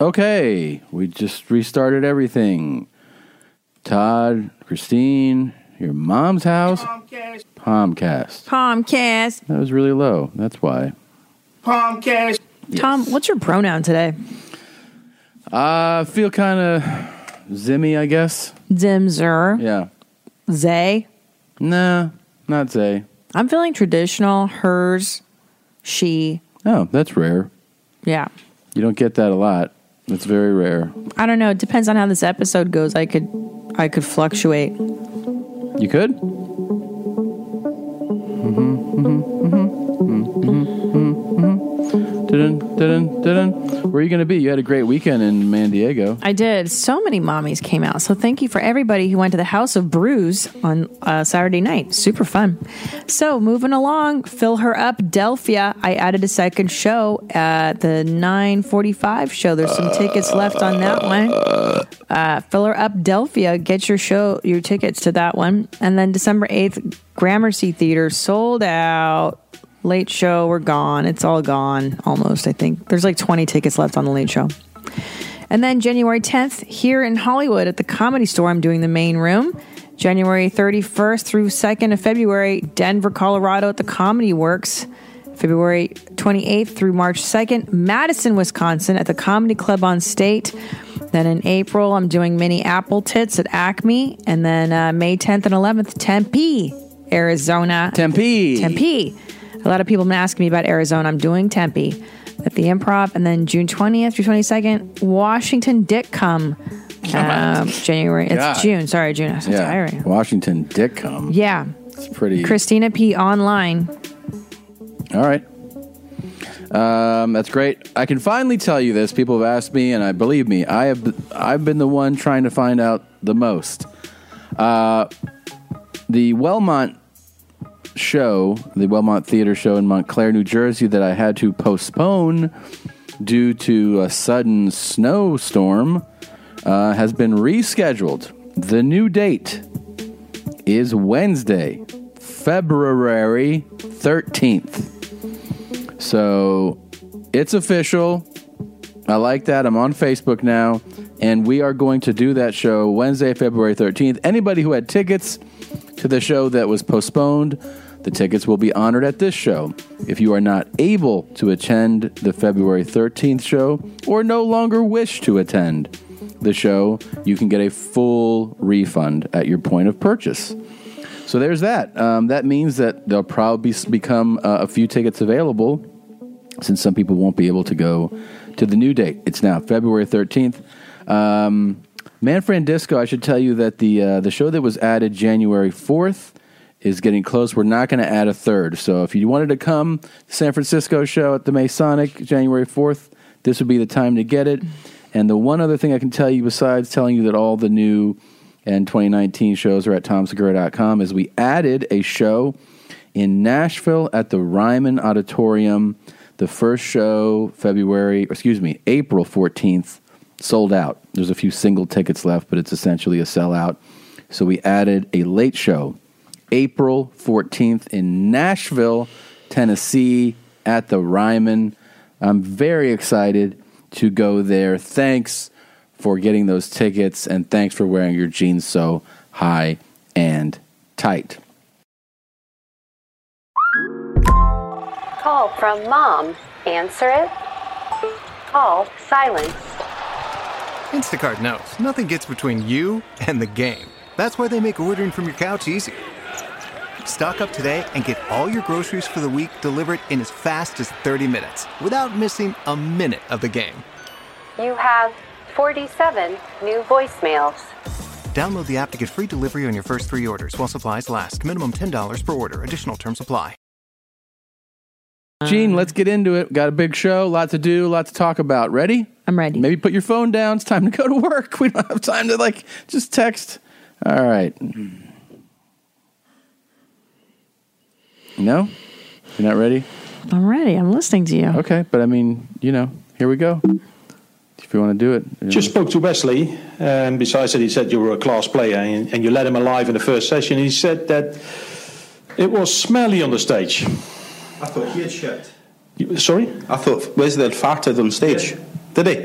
Okay, we just restarted everything. Todd, Christine, your mom's house. Palmcast. Palmcast. Palmcast. That was really low. That's why. Palmcast. Tom, what's your pronoun today? I feel kind of zimmy, I guess. Dimzer. Yeah. Zay. Nah, not Zay. I'm feeling traditional. Hers. She. Oh, that's rare. Yeah. You don't get that a lot. That's very rare. I don't know. It depends on how this episode goes. I could, I could fluctuate. You could? Mm-hmm, mm-hmm, Dun, dun, dun. Where are you going to be? You had a great weekend in Man Diego. I did. So many mommies came out. So thank you for everybody who went to the House of Brews on uh, Saturday night. Super fun. So moving along, fill her up, Delphia. I added a second show at the 9:45 show. There's some tickets left on that one. Uh, fill her up, Delphia. Get your show, your tickets to that one. And then December 8th, Gramercy Theater sold out. Late show, we're gone. It's all gone almost, I think. There's like 20 tickets left on the late show. And then January 10th, here in Hollywood at the Comedy Store, I'm doing the main room. January 31st through 2nd of February, Denver, Colorado at the Comedy Works. February 28th through March 2nd, Madison, Wisconsin at the Comedy Club on State. Then in April, I'm doing mini apple tits at Acme. And then uh, May 10th and 11th, Tempe, Arizona. Tempe. Tempe. A lot of people have been asking me about Arizona. I'm doing Tempe at the improv. And then June 20th through 22nd, Washington Dick Come. Um, January. It's God. June. Sorry, June. I'm so tired. Washington Dick come. Yeah. It's Mm-hmm. pretty. Christina P. Online. All right. Um, that's great. I can finally tell you this. People have asked me, and I believe me. I have. I've been the one trying to find out the most. Uh, the Wellmont show, the Wellmont Theater show in Montclair, New Jersey, that I had to postpone due to a sudden snowstorm, uh, has been rescheduled. The new date is Wednesday, February thirteenth. So it's official. I like that. I'm on Facebook now, and we are going to do that show Wednesday, February 13th. Anybody who had tickets to the show that was postponed, the tickets will be honored at this show. If you are not able to attend the February 13th show or no longer wish to attend the show, you can get a full refund at your point of purchase. So there's that. Um, that means that there'll probably s- become uh, a few tickets available since some people won't be able to go to the new date. It's now February 13th. Um, Manfred Disco, I should tell you that the, uh, the show that was added January 4th is getting close. We're not going to add a third. So if you wanted to come to San Francisco show at the Masonic January 4th, this would be the time to get it. And the one other thing I can tell you besides telling you that all the new and 2019 shows are at tomsegura.com is we added a show in Nashville at the Ryman Auditorium. The first show, February, or excuse me, April 14th, sold out. There's a few single tickets left, but it's essentially a sellout. So we added a late show, April 14th in Nashville, Tennessee, at the Ryman. I'm very excited to go there. Thanks for getting those tickets, and thanks for wearing your jeans so high and tight. Call from mom. Answer it. Call silence. Instacart knows nothing gets between you and the game. That's why they make ordering from your couch easy. Stock up today and get all your groceries for the week delivered in as fast as 30 minutes without missing a minute of the game. You have 47 new voicemails. Download the app to get free delivery on your first three orders while supplies last. Minimum $10 per order. Additional term supply. Um, Gene, let's get into it. Got a big show, lot to do, lot to talk about. Ready? I'm ready. Maybe put your phone down. It's time to go to work. We don't have time to like just text. All right. No? You're not ready? I'm ready. I'm listening to you. Okay, but I mean, you know, here we go. If you want to do it. you know. Just spoke to Wesley, and besides that, he said you were a class player and, and you let him alive in the first session. He said that it was smelly on the stage. I thought he had shit. You- Sorry? I thought Wesley had farted on stage. Did he?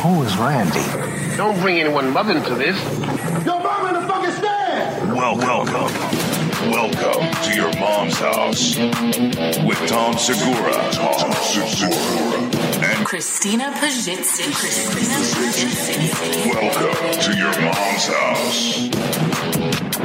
Who is Randy? Don't bring anyone mother into this. Yo, mom in the fucking stand! Welcome. Welcome to your mom's house with Tom Segura. Tom Segura. And Christina Pajitsin. Christina Pajitsin. welcome to your mom's house.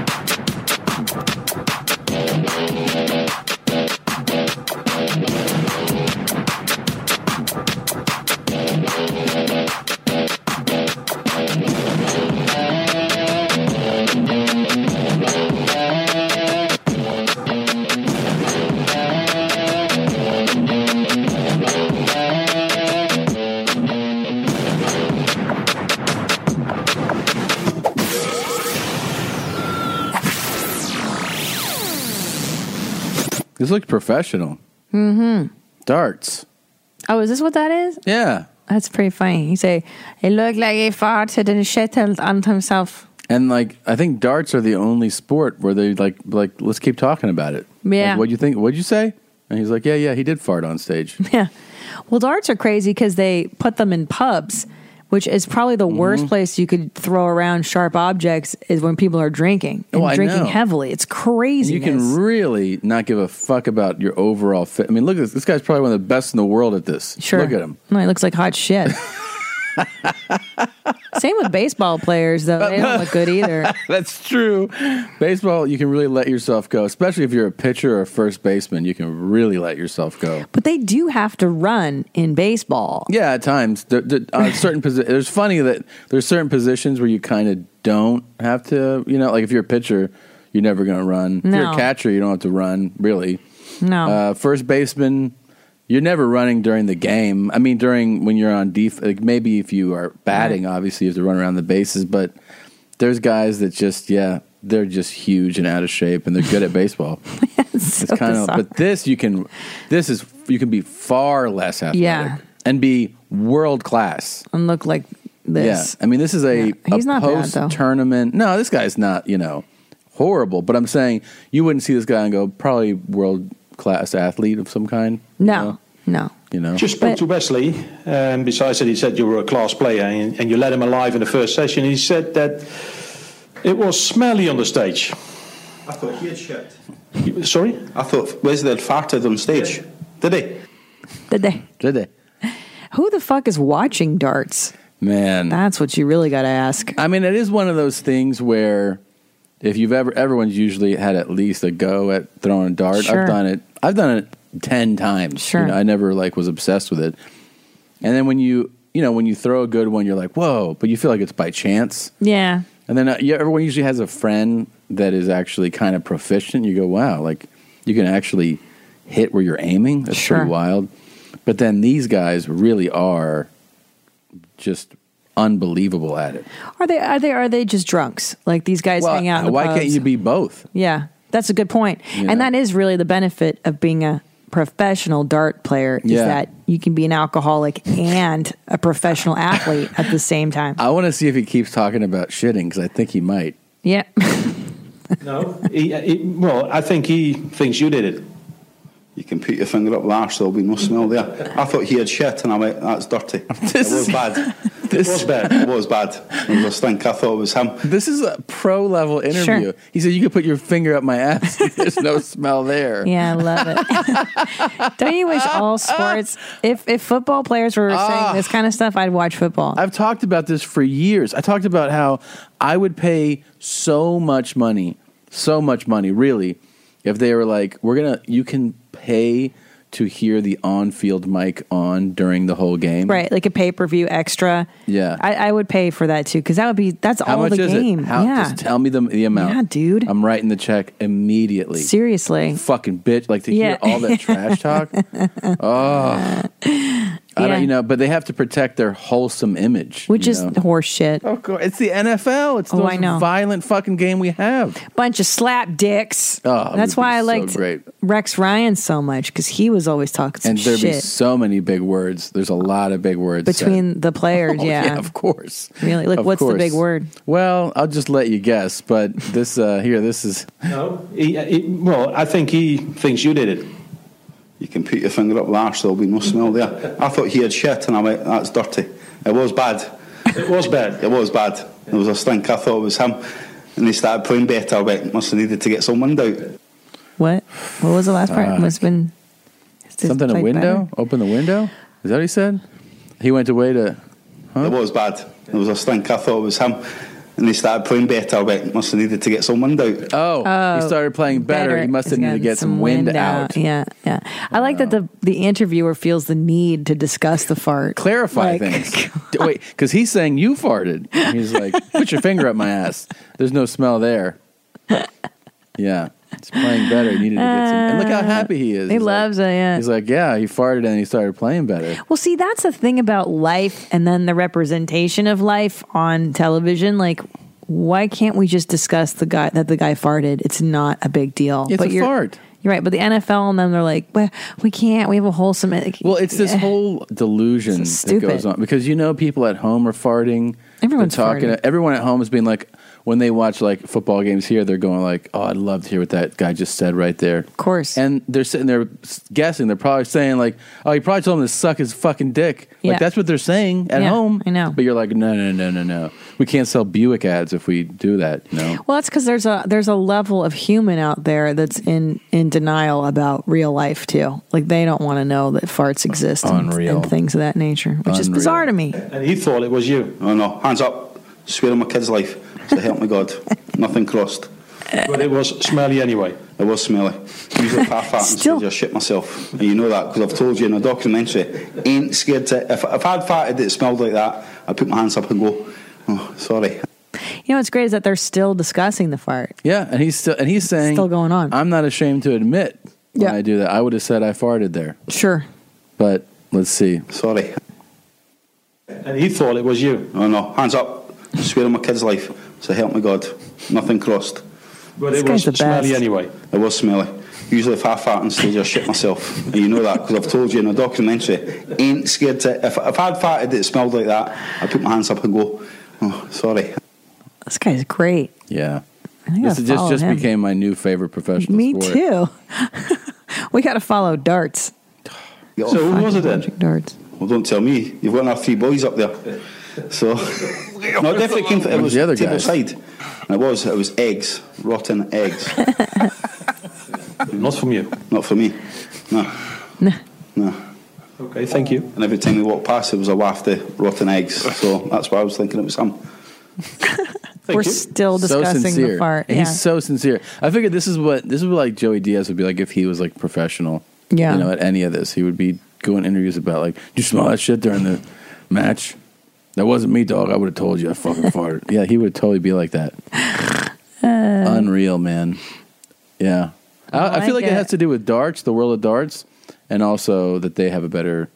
This looked professional. Mm-hmm. Darts. Oh, is this what that is? Yeah. That's pretty funny. He say, he looked like he farted and shittled on himself. And like I think darts are the only sport where they like like let's keep talking about it. Yeah. Like, what you think? What'd you say? And he's like, yeah, yeah, he did fart on stage. Yeah. Well, darts are crazy because they put them in pubs, which is probably Mm-hmm. the worst place you could throw around sharp objects is when people are drinking and Oh, I drinking know. heavily. It's crazy. You can really not give a fuck about your overall fit. I mean, look at this. This guy's probably one of the best in the world at this. Sure. Look at him. No, he Oh, looks like hot shit. Same with baseball players, though. They don't look good either. That's true. Baseball, you can really let yourself go, especially if you're a pitcher or a first baseman. You can really let yourself go. But they do have to run in baseball. Yeah, at times. There, there, on certain posi- there's funny that there's certain positions where you kind of don't have to, you know, like if you're a pitcher, you're never going to run. If you're No. a catcher, you don't have to run, really. No. Uh, first baseman, you're never running during the game. I mean, during when you're on def, like maybe if you are batting, obviously you have to run around the bases, but there's guys that just, yeah, they're just huge and out of shape and they're good at baseball. it's kind of, but this you can, this is, you can be far less athletic Yeah. and be world class. and look like this. Yeah. I mean, this is a, He's not bad, though. post tournament. No, this guy's not, you know, horrible, but I'm saying you wouldn't see this guy and go, probably world class athlete of some kind. No, no. You know, Just spoke to Wesley. Um, besides that, he said you were a class player and, and you let him alive in the first session. He said that it was smelly on the stage. I thought he had shit. Sorry? I thought Wesley had farted on stage. Did he? Did they? Did they? Who the fuck is watching darts? man, that's what you really got to ask. I mean, it is one of those things where if you've ever, everyone's usually had at least a go at throwing a dart. Sure. I've done it. I've done it ten times. Sure. You know, I never like was obsessed with it. And then when you, you know, when you throw a good one, you're like, whoa! But you feel like it's by chance. Yeah. And then uh, yeah, everyone usually has a friend that is actually kind of proficient. You go, wow, like you can actually hit where you're aiming. That's Sure. pretty wild. But then these guys really are just unbelievable at it. Are they? Are they? Are they just drunks? Like these guys hang out. In the why pubs. can't you be both? Yeah, that's a good point, You and know. that is really the benefit of being a professional dart player is Yeah. that you can be an alcoholic and a professional athlete at the same time. I want to see if he keeps talking about shitting because I think he might. Yeah. No. He, uh, he- well, I think he thinks you did it. You can put your finger up there, there'll be no smell there. I thought he had shit, and I went, that's dirty. it was bad. This- it was bad. It was bad. It was a stink. I thought it was him. This is a pro level interview. Sure. He said you could put your finger up my ass. There's no smell there. Yeah, I love it. Don't you wish all sports? If if football players were Ah. saying this kind of stuff, I'd watch football. I've talked about this for years. I talked about how I would pay so much money, so much money, really, if they were like, we're going to, you can pay to hear the on field mic on during the whole game. Right, like a pay per view extra. Yeah. I, I would pay for that too because that would be that's How all much the is game. it? How, yeah, Just tell me the, the amount. Yeah, dude. I'm writing the check immediately. Seriously. Fucking bitch. Like to Yeah. hear all that trash talk. Oh. I Yeah. don't, you know, but they have to protect their wholesome image. which you is know? horse shit. Of course, it's the NFL. It's the Oh, I most know. violent fucking game we have. Bunch of slap dicks. Oh, it That's would be why I so liked great. Rex Ryan so much because he was always talking some and there'd be shit so many big words. There's a lot of big words said. between the players. Oh, yeah. yeah, of course. Really? Like, Of what's the course. big word? Well, I'll just let you guess, but this uh here, this is No. He, uh, he- well, I think he thinks you did it. You can put your finger up there, there'll be no smell there. I thought he had shit, and I went, that's dirty. It was bad. It was bad. It was bad. There was a stink. I thought it was him. And he started playing better. I went, must have needed to get some wind out. What? What was the last part? Fuck. Must have been it's just Uh, Something a played window? Open the window? Is that what he said? He went away to. Huh? It was bad. There was a stink. I thought it was him. And he started playing better. I went, must have needed to get some wind out. Oh, he Oh, started playing better. He must have needed to Again, get some wind, out. Uh, Yeah, yeah. I like that the the interviewer feels the need to discuss the fart. Clarify Like, things. D- Wait, because he's saying you farted. And He's like, put your finger up my ass. There's no smell there. Yeah. He's playing better. He needed to get some. And look how happy he is. He He's like- loves it. Yeah. He's like, yeah, he farted and he started playing better. Well, see, that's the thing about life and then the representation of life on television. Like, why can't we just discuss the guy that the guy farted? It's not a big deal. It's but a you're, fart. You're right. But the NFL and them, they're like, well, we can't. We have a wholesome. Well, it's this Yeah. whole delusion It's that goes stupid. on because you know people at home are farting. They're Everyone's farting. Everyone at home is being like, when they watch like football games here, they're going like, "Oh, I'd love to hear what that guy just said right there." Of course. And they're sitting there s- guessing. They're probably saying like, "Oh, you probably told him to suck his fucking dick." Yeah. Like that's what they're saying at Yeah, home. I know. But you're like, no, no, no, no, no. We can't sell Buick ads if we do that. You know. Well, that's because there's a there's a level of human out there that's in in denial about real life too. Like they don't want to know that farts exist and, Unreal. and things of that nature, which is Unreal. bizarre to me. And he thought it was you. Oh no, hands up. Swear on my kid's life. So help me God. Nothing crossed. But it was smelly anyway. It was smelly. Usually half that Still- and just shit myself. And you know that because I've told you in a documentary, ain't scared to. If, if I'd farted that smelled like that, I'd put my hands up and go, oh, sorry. You know what's great is that they're still discussing the fart. Yeah, and he's still and he's saying still going on. I'm not ashamed to admit when Yeah. I do that. I would have said I farted there, Sure. but let's see. Sorry. And he thought it was you. Oh no, hands up. Swear on my kid's life. So help me God. Nothing crossed. But This it was guy's the smelly best. anyway. It was smelly. Usually if I fart and stage, I shit myself. And you know that because I've told you in a documentary, ain't scared to. If, if I'd farted that smelled like that, I'd put my hands up and go, oh, sorry. This guy's great. Yeah. I think This I is just follow just him. became my new favorite professional Me sport. too. we got to follow darts. Get off. So who was it then? Magic darts. Well, don't tell me. You've got our three boys up there. So, no, it definitely came. From, it Where's was the other table guys? side, and it was it was eggs, rotten eggs. Not from you. Not for me. No, no. Okay, thank you. And every time we walked past, it was a waft of rotten eggs. So that's why I was thinking it was him. Thank We're you. still discussing the fart. And Yeah. He's so sincere. I figured this is what this is what like Joey Diaz would be like if he was like professional. Yeah. You know, at any of this, he would be doing interviews about like, "Do you smell that shit during the match?" That wasn't me, dog. I would have told you. I fucking farted. Yeah, he would totally be like that. Unreal, man. Yeah, I, I, Um, I feel like like it. it. has to do with darts, the world of darts, and also that they have a better,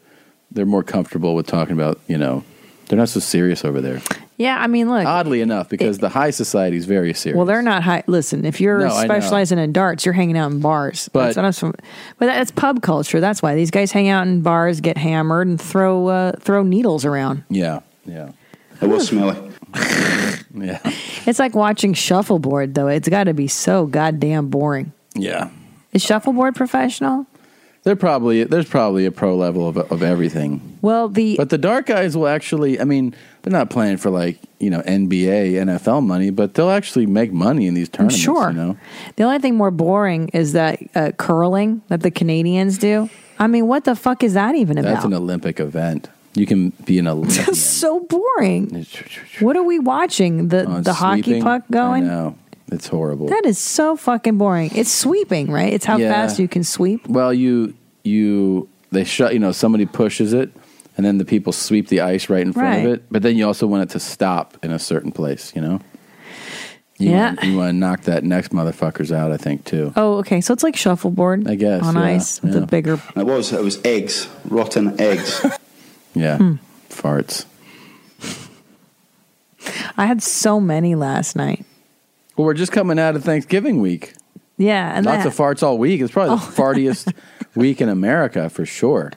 they're more comfortable with talking about. You know, they're not so serious over there. yeah, I mean, look. Oddly enough, because the high society is very serious. Well, they're not high. Listen, if you're No, I know. specializing in darts, you're hanging out in bars. But- that's what I'm, saying. but that's pub culture. That's why these guys hang out in bars, get hammered, and throw uh, throw needles around. Yeah, yeah, It was smelly. yeah, It's like watching shuffleboard, though. It's got to be so goddamn boring. yeah. Is shuffleboard professional? They're probably there's probably a pro level of of everything, Well, the but the dark guys will actually. I mean, they're not playing for like you know NBA, NFL money, but they'll actually make money in these I'm tournaments. sure. you know, The only thing more boring is that uh, curling that the Canadians do. I mean, what the fuck is that even that's about? an Olympic event. You can be an Olympian. That's so boring. What are we watching? The On the hockey Oh, sweeping? puck I going? know. It's horrible. That is so fucking boring. It's sweeping, right? It's how Yeah. fast you can sweep. well, you you they shut. You know, somebody pushes it, and then the people sweep the ice right in front of Right. it. But then you also want it to stop in a certain place. You know. You Yeah. Want, you want to knock that next motherfuckers out, I think too. Oh, okay. So it's like shuffleboard. I guess, on yeah, ice with yeah. a bigger. And it was it was eggs, rotten eggs. Yeah. Hmm. Farts. I had so many last night. Well, we're just coming out of Thanksgiving week. Yeah, and Lots that, Oh. of farts all week. It's probably the fartiest week in America for sure.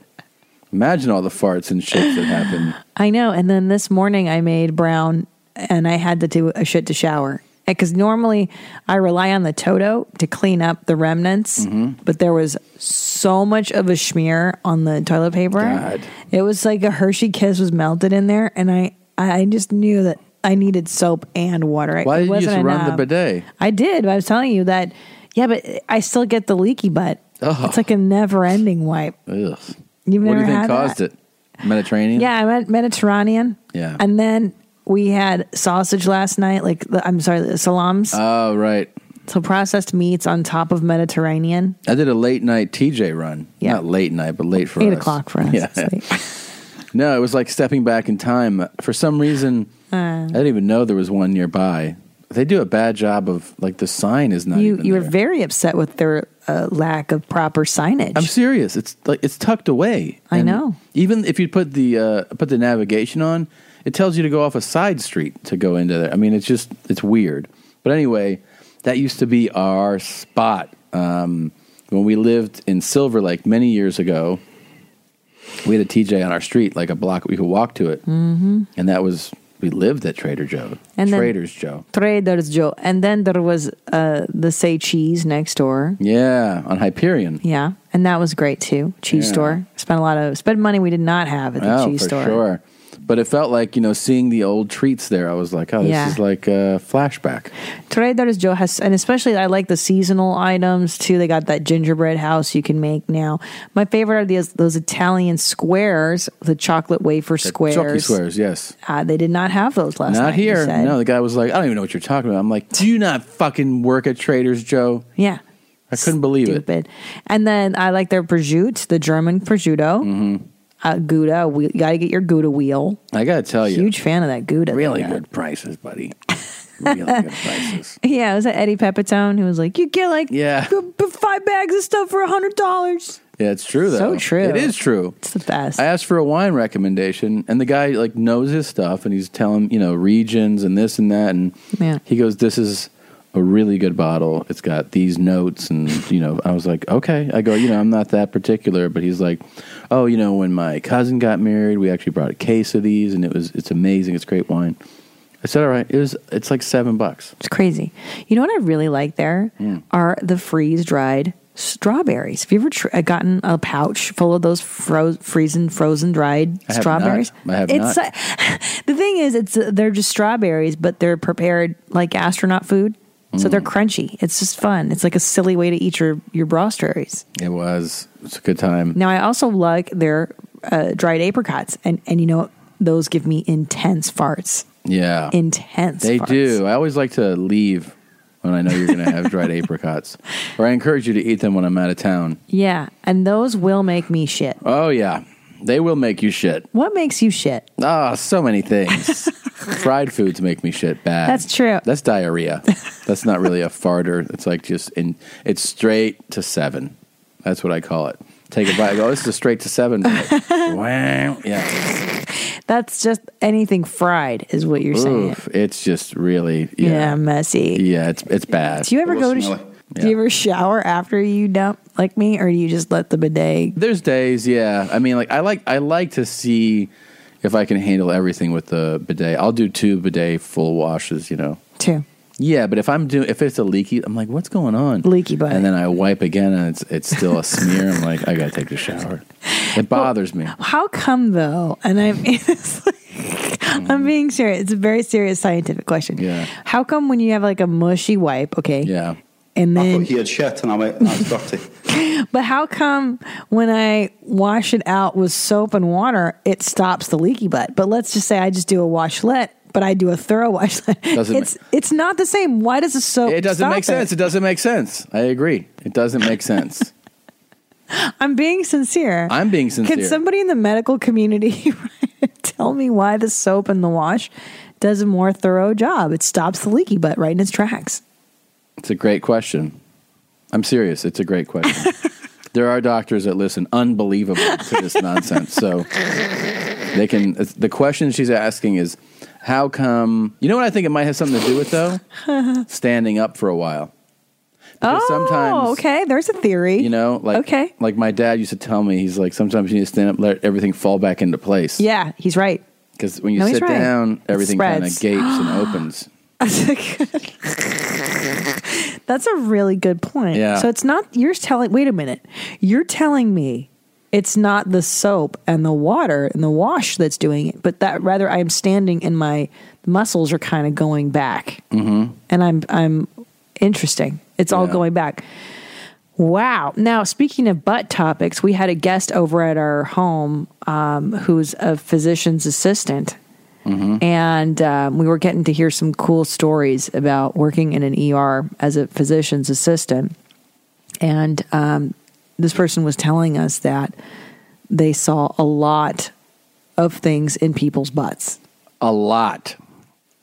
Imagine all the farts and shits that happen. I know. And then this morning I made brown, and I had to do a shit to shower. because normally I rely on the Toto to clean up the remnants, Mm-hmm. but there was so much of a smear on the toilet paper. God. It was like a Hershey kiss was melted in there, and I I just knew that I needed soap and water. Why it did you wasn't uh, just run the enough. bidet? I did. but I was telling you that. Yeah, but I still get the leaky butt. Ugh. It's like a never-ending wipe. Ugh. You've what do never you think had caused that? it? Mediterranean? Yeah, I went Mediterranean. Yeah. And then we had sausage last night, like the, I'm sorry, the salams. Oh, right. so processed meats on top of Mediterranean. I did a late night TJ run. Yeah. Not late night, but late for Eight us. o'clock for us. Yeah. It's like- No, it was like stepping back in time. For some reason, I Uh, didn't even know there was one nearby. They do a bad job of like the sign is not. you even you were there. very upset with their uh, lack of proper signage. I'm serious. It's like it's tucked away. I And know. Even if you put the uh, put the navigation on, it tells you to go off a side street to go into there. I mean, it's just it's weird. But anyway, that used to be our spot um, when we lived in Silver Lake many years ago. We had a TJ on our street, like a block we could walk to it, Mhm. and that was we lived at Trader Joe, And then- Trader's Joe. Traders Joe, and then there was uh, the Say Cheese next door. Yeah, on Hyperion. Yeah, and that was great too. Cheese Yeah. store spent a lot of spent money we did not have at the oh, cheese for store. sure. But it felt like you know seeing the old treats there. I was like, oh, this Yeah. is like a flashback. Traders Joe has, and especially I like the seasonal items too. They got that gingerbread house you can make now. My favorite are these those Italian squares, the chocolate wafer squares. Chalky E. squares, yes. Uh, they did not have those last night. not you here. said. No, the guy was like, I don't even know what you're talking about. I'm like, do you not fucking work at Trader's Joe? Yeah. I couldn't believe it. Stupid. And then I like their prosciutto, the German prosciutto. Mm-hmm. Uh, Gouda, we, you got to get your Gouda wheel. I gotta tell you, Huge fan of that Gouda. really thing. good prices, buddy. really good prices. Yeah, it was that Eddie Pepitone who was like, you get like Yeah, five bags of stuff for a $100. yeah, it's true though. So true. It is true. It's the best. I asked for a wine recommendation, and the guy like knows his stuff, and he's telling you know regions and this and that, and Yeah. he goes, "This is a really good bottle. It's got these notes," and you know, I was like, "Okay." I go, you know, I'm not that particular, but he's like, "Oh, you know, when my cousin got married, we actually brought a case of these, and it was it's amazing. It's great wine." I said, "All right, it was it's like seven bucks." It's crazy. You know what I really like there Hmm. are the freeze dried strawberries. Have you ever tr- uh, gotten a pouch full of those fro- freezing frozen dried I have strawberries? not. I have it's not. uh, the thing is, it's uh, they're just strawberries, but they're prepared like astronaut food, so Hmm. they're crunchy. It's just fun. It's like a silly way to eat your your strawberries. It was it's a good time. Now I also like their uh, dried apricots, and and you know what? those give me intense farts. Yeah, Intense. They farts. do. I always like to leave when I know you're going to have dried apricots, or I encourage you to eat them when I'm out of town. Yeah, and those will make me shit. Oh yeah, they will make you shit. What makes you shit? Ah, so many things. Fried foods make me shit bad. That's true. That's diarrhea. That's not really a farter. It's like just in. It's straight to seven. That's what I call it. Take a bite. I go, "Oh, this is a straight to seven. bite." wow. Yeah. That's just anything fried, is what you're saying. Oof. It's just really. Yeah, Yeah. messy. Yeah. It's it's bad. Do you ever go to? smelly. Do you ever shower after you dump like me, or do you just let the bidet? There's days, yeah. I mean, like I like I like to see if I can handle everything with the bidet. I'll do two bidet full washes, you know. Two. Yeah, but if I'm doing if it's a leaky, I'm like, what's going on? Leaky butt. And then I wipe again, and it's it's still a smear. I'm like, I gotta take a shower. It bothers me. How come though? And I'm, it's like- I'm being serious. It's a very serious scientific question. Mm. Yeah. How come when you have like a mushy wipe, okay? Yeah, And I then thought he had shit, and I went, that's dirty. But how come when I wash it out with soap and water, it stops the leaky butt? But let's just say I just do a washlet, but I do a thorough washlet. Doesn't it's it's not the same. Why does the soap? it doesn't stop make sense. It. doesn't make sense. I agree. It doesn't make sense. I'm being sincere. I'm being Can sincere. somebody in the medical community tell me why the soap and the wash does a more thorough job? It stops the leaky butt right in its tracks. It's a great question. I'm serious. It's a great question. there are doctors that listen unbelievable to this nonsense. So they can. it's- The question she's asking is, how come? You know what I think it might have something to do with though. Standing up for a while. Because oh, sometimes- okay. There's a theory. You know, like Okay. like my dad used to tell me. He's like, sometimes you need to stand up, let everything fall back into place. Yeah, he's right. Because when you No, he's sit right. down, It everything kind of spreads. gapes and opens. That's a really good point. Yeah. So it's not you're telling wait a minute. You're telling me it's not the soap and the water and the wash that's doing it, but that rather I am standing and my muscles are kind of going back. Mm-hmm. And I'm I'm interesting. It's all Yeah. going back. Wow. Now, speaking of butt topics, we had a guest over at our home um, who's a physician's assistant Mm-hmm. and um, we were getting to hear some cool stories about working in an ER as a physician's assistant. And um, this person was telling us that they saw a lot of things in people's butts. A lot.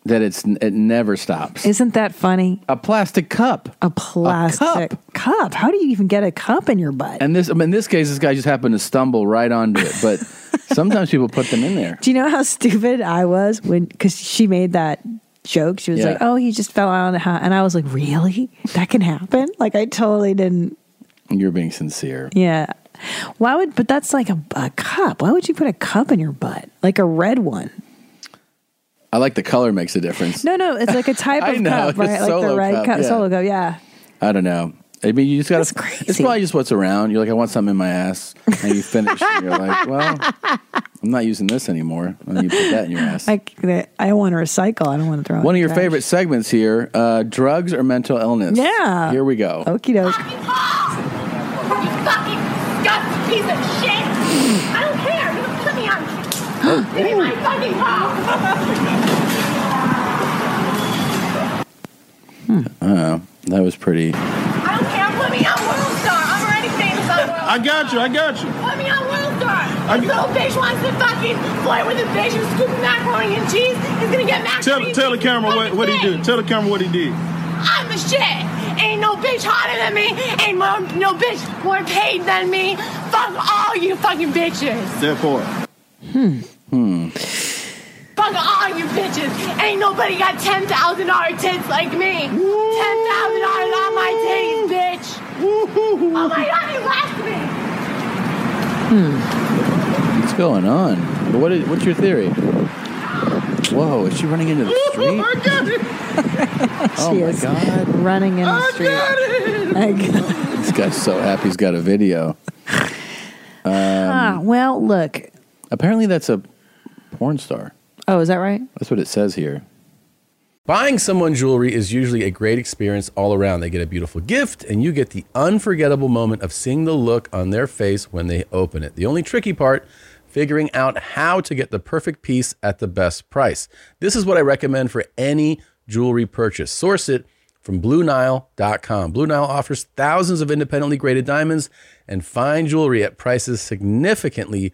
That it's it never stops. Isn't that funny? A plastic cup. A plastic cup. How do you even get a cup in your butt? And this, I mean, in this case, this guy just happened to stumble right onto it. But sometimes people put them in there. Do you know how stupid I was when because she made that joke? She was Yeah. like, "Oh, he just fell out," of the ho-" and I was like, "Really? That can happen?" Like I totally didn't You're being sincere. Yeah. Why would, but that's like a, a cup. Why would you put a cup in your butt? Like a red one. I like the color makes a difference. No, no, it's like a type I of know, cup, it's right? Like the solo red cup, cup, yeah. solo cup, yeah. I don't know. I mean, you just got to. It's probably just what's around. You're like, I want something in my ass, and you finish. and you're like, well, I'm not using this anymore. And you put that in your ass. I, I want to recycle. I don't want to throw it One of in your the trash. favorite segments here: uh, drugs or mental illness. Yeah. Here we go. Okie doke. You fucking scuff piece of shit! I don't care. You don't put me on. Give me my fucking home. Hmm. Uh, that was pretty. I don't care. Put me on World Star. I'm already famous on World. I got you. I got you. Put me on World Star. Are This you- little bitch wants to fucking flirt with a bitch who's scooping macaroni and cheese. Is gonna get macaroni. Tell, and tell the cheese. camera what, what he did. Tell the camera what he did. I'm the shit. Ain't no bitch hotter than me. Ain't more, no bitch more paid than me. Fuck all you fucking bitches. That part. Hmm. Hmm. Fuck all you bitches. Ain't nobody got ten thousand dollar tits like me. Ten thousand dollars on my titties, bitch. Oh my god, you laughed at me. Hmm. What's going on? But What is, what's your theory? Whoa! Is she running into the street? I got it. Oh she my is God. running in the I street. got it. I got it. This guy's so happy he's got a video. ah, Um, well, look. apparently, that's a porn star. Oh, is that right? That's what it says here. Buying someone jewelry is usually a great experience all around. They get a beautiful gift, and you get the unforgettable moment of seeing the look on their face when they open it. The only tricky part, figuring out how to get the perfect piece at the best price. This is what I recommend for any jewelry purchase. Source it from BlueNile.com. Blue Nile offers thousands of independently graded diamonds and fine jewelry at prices significantly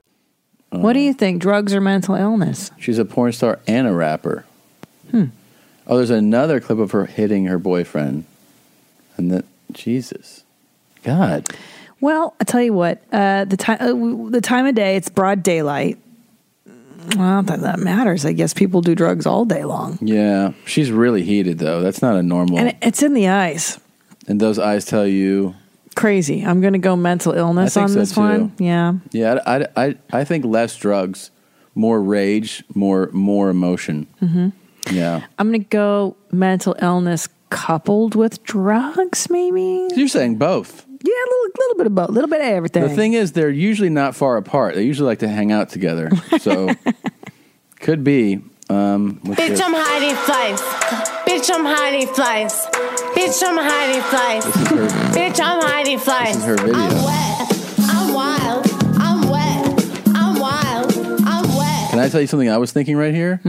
what do you think? Drugs or mental illness? She's a porn star and a rapper. Hmm. Oh, there's another clip of her hitting her boyfriend. And then, Jesus. God. Well, I tell you what, uh, the time uh, w- the time of day, it's broad daylight. Well, that, that matters. I guess people do drugs all day long, Yeah, she's really heated though. That's not a normal. and it, it's in the eyes. and those eyes tell you Crazy. I'm going to go mental illness I think on so, this one. Yeah. Yeah, I, I, I, I think less drugs, more rage, more more emotion. hmm Yeah, I'm going to go mental illness coupled with drugs, maybe. you're saying both. Yeah, a little, little bit of both, a little bit of everything. The thing is, they're usually not far apart. They usually like to hang out together. So could be. Um, what's Bitch, this? I'm hiding flies. Bitch, I'm hiding flies. Bitch, I'm hiding flies. This is her- Bitch, I'm hiding flies. this is her video. I'm wild. I'm wet. I'm wild. I'm wet. Can I tell you something I was thinking right here?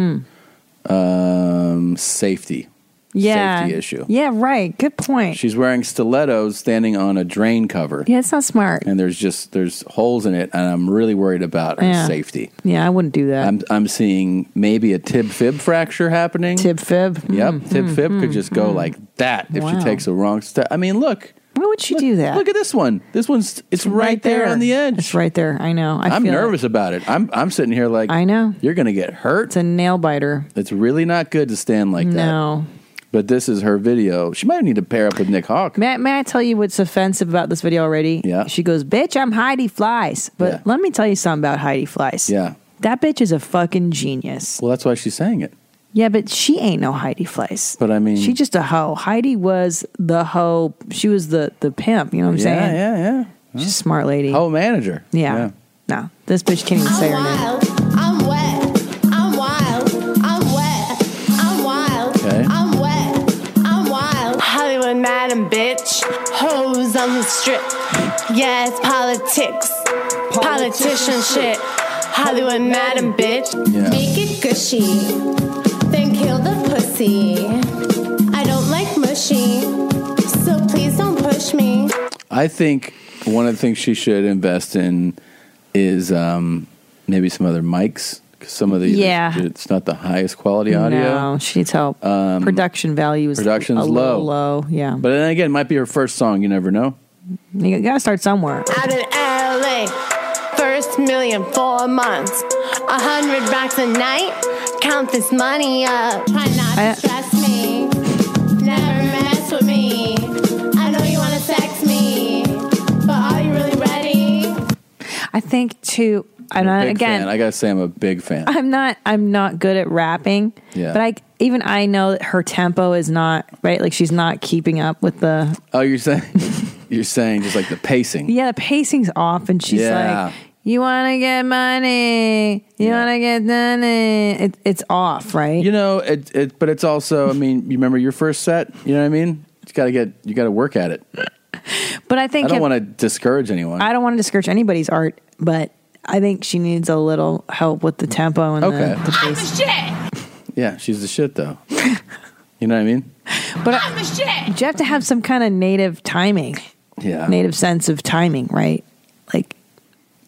Um, safety. yeah. Safety issue. Yeah, right. Good point. She's wearing stilettos, standing on a drain cover, yeah, it's not smart. and there's just there's holes in it, and I'm really worried about her Yeah. safety. Yeah, I wouldn't do that. I'm I'm seeing maybe a tib fib fracture happening. Tib fib. Hmm, Yep. tib fib could just go like that if Wow. she takes a wrong step. I mean, look. Why would she do that? Look at this one. This one's it's, right, there. on the edge. It's right there. I know. I I'm feel it. nervous about it. I'm I'm sitting here like I know you're gonna get hurt. It's a nail biter. It's really not good to stand like that. No. But this is her video. She might need to pair up with Nick Hawk. May, I- may I tell you what's offensive about this video already? Yeah. She goes, Bitch, I'm Heidi Flies. But let me tell you something about Heidi Flies. Yeah. That bitch is a fucking genius. Well, that's why she's saying it. Yeah, but she ain't no Heidi Fleiss. But I mean, She just a hoe. Heidi was the hoe. She was the the pimp. You know what I'm Yeah, saying? yeah, yeah. She's a smart lady. Hoe manager. Yeah. Yeah. No, this bitch can't even say Um, her name. I'm wet. I'm wild. I'm wet. I'm wild. Okay. I'm wet. I'm wild. Hollywood madam, bitch. Hoes on the strip. Yeah, it's politics. Politician shit. Hollywood madam, bitch. Yeah. Make it gushy. Then kill the pussy. I don't like mushy. So please don't push me. I think one of the things she should invest in is um, maybe some other mics. 'cause some of these, Yeah. it's not the highest quality audio. No, she needs help. Um, Production value is production's a low. little low. Yeah. But then again, it might be her first song. You never know. You gotta start somewhere. out in LA. First million four months. A hundred racks a night. Count this money up. Try not to stress me. Never mess with me. I know you wanna sex me. But are you really ready? I think too. And I, Big again, fan. I gotta say, I'm a big fan. I'm not I'm not good at rapping. Yeah. But I even I know that her tempo is not right. Like she's not keeping up with the Oh, you're saying, you're saying just like the pacing. yeah the pacing's off, and she's Yeah. like, "You want to get money? You want to get money?" It, it's off, right? You know, it, it. But it's also, I mean, you remember your first set. You know what I mean? You gotta get, you gotta work at it. But I think I don't if- want to discourage anyone. I don't want to discourage anybody's art, but I think she needs a little help with the tempo and the- Okay. the, I'm pace. yeah, she's the shit though. you know what I mean? But I, you have to have some kind of native timing, Yeah. native sense of timing, right? Like,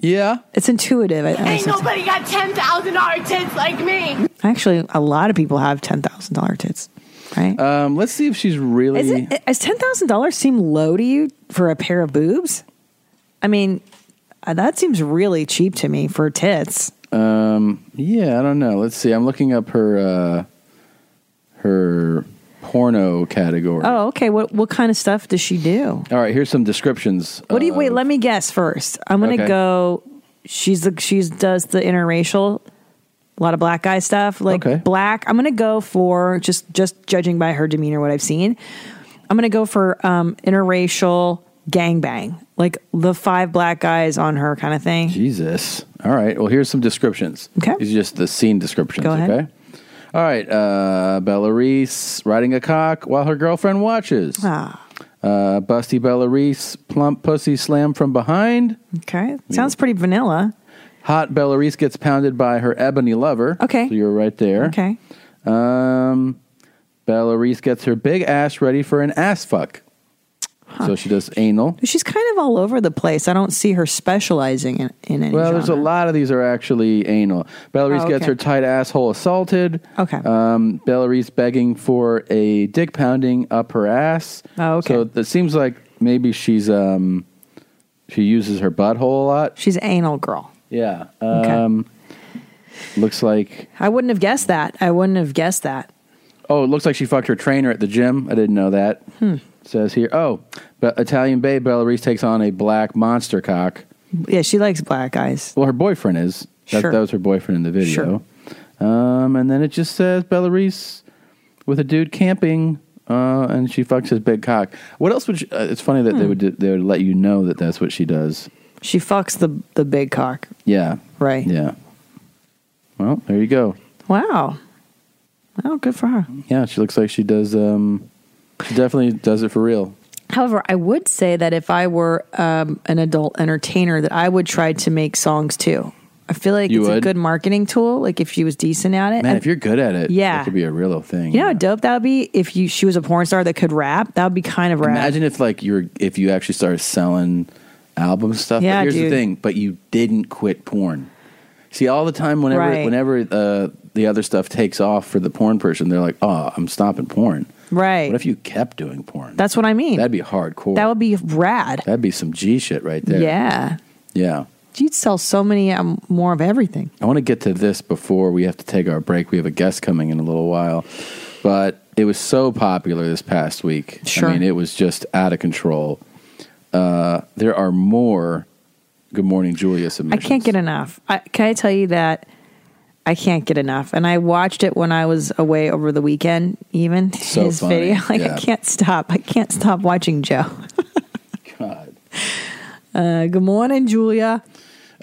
yeah, it's intuitive. I, I Ain't sometimes- nobody got ten thousand dollar tits like me. Actually, a lot of people have ten thousand dollar tits, right? Um, let's see if she's really. Is it, is ten thousand dollars seem low to you for a pair of boobs? I mean, uh, that seems really cheap to me for tits. Um, yeah, I don't know. Let's see. I'm looking up her uh, her porno category. Oh, okay. What what kind of stuff does she do? All right, here's some descriptions. What do you wait? Let me guess first. I'm gonna Um, Okay. go. She's the she's does the interracial, a lot of black guy stuff. Like black. I'm gonna go for just just judging by her demeanor, what I've seen. I'm gonna go for um interracial gangbang, like the five black guys on her kind of thing. Jesus. All right. Well, here's some descriptions. Okay. These are just the scene descriptions. Go ahead. Okay. All right. Uh, Bella Reese riding a cock while her girlfriend watches. Ah. Uh, busty Bella Reese, plump pussy slam from behind. Okay. Sounds pretty vanilla. Hot Bella Reese gets pounded by her ebony lover. Okay. So you're right there. Okay. Um, Bella Reese gets her big ass ready for an ass fuck. So she does anal. She's kind of all over the place. I don't see her specializing in, in any. Well, there's a genre. lot of these are actually anal. Bella Reese Oh, gets okay. her tight asshole assaulted. Okay. Um, Bella Reese begging for a dick pounding up her ass. Oh, okay. So it seems like maybe she's um, She uses her butthole a lot. She's an anal girl. Yeah. Okay. Um, Looks like. I wouldn't have guessed that. I wouldn't have guessed that. Oh, it looks like she fucked her trainer at the gym. I didn't know that. Hmm. Says here. Oh, but Italian Bay Belarus takes on a black monster cock. Yeah, she likes black guys. Well, her boyfriend is. That, Sure. that was her boyfriend in the video. Um, and then it just says Belarus with a dude camping, uh, and she fucks his big cock. What else would? She, uh, it's funny that they Hmm. would do, they would let you know that that's what she does. She fucks the the big cock. Yeah. Right. Yeah. Well, there you go. Wow. Well, good for her. Yeah, she looks like she does. Um, she definitely does it for real. However, I would say that if I were um, an adult entertainer, that I would try to make songs too. I feel like You it's a would? good marketing tool. Like if she was decent at it, Man, And- if you're good at it, Yeah. it could be a real thing. you know how dope that would be if you she was a porn star that could rap. That would be kind of rad. Imagine if like you were if you actually started selling album stuff. Yeah, but here's dude. the thing, but you didn't quit porn. See, all the time whenever Right. whenever uh, the other stuff takes off for the porn person, they're like, "Oh, I'm stopping porn." right? What if you kept doing porn? That's what I mean. That'd be hardcore. That would be rad. That'd be some G shit right there. Yeah, Yeah. you'd sell so many um, more of everything. I want to get to this before we have to take our break. We have a guest coming in a little while, but it was so popular this past week. Sure. I mean, it was just out of control. Uh, there are more Good Morning Julia I submissions. can't get enough. I, can I tell you that I can't get enough? And I watched it when I was away over the weekend. Even So his funny, video, like yeah. I can't stop. I can't stop watching Joe. God. Uh, good morning, Julia.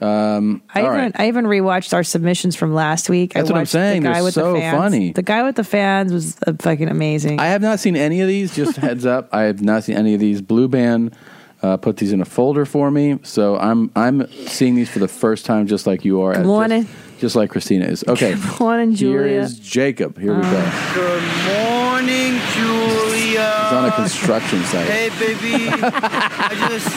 Um, I all even right. I even rewatched our submissions from last week. That's I what I'm watched saying. The guy They're with so the fans. funny. The guy with the fans was uh, fucking amazing. I have not seen any of these. Just a heads up, I have not seen any of these. Blue Band uh, put these in a folder for me, so I'm I'm seeing these for the first time, just like you are. Good uh, just- morning. Just, like Christina is. Okay. Good morning, Julia. Here is Jacob. Here we All go. Good morning, Julia. He's on a construction site. Hey, baby. I just,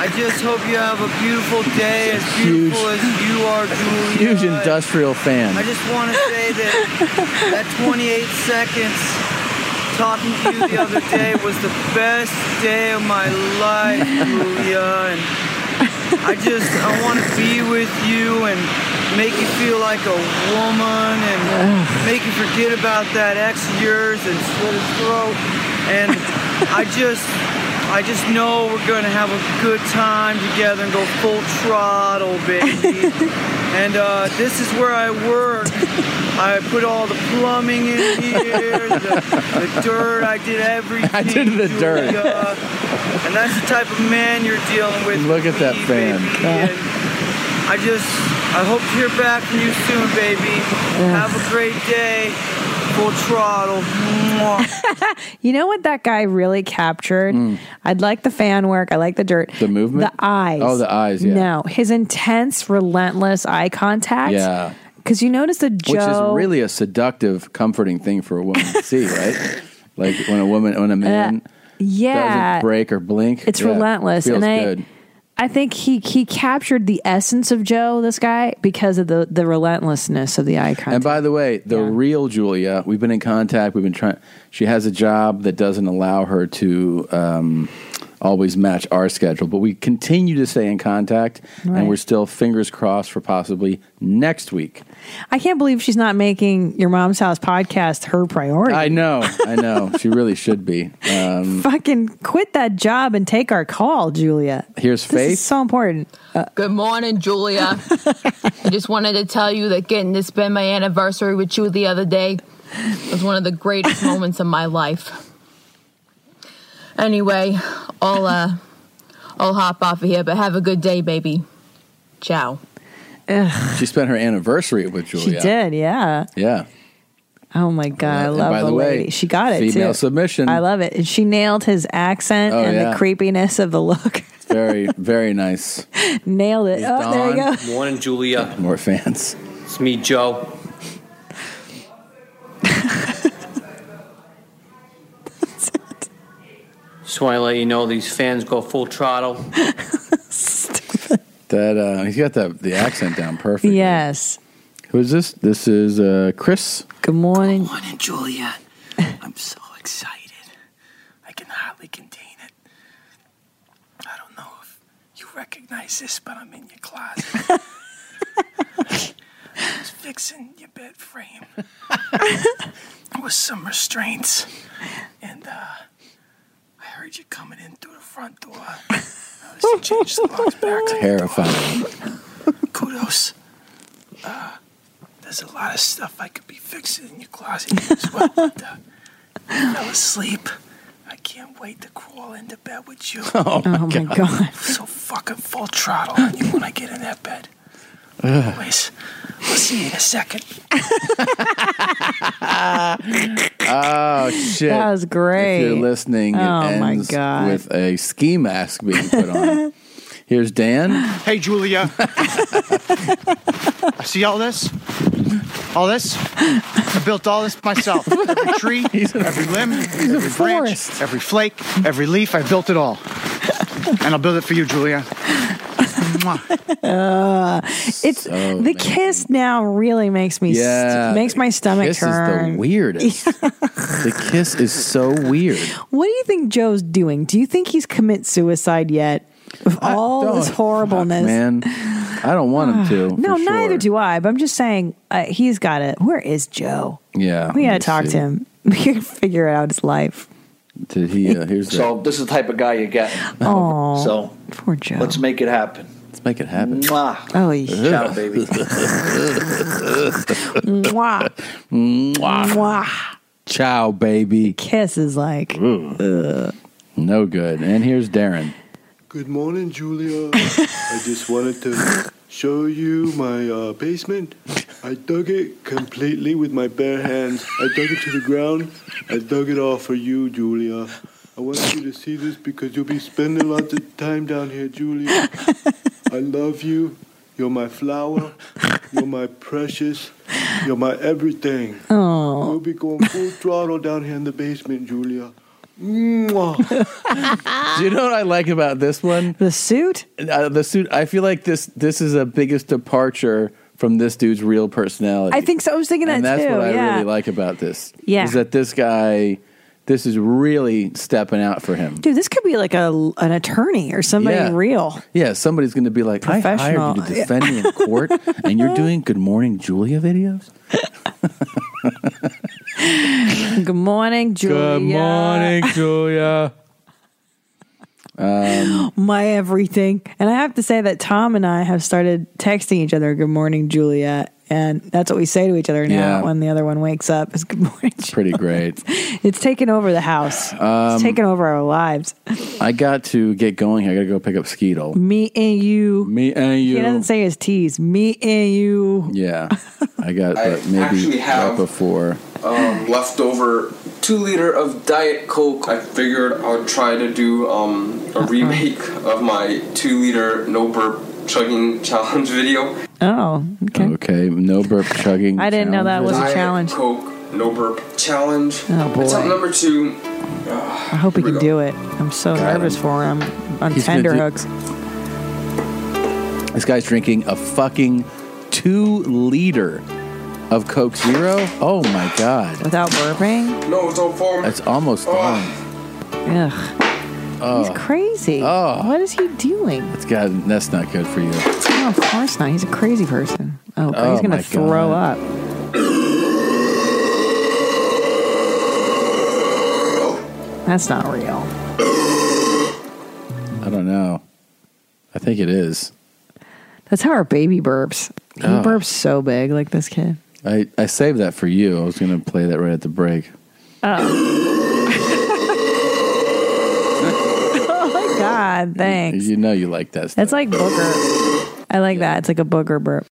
I just hope you have a beautiful day, as beautiful as you are, Julia. Huge industrial I fan. just want to say that that 28 seconds talking to you the other day was the best day of my life, Julia. And I just I want to be with you and make you feel like a woman and make you forget about that ex of yours and slit his throat. And I just I just know we're gonna have a good time together and go full throttle, baby. and uh, this is where I work. I put all the plumbing in here, the, the dirt. I did everything. I did the dirt. And that's the type of man you're dealing with. Look at that fan. I just, I hope to hear back from you soon, baby. Have a great day. Full throttle. Mwah. You know what that guy really captured? I'd like the fan work. I like the dirt. Hmm. The movement? The eyes. Oh, the eyes, yeah. No, his intense, relentless eye contact. Yeah. Because you notice the Joe. Which is really a seductive, comforting thing for a woman to see, right? Like when a woman, when a man Uh, yeah. doesn't break or blink, It's yeah, relentless, Feels and I- good. I think he he captured the essence of Joe, this guy, because of the the relentlessness of the eye contact. And by the way, the real Julia, we've been in contact. We've been trying. She has a job that doesn't allow her to um, always match our schedule, but we continue to stay in contact, Right. and we're still fingers crossed for possibly next week. I can't believe she's not making your mom's house podcast her priority. I know, I know. she really should be. Um, Fucking quit that job and take our call, Julia. Here's This Faith. is so important. Uh, Good morning, Julia. I just wanted to tell you that getting to spend my anniversary with you the other day was one of the greatest moments of my life. Anyway, I'll uh, I'll hop off of here, but have a good day, baby. Ciao. she spent her anniversary with she Julia. did, yeah. Yeah. Oh my god, I And love by the, the way, lady. she got it female too. submission. I love it. And she nailed his accent Oh, and yeah. the creepiness of the look. Very, very nice. nailed it. Here's Oh, there you go. Dawn. Morning, Julia. More fans. It's me, Joe. Just want to let you know these fans go full throttle. That uh, he's got the the accent down perfect. Yes. Who is this? This is uh, Chris. Good morning. Morning, Julia. I'm so excited. I can hardly contain it. I don't know if you recognize this, but I'm in your closet. I was fixing your bed frame with some restraints, and uh, I heard you coming in through the front door. Noticed you changed the locks back. Terrifying. Kudos. Uh, there's a lot of stuff I could be fixing in your closet as well. But, uh, I fell asleep. I can't wait to crawl into bed with you. Oh, my Oh, my God. God. So fucking full throttle on you when I get in that bed. Ugh. Anyways, we'll see you in a second. oh shit! That was great. If you're listening, it Oh, my ends God. with a ski mask being put on. Here's Dan. Hey, Julia. See all this? All this? I built all this myself. Every tree, every limb, every branch, every flake, every leaf. I built it all. And I'll build it for you, Julia. Uh, it's the kiss now really makes me Yeah, st- makes my stomach Kiss turn. is the weirdest. the kiss is so weird. What do you think Joe's doing? Do you think he's commit suicide yet? Of all this don't- horribleness, Man, I don't want him to. no, for sure. neither do I. But I'm just saying, uh, he's got it. Where is Joe? Yeah, we let gotta talk me Oh, see. to him. We can figure out his life. Did he? Uh, here's So the, this is the type of guy you get. Oh, so poor Joe. Let's make it happen. Let's make it happen. Mwah. Oh, Ciao, baby. Mwah. Mwah. Ciao, baby. Kiss is like no good. And here's Darren. Good morning, Julia. I just wanted to show you my uh, basement. I dug it completely with my bare hands. I dug it to the ground. I dug it all for you, Julia. I want you to see this because you'll be spending lots of time down here, Julia. I love you. You're my flower. You're my precious. You're my everything. Oh. We'll be going full throttle down here in the basement, Julia. Mwah. Do you know what I like about this one? The suit. Uh, the suit. I feel like this. This is the biggest departure from this dude's real personality. I think so. I was thinking and that that's too. what I yeah. really like about this. Yeah. is that this guy, this is really stepping out for him. Dude, this could be like a an attorney or somebody Yeah. real. Yeah, somebody's going to be like, I hired you Professional. to defend me in court, and you're doing Good Morning Julia videos. Good morning, Julia. Julia. Um, My everything. And I have to say that Tom and I have started texting each other, Good morning, Julia. And that's what we say to each other now Yeah. when the other one wakes up is good morning. it's pretty great. It's taken over the house. Um, it's taken over our lives. I got to get going here. I got to go pick up Skeetle. Me and you. Me and He doesn't you. say his T's. Me and you. Yeah, I got I but maybe actually right have- before. um, leftover two liter of Diet Coke. I figured I would try to do um, a remake of my two liter no burp chugging challenge video. Oh, okay. no burp chugging. I didn't know that was a Diet challenge. Coke no burp challenge. Oh, boy. Attempt number two. I hope he can do it. I'm so nervous for him. On He's gonna do- tenderhooks. This guy's drinking a fucking two liter of Coke Zero. Oh my god! Without burping. No, it's all form. That's almost done. Ugh. Oh, He's crazy. Oh. What is he doing? that's God, that's not good for you. No, of course not. He's a crazy person. Oh, Oh, he's going my to throw God. up. That's not real. I don't know. I think it is. That's how our baby burps. He Oh. burps so big, like this kid. I, I saved that for you. I was going to play that right at the break. Oh my God, thanks. You know you like that stuff. That's like booger. I like that. It's like a booger burp.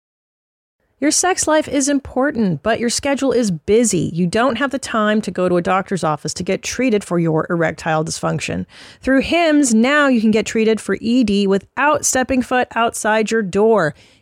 Your sex life is important, but your schedule is busy. You don't have the time to go to a doctor's office to get treated for your erectile dysfunction. Through HIMS, now you can get treated for ED without stepping foot outside your door.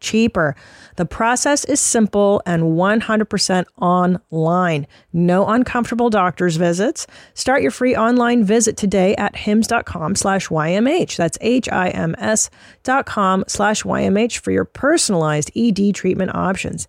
cheaper. The process is simple and 100% online. No uncomfortable doctor's visits. Start your free online visit today at hims.com slash YMH. That's H-I-M-S dot com slash YMH for your personalized ED treatment options.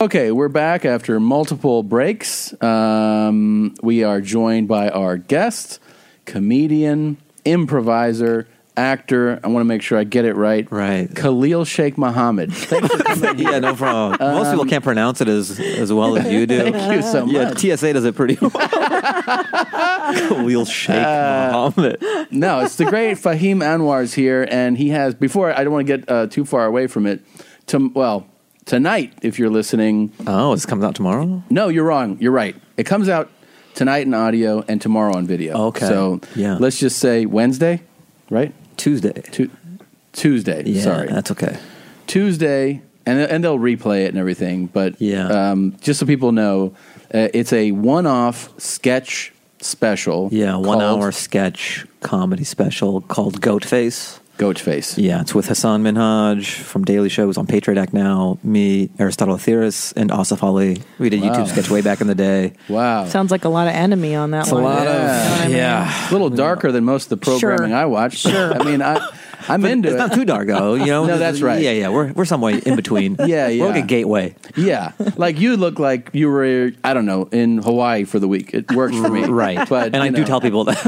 Okay, we're back after multiple breaks. Um, we are joined by our guest, comedian, improviser, actor. I want to make sure I get it right. Right. Khalil Sheikh Mohammed. Thank you. yeah, no problem. Most people can't pronounce it as, as well as you do. Thank you so much. Yeah, TSA does it pretty well. Khalil Sheikh Mohammed. Uh, no, it's the great Fahim Anwar's here, and he has. Before I don't want to get uh, too far away from it. To, well, tonight, if you're listening. Oh, it comes out tomorrow. No, you're wrong. You're right. It comes out tonight in audio and tomorrow on video. Okay. So Yeah. let's just say Wednesday, right? Tuesday. Tu- Tuesday. Yeah, Sorry, that's okay. Tuesday, and and they'll replay it and everything. But yeah, um, just so people know, uh, it's a one-off sketch special. Yeah, one called- hour sketch comedy special called Goat Face. Goat Face. Yeah, it's with Hassan Minhaj from Daily Shows on Patriot Act Now, me, Aristotle Theris, and Asif Ali. We did a Wow. YouTube sketch way back in the day. Wow. Sounds like a lot of enemy on that It's a one. lot of, yeah. It's a little darker than most of the programming Sure. I watch. but, Sure. I mean, I, I'm into it's it. not too dark, though. You know, no, that's right. Yeah, yeah. We're we're somewhere in between. Yeah, yeah. We're like a gateway. Yeah, like you look like you were, I don't know, in Hawaii for the week. It works for me, right? But and I you do know. tell people that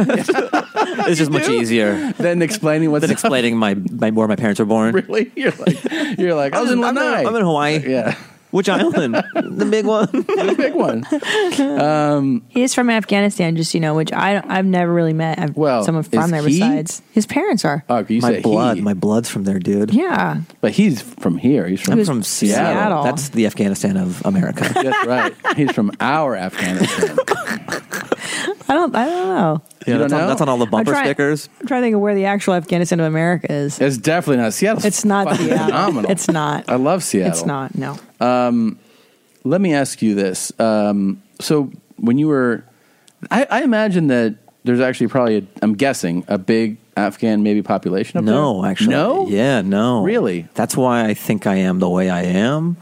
it's just much easier than explaining what's than explaining my, my where my parents were born. Really, you're like you're like I was in I'm Lanai. I'm in Hawaii. Yeah, which island? the big one. the big one. Um, he is from Afghanistan, just so you know, which I don't- I've never really met I've, Well, someone from is there he- besides his parents are. Oh, you my say blood, he. my blood's from there, dude. Yeah, but he's from here. He's He from, was from Seattle. Seattle. That's the Afghanistan of America. That's right. He's from our Afghanistan. I don't I don't know. Yeah, that's, On, that's on all the I'm bumper trying- stickers. I'm trying to think of where the actual Afghanistan of America is. It's definitely not Seattle. It's not fucking Seattle. phenomenal. It's not. I love Seattle. It's not. No. Um, let me ask you this. Um, so when you were, I, I imagine that there's actually probably, a, I'm guessing, a big Afghan maybe population up there. No, actually. no. Yeah, no. Really? That's why I think I am the way I am.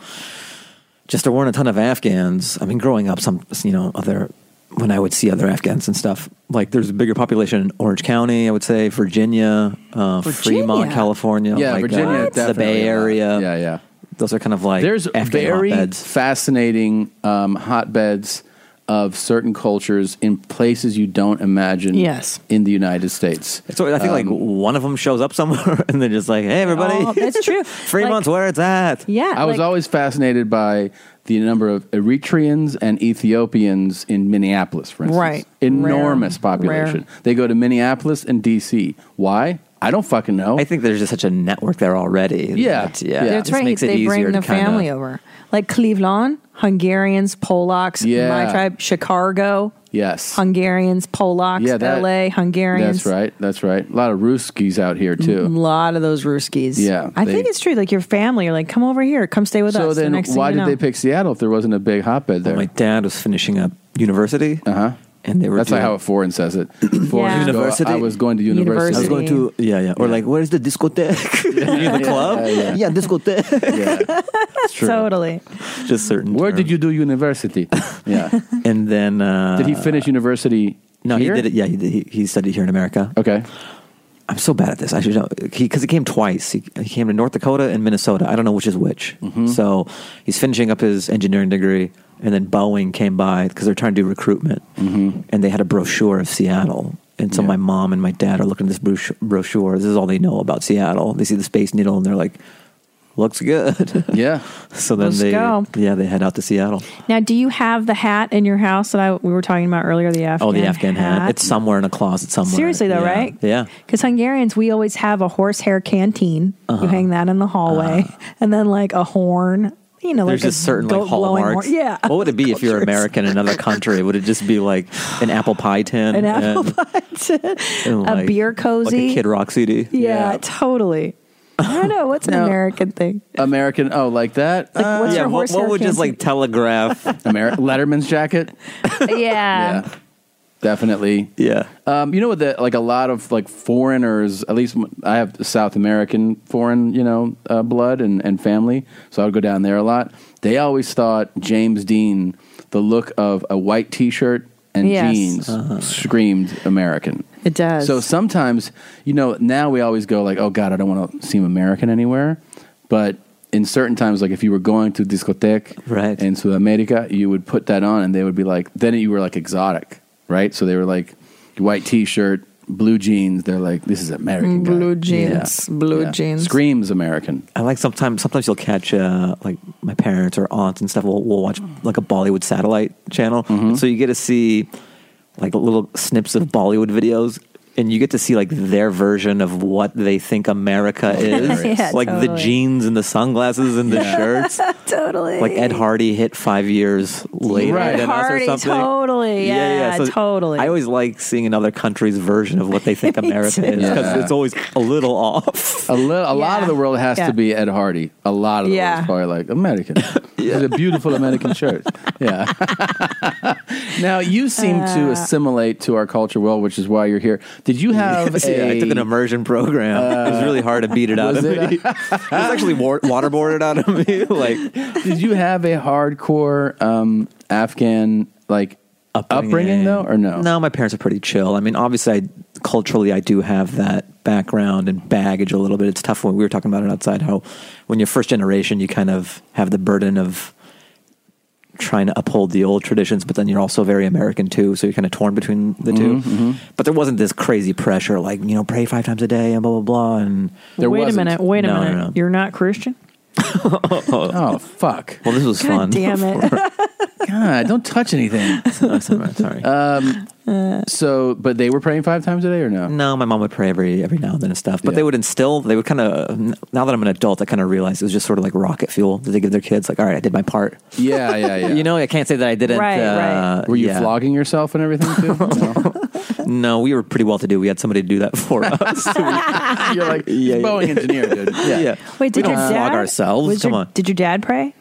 Just there weren't a ton of Afghans. I mean, growing up, some, you know, other, when I would see other Afghans and stuff, like there's a bigger population in Orange County, I would say, Virginia, uh, Fremont, Virginia? California. Yeah, like, Virginia, uh, the definitely Bay a lot. Area. Yeah, yeah. Those are kind of like There's Afghan very hotbeds. fascinating um, hotbeds of certain cultures in places you don't imagine. Yes. in the United States. Um, So I think like one of them shows up somewhere and they're just like, hey, everybody. Oh, that's true. Fremont's where it's at. Yeah, I was like- always fascinated by the number of Eritreans and Ethiopians in Minneapolis, for instance. Right. Enormous Rare. population. They go to Minneapolis and DC. Why? I don't fucking know. I think there's just such a network there already. Yeah. that, yeah, That's just right. makes it they easier bring to the kinda- family over. Like Cleveland, Hungarians, Polacks, Yeah. my tribe, Chicago, Yes. Hungarians, Polacks, Yeah, that- LA, Hungarians. That's right. That's right. A lot of Ruskies out here A too. lot of those Ruskies. Yeah. I they- think it's true. Like your family, are like, come over here, come stay with so us. The then next thing why you did know. they pick Seattle if there wasn't a big hotbed there? my dad was finishing up university. Uh huh. And they were That's like doing- how a foreign says it. Foreigners go, University. I was going to university. I was going to yeah yeah or like where's the discotheque? You in the club? yeah, yeah. yeah discotheque. true. Totally. Just certain. Where did you do university? Yeah. and then uh, Did he finish university? No, here? he did it. Yeah, he, did, he he studied here in America. Okay. I'm so bad at this. I should know because he, came twice. He, he came to North Dakota and Minnesota. I don't know which is which. Mm-hmm. So he's finishing up his engineering degree, and then Boeing came by because they're trying to do recruitment, Mm-hmm. and they had a brochure of Seattle. And so my mom and my dad are looking at this brochu- brochure. This is all they know about Seattle. They see the Space Needle, and they're like, "Looks good." Yeah. so then Let's they go. yeah they head out to Seattle. Now, do you have the hat in your house that I, we were talking about earlier? The Afghan. oh, the Afghan hat. It's somewhere in a closet somewhere. Seriously though, Yeah. right? Yeah. Because Hungarians, we always have a horsehair canteen. Uh-huh. You hang that in the hallway, and then like a horn. You know, There's like just a certain like goat blowing hallmarks. horn. Yeah. What would it be if you're American in another country? Would it just be like an apple pie tin? An apple and- pie, tin, and a like- beer cozy. Like a Kid Rock CD. Yeah, totally. I don't know. What's an Now- American thing? American. Oh, like that. Like, what's yeah, your what, horse hair what would just like telegraph? Ameri- Letterman's jacket. yeah. Definitely. Yeah. Um, you know what? The, like a lot of like foreigners. At least I have South American foreign, you know, uh, blood and, and family. So I would go down there a lot. They always thought James Dean, the look of a white T-shirt and Yes. jeans, screamed American. It does. So sometimes, you know, now we always go like, "Oh God, I don't want to seem American anywhere," but in certain times, like if you were going to discotheque right. in Sudamerica, you would put that on, and they would be like, "Then you were like exotic, right?" So they were like white T-shirt, blue jeans. They're like, "This is American." guy." Blue jeans, blue jeans. screams American. I like sometimes. Sometimes you'll catch uh, like my parents or aunts and stuff. Will will watch like a Bollywood satellite channel, Mm-hmm. And so you get to see like little snips of Bollywood videos. And you get to see like their version of what they think America is, Yeah, like the totally. jeans and the sunglasses and the shirts. totally. like Ed Hardy hit five years later Right. than us Hardy, or something. totally. Yeah, totally. I always like seeing another country's version of what they think Me America too. is because Yeah. it's always a little off. A little, a lot of the world has Yeah. to be Ed Hardy. A lot of the Yeah. world is probably like American. It's a beautiful American shirt. Yeah. now you seem to Uh. assimilate to our culture well, which is why you're here. Did you have? Yes, yeah, a, I took an immersion program. it was Uh, really hard to beat it out was of it me. it was actually war- waterboarded out of me. Like Did you have a hardcore um, Afghan like upbringing, though, or no? No, my parents are pretty chill. I mean, obviously, I, culturally, I do have that background and baggage a little bit. It's tough when we were talking about it outside how when you're first generation, you kind of have the burden of trying to uphold the old traditions, but then you're also very American too. So you're kind of torn between the 2 Mm-hmm, But there wasn't this crazy pressure like, you know, pray five times a day and blah, blah, blah. And wait a minute. Wait a No, minute. no, no. You're not Christian. oh, fuck. Well, this was God fun. damn it. God, don't touch anything. sorry. Um, Uh. so, but they were praying five times a day, or no? No, my mom would pray every every now and then and stuff. But they would instill. They would kind of. Now that I'm an adult, I kind of realize it was just sort of like rocket fuel that they give their kids. Like, all right, I did my part. Yeah, yeah, yeah. You know, I can't say that I didn't. Right, uh, right. Were you yeah. flogging yourself and everything too? No, we were pretty well to do. We had somebody to do that for us. You're like yeah. Boeing engineer, dude. Yeah. Wait, we did don't your flog dad? ourselves. was Come your- on. Did your dad pray?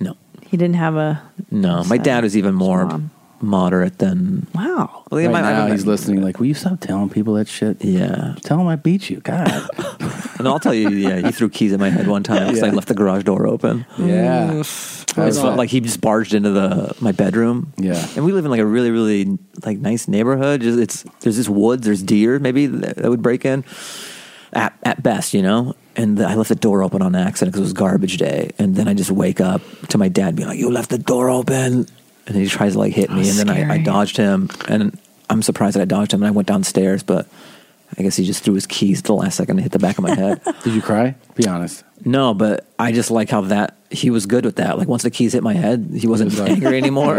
No. He didn't have a. No, my dad was even more moderate than. Wow. Well, yeah, right my- my- now my- he's listening. Like, will you stop telling people that shit? Yeah. Tell him I beat you. God. And I'll tell you, yeah, he threw keys at my head one time because I Yeah. left the garage door open. Yeah. Mm. I How's just felt that? like he just barged into the my bedroom. Yeah. and we live in like a really really like nice neighborhood. Just, it's there's this woods, there's deer maybe that, that would break in. At at best, you know. And I left the door open on accident because it was garbage day. And then I just wake up to my dad being like, "You left the door open," and he tries to like hit me, Oh, and then I, I scary. dodged him. And I'm surprised that I dodged him. And I went downstairs, but. I guess he just threw his keys at the last second and hit the back of my head. Did you cry? Be honest. No, but I just like how that he was good with that. Like once the keys hit my head, he wasn't like- angry anymore.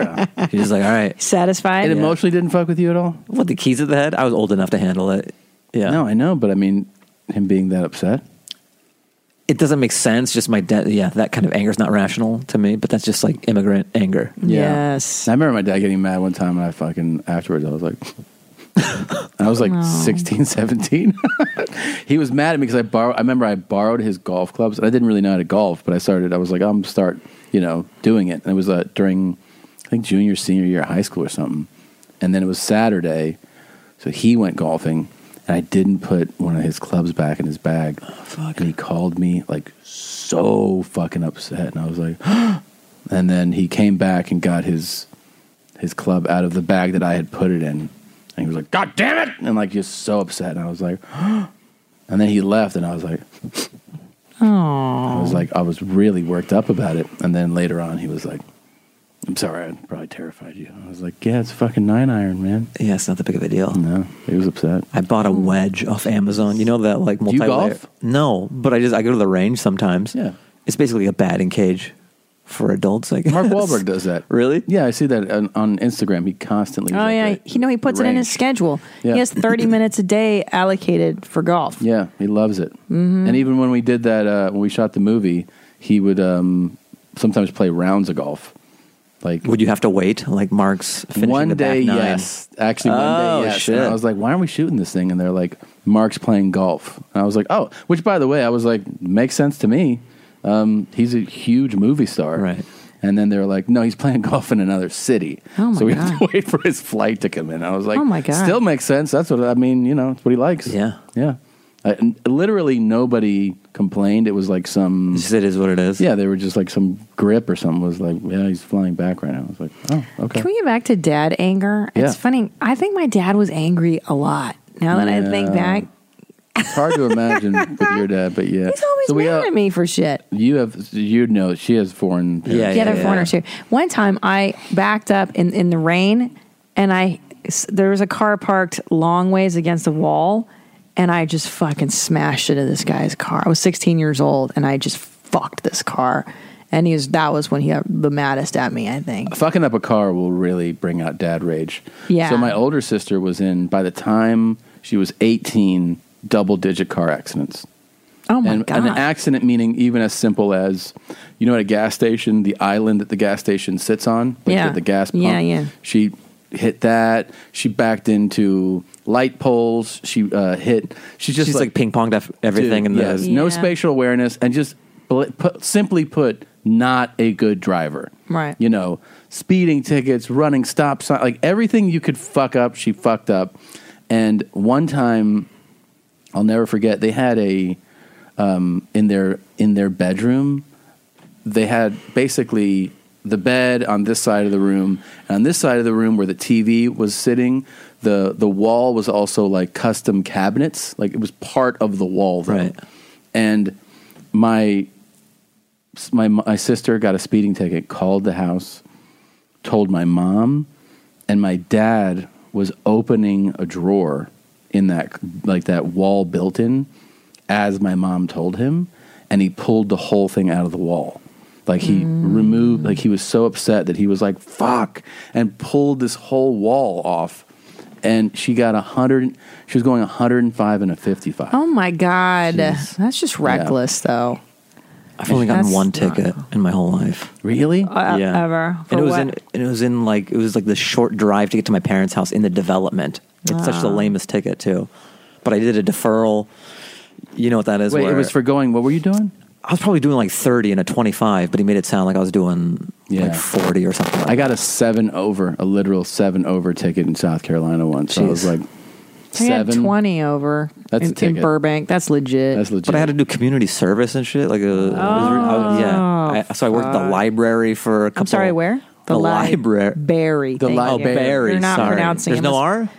He was like, "All right." Satisfied. It emotionally didn't fuck with you at all. What the keys at the head? I was old enough to handle it. Yeah. No, I know, but I mean, him being that upset. it doesn't make sense. Just my dad, yeah, that kind of anger is not rational to me. But that's just like immigrant anger. Yes. I remember my dad getting mad one time, and I fucking afterwards I was like, I was like No. 16, 17. he was mad at me because I borrowed. I remember I borrowed his golf clubs, and I didn't really know how to golf, but I started. I was like, I'm gonna start, you know, doing it. And it was uh, during, I think junior, senior year of high school or something. And then it was Saturday, so he went golfing, and I didn't put one of his clubs back in his bag. And he called me like so fucking upset, and I was like. and then he came back and got his his club out of the bag that I had put it in, and he was like, "God damn it!" and like just so upset, and I was like, and then he left, and I was like, Oh. I was like, I was really worked up about it, and then later on, he was like, "I'm sorry, I probably terrified you." I was like, "Yeah, it's a fucking nine iron, man." Yeah, it's not that big of a deal. No, he was upset. I bought a wedge off Amazon. You know that like Do you multi. golf? No, but I just I go to the range sometimes. Yeah, it's basically a batting cage for adults. I guess. Mark Wahlberg does that. Really? Yeah, I see that on, on Instagram. He constantly. Oh yeah, he no, he puts it in his range. schedule. Yeah. He has thirty minutes a day allocated for golf. Yeah, he loves it. Mm-hmm. Mhm. And even when we did that, uh, when we shot the movie, he would um, sometimes play rounds of golf. Like, would you have to wait? Like Mark's finishing one the back day? nine? Yes, actually, one Oh, day. Yes. shit. And I was like, why aren't we shooting this thing? And they're like, Mark's playing golf. And I was like, oh, which by the way, I was like, makes sense to me. Um, he's a huge movie star, right? And then they're like, no, he's playing golf in another city. Oh, my so we have to wait for his flight to come in. I was like, Oh, my God. still makes sense. That's what I mean. You know, it's what he likes. Yeah, yeah. I, n- literally nobody complained. It was like some. it is what it is. Yeah, they were just like some grip or something was like, yeah, he's flying back right now. I was like, oh, okay. Can we get back to dad anger? Yeah. It's funny. I think my dad was angry a lot. Now that I think Yeah. back, It's hard to imagine with your dad, but yeah, he's always mad at me for shit. You have you know she has foreign. Parents. the other foreigner too. One time I backed up in, in the rain and I s- there was a car parked long ways against the wall and I just fucking smashed into this guy's car. I was 16 years old and I just fucked this car. And he was that was when he got the maddest at me, I think. Fucking up a car will really bring out dad rage. Yeah. So my older sister was in by the time she was eighteen, double digit car accidents. Oh my and, god. and an accident meaning even as simple as you know at a gas station the island that the gas station sits on like Yeah. the, the gas pump Yeah, yeah. she hit that she backed into light poles she uh, hit she just She's, like, ping-ponged ev- everything in the- yes, no Yeah. spatial awareness and just bl- put, simply put not a good driver Right. you know, speeding tickets, running stop sign, like everything you could fuck up, she fucked up. And one time, I'll never forget, they had a um, in their in their bedroom. They had basically the bed on this side of the room, and on this side of the room where the TV was sitting, the the wall was also like custom cabinets, like it was part of the wall, though. right? And my my my sister got a speeding ticket, called the house, told my mom, and my dad was opening a drawer in that like that wall built in as my mom told him, and he pulled the whole thing out of the wall. Like he removed like he was so upset that he was like fuck and pulled this whole wall off. And she got a hundred. She was going 105 and a 55. Oh my god. That's just reckless though. I've only gotten That's one not- ticket in my whole life. Really? Uh, ever? For and it was what? in and it was in like it was like the short drive to get to my parents' house in the development. It's such the Ah. lamest ticket too. But I did a deferral. You know what that is? Wait, it where- was for going. What were you doing? I was probably doing like thirty and a twenty-five, but he made it sound like I was doing like forty or something. I got a seven over, a literal seven over ticket in South Carolina once. So I was like, I had seven. 20 over That's a in, in ticket. Burbank. That's legit. That's But I had to do community service and shit. Like, uh, it was re- I was- yeah. I, so I worked at the Oh, fuck. library for a couple. I'm sorry, where? The, li- library. Barry. The thank you. library. You're not sorry. pronouncing There's it. no R.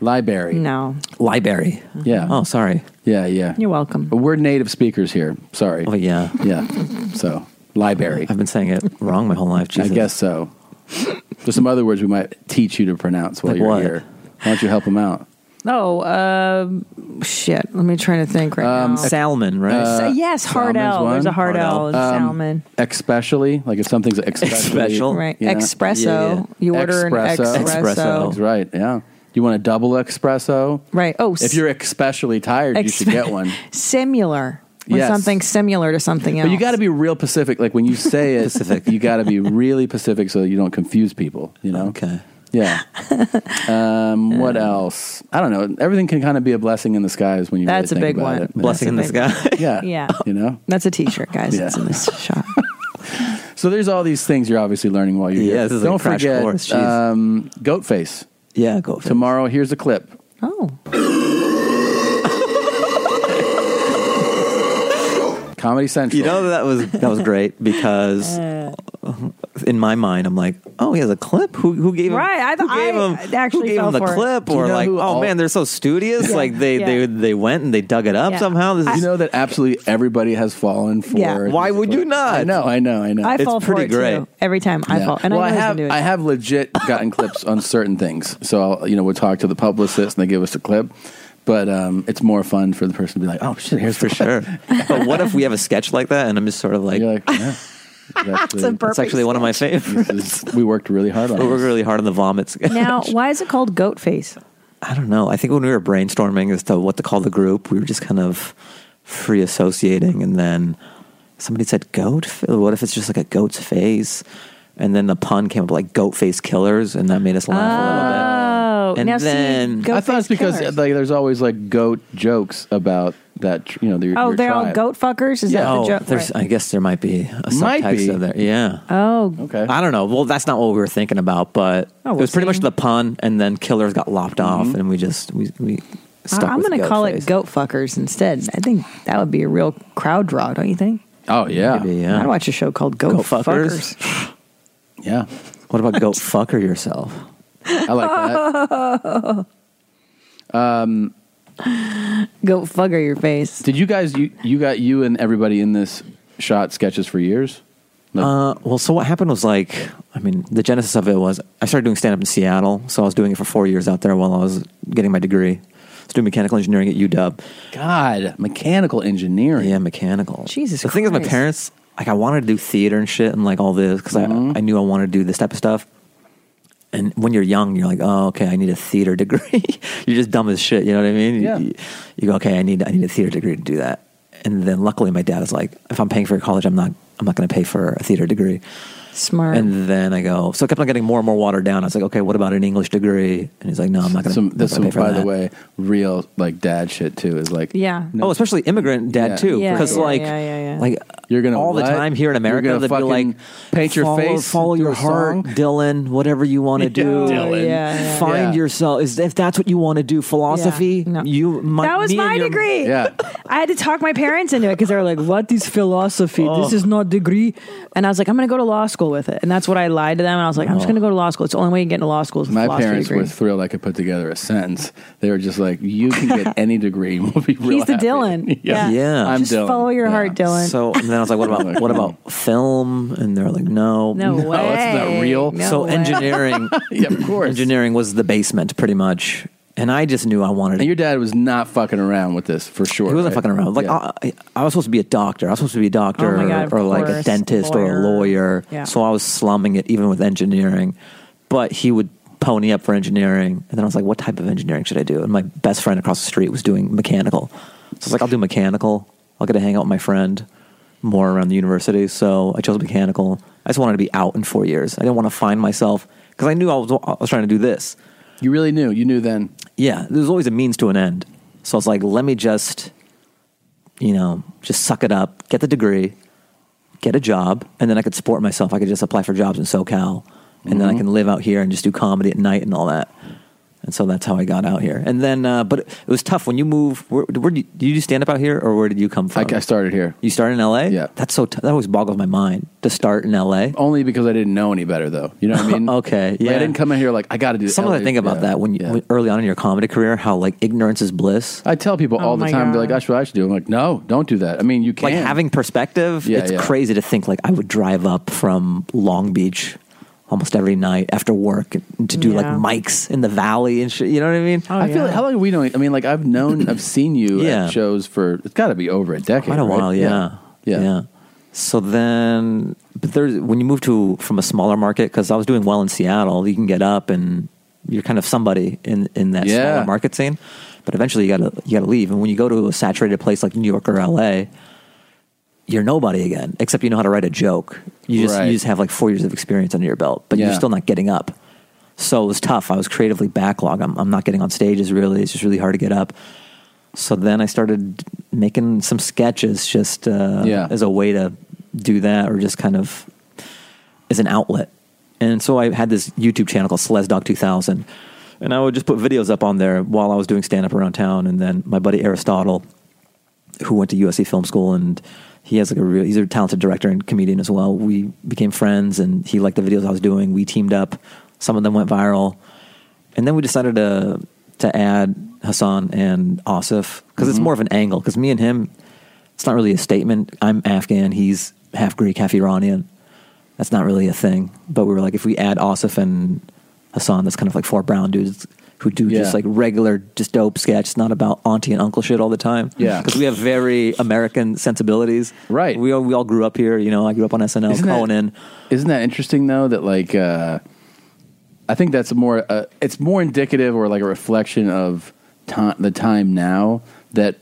Library. No. Library. Yeah. Oh, sorry. Yeah, yeah. You're welcome. We're native speakers here. Sorry. Oh yeah. Yeah. So library. I've been saying it wrong my whole life. Jesus. I guess so. There's some other words we might teach you to pronounce while Like you're what? here. Why don't you help them out? Oh, um, shit. Let me try to think right now. Salmon, right? Sa- yes, hard Um, Uh, Salmon's L. one. There's a hard, L in Um, salmon. Especially, like if something's Special. especially, Right. Espresso. You order an espresso. Espresso. That's right. Yeah. You want a double espresso? Right. Oh, if you're especially tired, you should Expe- get one. Similar. Or Yes. something similar to something else. But you got to be real Pacific. Like when you say it, Pacific. you got to be really Pacific so that you don't confuse people. You know. Okay. Yeah. Um, what else? I don't know. Everything can kind of be a blessing in the skies when you. That's really a think big about one. It. Blessing in the That's a big- yeah. Yeah. You know. That's a T-shirt, guys. Yeah. It's in this shop. So there's all these things you're obviously learning while you're Yeah, here. this is like Don't crash forget course. Jeez. um, goat face. Yeah, goat face. Tomorrow, here's a clip. Oh. Comedy Central. You know that was that was great because in my mind I'm like, oh, he has a clip. Who who gave him? Right, I, who gave I him, actually who gave fell him the for it. clip? Or like, oh man, they're so studious. Yeah. Like they Yeah. they they went and they dug it up Yeah. somehow. This is, You know that absolutely everybody has fallen for. Yeah. Why would you not? I know. I know. I know. I fall for it too. Every time I Yeah. fall, and well, I, know he's have been doing I it. have legit gotten clips on certain things. So I'll, you know, we'll talk to the publicist and they give us a clip. But um, it's more fun for the person to be like, "Oh shit, here's for sure." but what if we have a sketch like that and I'm just sort of like, It's a that's perfect actually one of my favorites. we worked really hard on. We worked really hard on the vomits. Now, why is it called goat face? I don't know. I think when we were brainstorming as to what to call the group, we were just kind of free associating, and then somebody said goat. fa- What if it's just like a goat's face? And then the pun came up like goat face killers, and that made us laugh. Oh, And now then- see, goat I thought it's face because killers. like there's always like goat jokes about that. tr- You know, your, oh, your they're all tribe. goat fuckers. Is that the oh, joke? there's, Right. I guess there might be a Might subtext be. of there. Yeah. Oh, Okay. I don't know. Well, that's not what we were thinking about, but Oh, it was pretty we'll Mm-hmm. much the pun, and then killers got lopped off, and we just we we stuck. I- I'm with going to goat call face. it goat fuckers instead. I think that would be a real crowd draw, don't you think? Oh yeah, yeah. I watch a show called Goat, Fuckers. Yeah. What about goat fucker yourself? I Um, Go fucker your face. Did you guys you you got you and everybody in this shot sketches for years? Uh, well, so what happened was like, I mean, the genesis of it was I started doing stand up in Seattle. So I was doing it for four years out there while I was getting my degree. I was doing mechanical engineering at UW. God, mechanical engineering. Yeah, mechanical. Jesus The thing is, my Christ. parents, like, I wanted to do theater and shit and like all this because Mm-hmm. I, I knew I wanted to do this type of stuff. And when you're young, you're like, oh, okay, I need a theater degree. you're just dumb as shit. You know what I mean? Yeah. You, you go, okay, I need, I need a theater degree to do that. And then luckily, my dad is like, if I'm paying for your college, I'm not, I'm not going to pay for a theater degree. Smart. And then I go, so I kept on getting more and more watered down. I was like, okay, what about an English degree? And he's like, no, I'm not going Some to. this some by the way, real like dad shit too is like Yeah. Oh, especially immigrant dad Yeah. too, Yeah, because yeah, like, yeah, yeah, yeah. like You're gonna all what? the time here in You're America, gonna they'd be fucking like, paint your follow, face, follow do your a heart, song. Dylan, whatever you want to Yeah, do, Dylan. Yeah, yeah. find Yeah. yourself. Is if that's what you want to do, philosophy, you my, that was me and my your- degree. I had to talk my parents into it because they were like, "What is philosophy? This is not degree." And I was like, "I'm going to go to law school with it." And that's what I lied to them. And I was like, "I'm just Oh. going to go to law school. It's the only way you get into law school is a My philosophy parents degree." were thrilled I could put together a sentence. They were just like, "You can get any degree. and We'll be real." He's the happy." Dylan. Yeah. Yeah. I'm just Dylan. follow your heart, Dylan. So and then I was like, what about what about film? And they're like, no, No No, it's not way. real. No so way. engineering, yeah, of course, engineering was the basement pretty much. And I just knew I wanted. And your dad was not fucking around with this for sure. He wasn't right? fucking around. Like I, I was supposed to be a doctor. I was supposed to be a doctor Oh my God, of or like a course. dentist or a lawyer. Yeah. So I was slumming it even with engineering. But he would pony up for engineering, and then I was like, "What type of engineering should I do?" And my best friend across the street was doing mechanical, so I was like, "I'll do mechanical. I'll get to hang out with my friend more around the university." So I chose mechanical. I just wanted to be out in four years. I didn't want to find myself because I knew I was, I was trying to do this. You really knew. You knew then. Yeah, there's always a means to an end. So I was like, let me just you know, just suck it up, get the degree, get a job, and then I could support myself. I could just apply for jobs in SoCal, and then I Mm-hmm. can live out here and just do comedy at night and all that. And so that's how I got out here. And then, uh, but it was tough when you move. Where, where did you, did you do stand up out here, or where did you come from? I, started here. You started in L.A. Yeah, that's so t- that always boggles my mind to start in L.A. Only because I didn't know any better, though. You know what I mean? okay, Like, yeah. I didn't come in here like I got to do. Sometimes I think about that when, you, when early on in your comedy career, how like ignorance is bliss. I tell people all the Oh my time, they're like, God. "That's what I should do." I'm like, "No, don't do that." I mean, you can. Like having perspective, Yeah, it's yeah. crazy to think like I would drive up from Long Beach almost every night after work to do like Yeah. Oh, mics in the valley and shit. You know what I mean? I feel like how long have we known? I mean, like I've known, I've seen you Yeah. at shows for it's got to be over a decade, quite a right? while. Yeah. yeah, So then, but there's when you move to from a smaller market because I was doing well in Seattle, you can get up and you're kind of somebody in in that Yeah. smaller market scene. But eventually, you gotta you gotta leave, and when you go to a saturated place like New York or LA, you're nobody again, except you know how to write a joke. You just Right. you just have like four years of experience under your belt, but Yeah. you're still not getting up. So it was tough. I was creatively backlogged. I'm, I'm not getting on stages really. It's just really hard to get up. So then I started making some sketches just uh, Yeah. as a way to do that or just kind of as an outlet. And so I had this YouTube channel called Slezdog 2000. And I would just put videos up on there while I was doing stand up around town. And then my buddy Aristotle, who went to USC Film School, and he has like a real, he's a talented director and comedian as well. We became friends and he liked the videos I was doing. We teamed up. Some of them went viral. And then we decided to, to add Hassan and Asif because Mm-hmm. it's more of an angle. Because me and him, it's not really a statement. I'm Afghan. He's half Greek, half Iranian that's not really a thing. But we were like, if we add Asif and Hassan, that's kind of like four brown dudes who do Yeah. just like regular, just dope sketch. It's not about auntie and uncle shit all the time. Yeah. because we have very American sensibilities. Right. We all, we all grew up here. You know, I grew up on SNL, Isn't that- Conan. Isn't that interesting though? That like, uh, I think that's more. Uh, it's more indicative or like a reflection of ti the time now that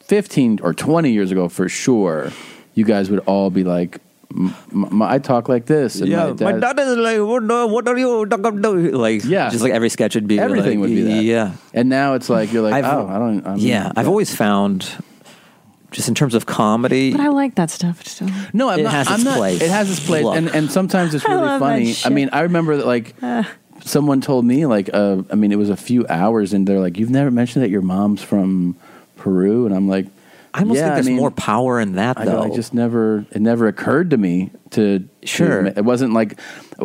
fifteen or twenty years ago, for sure, you guys would all be like, m- m- "I talk like this." And yeah, my dad, is like, what, no, what are you? Like, yeah, just like every sketch would be everything like, would be that. Yeah, and now it's like you're like, oh, I don't. I'm, yeah, I've always found, just in terms of comedy, But I like that stuff still. No, I'm not, I'm not- It has its place, and, and sometimes it's I really love that funny. I shit. mean, I remember that like Uh, someone told me like uh, I mean, it was a few hours, and they're like, "You've never mentioned that your mom's from Peru," and I'm like, I almost yeah, think there's I mean, more power in that I, though. go, I just never it never occurred to me to Sure. to- it wasn't like,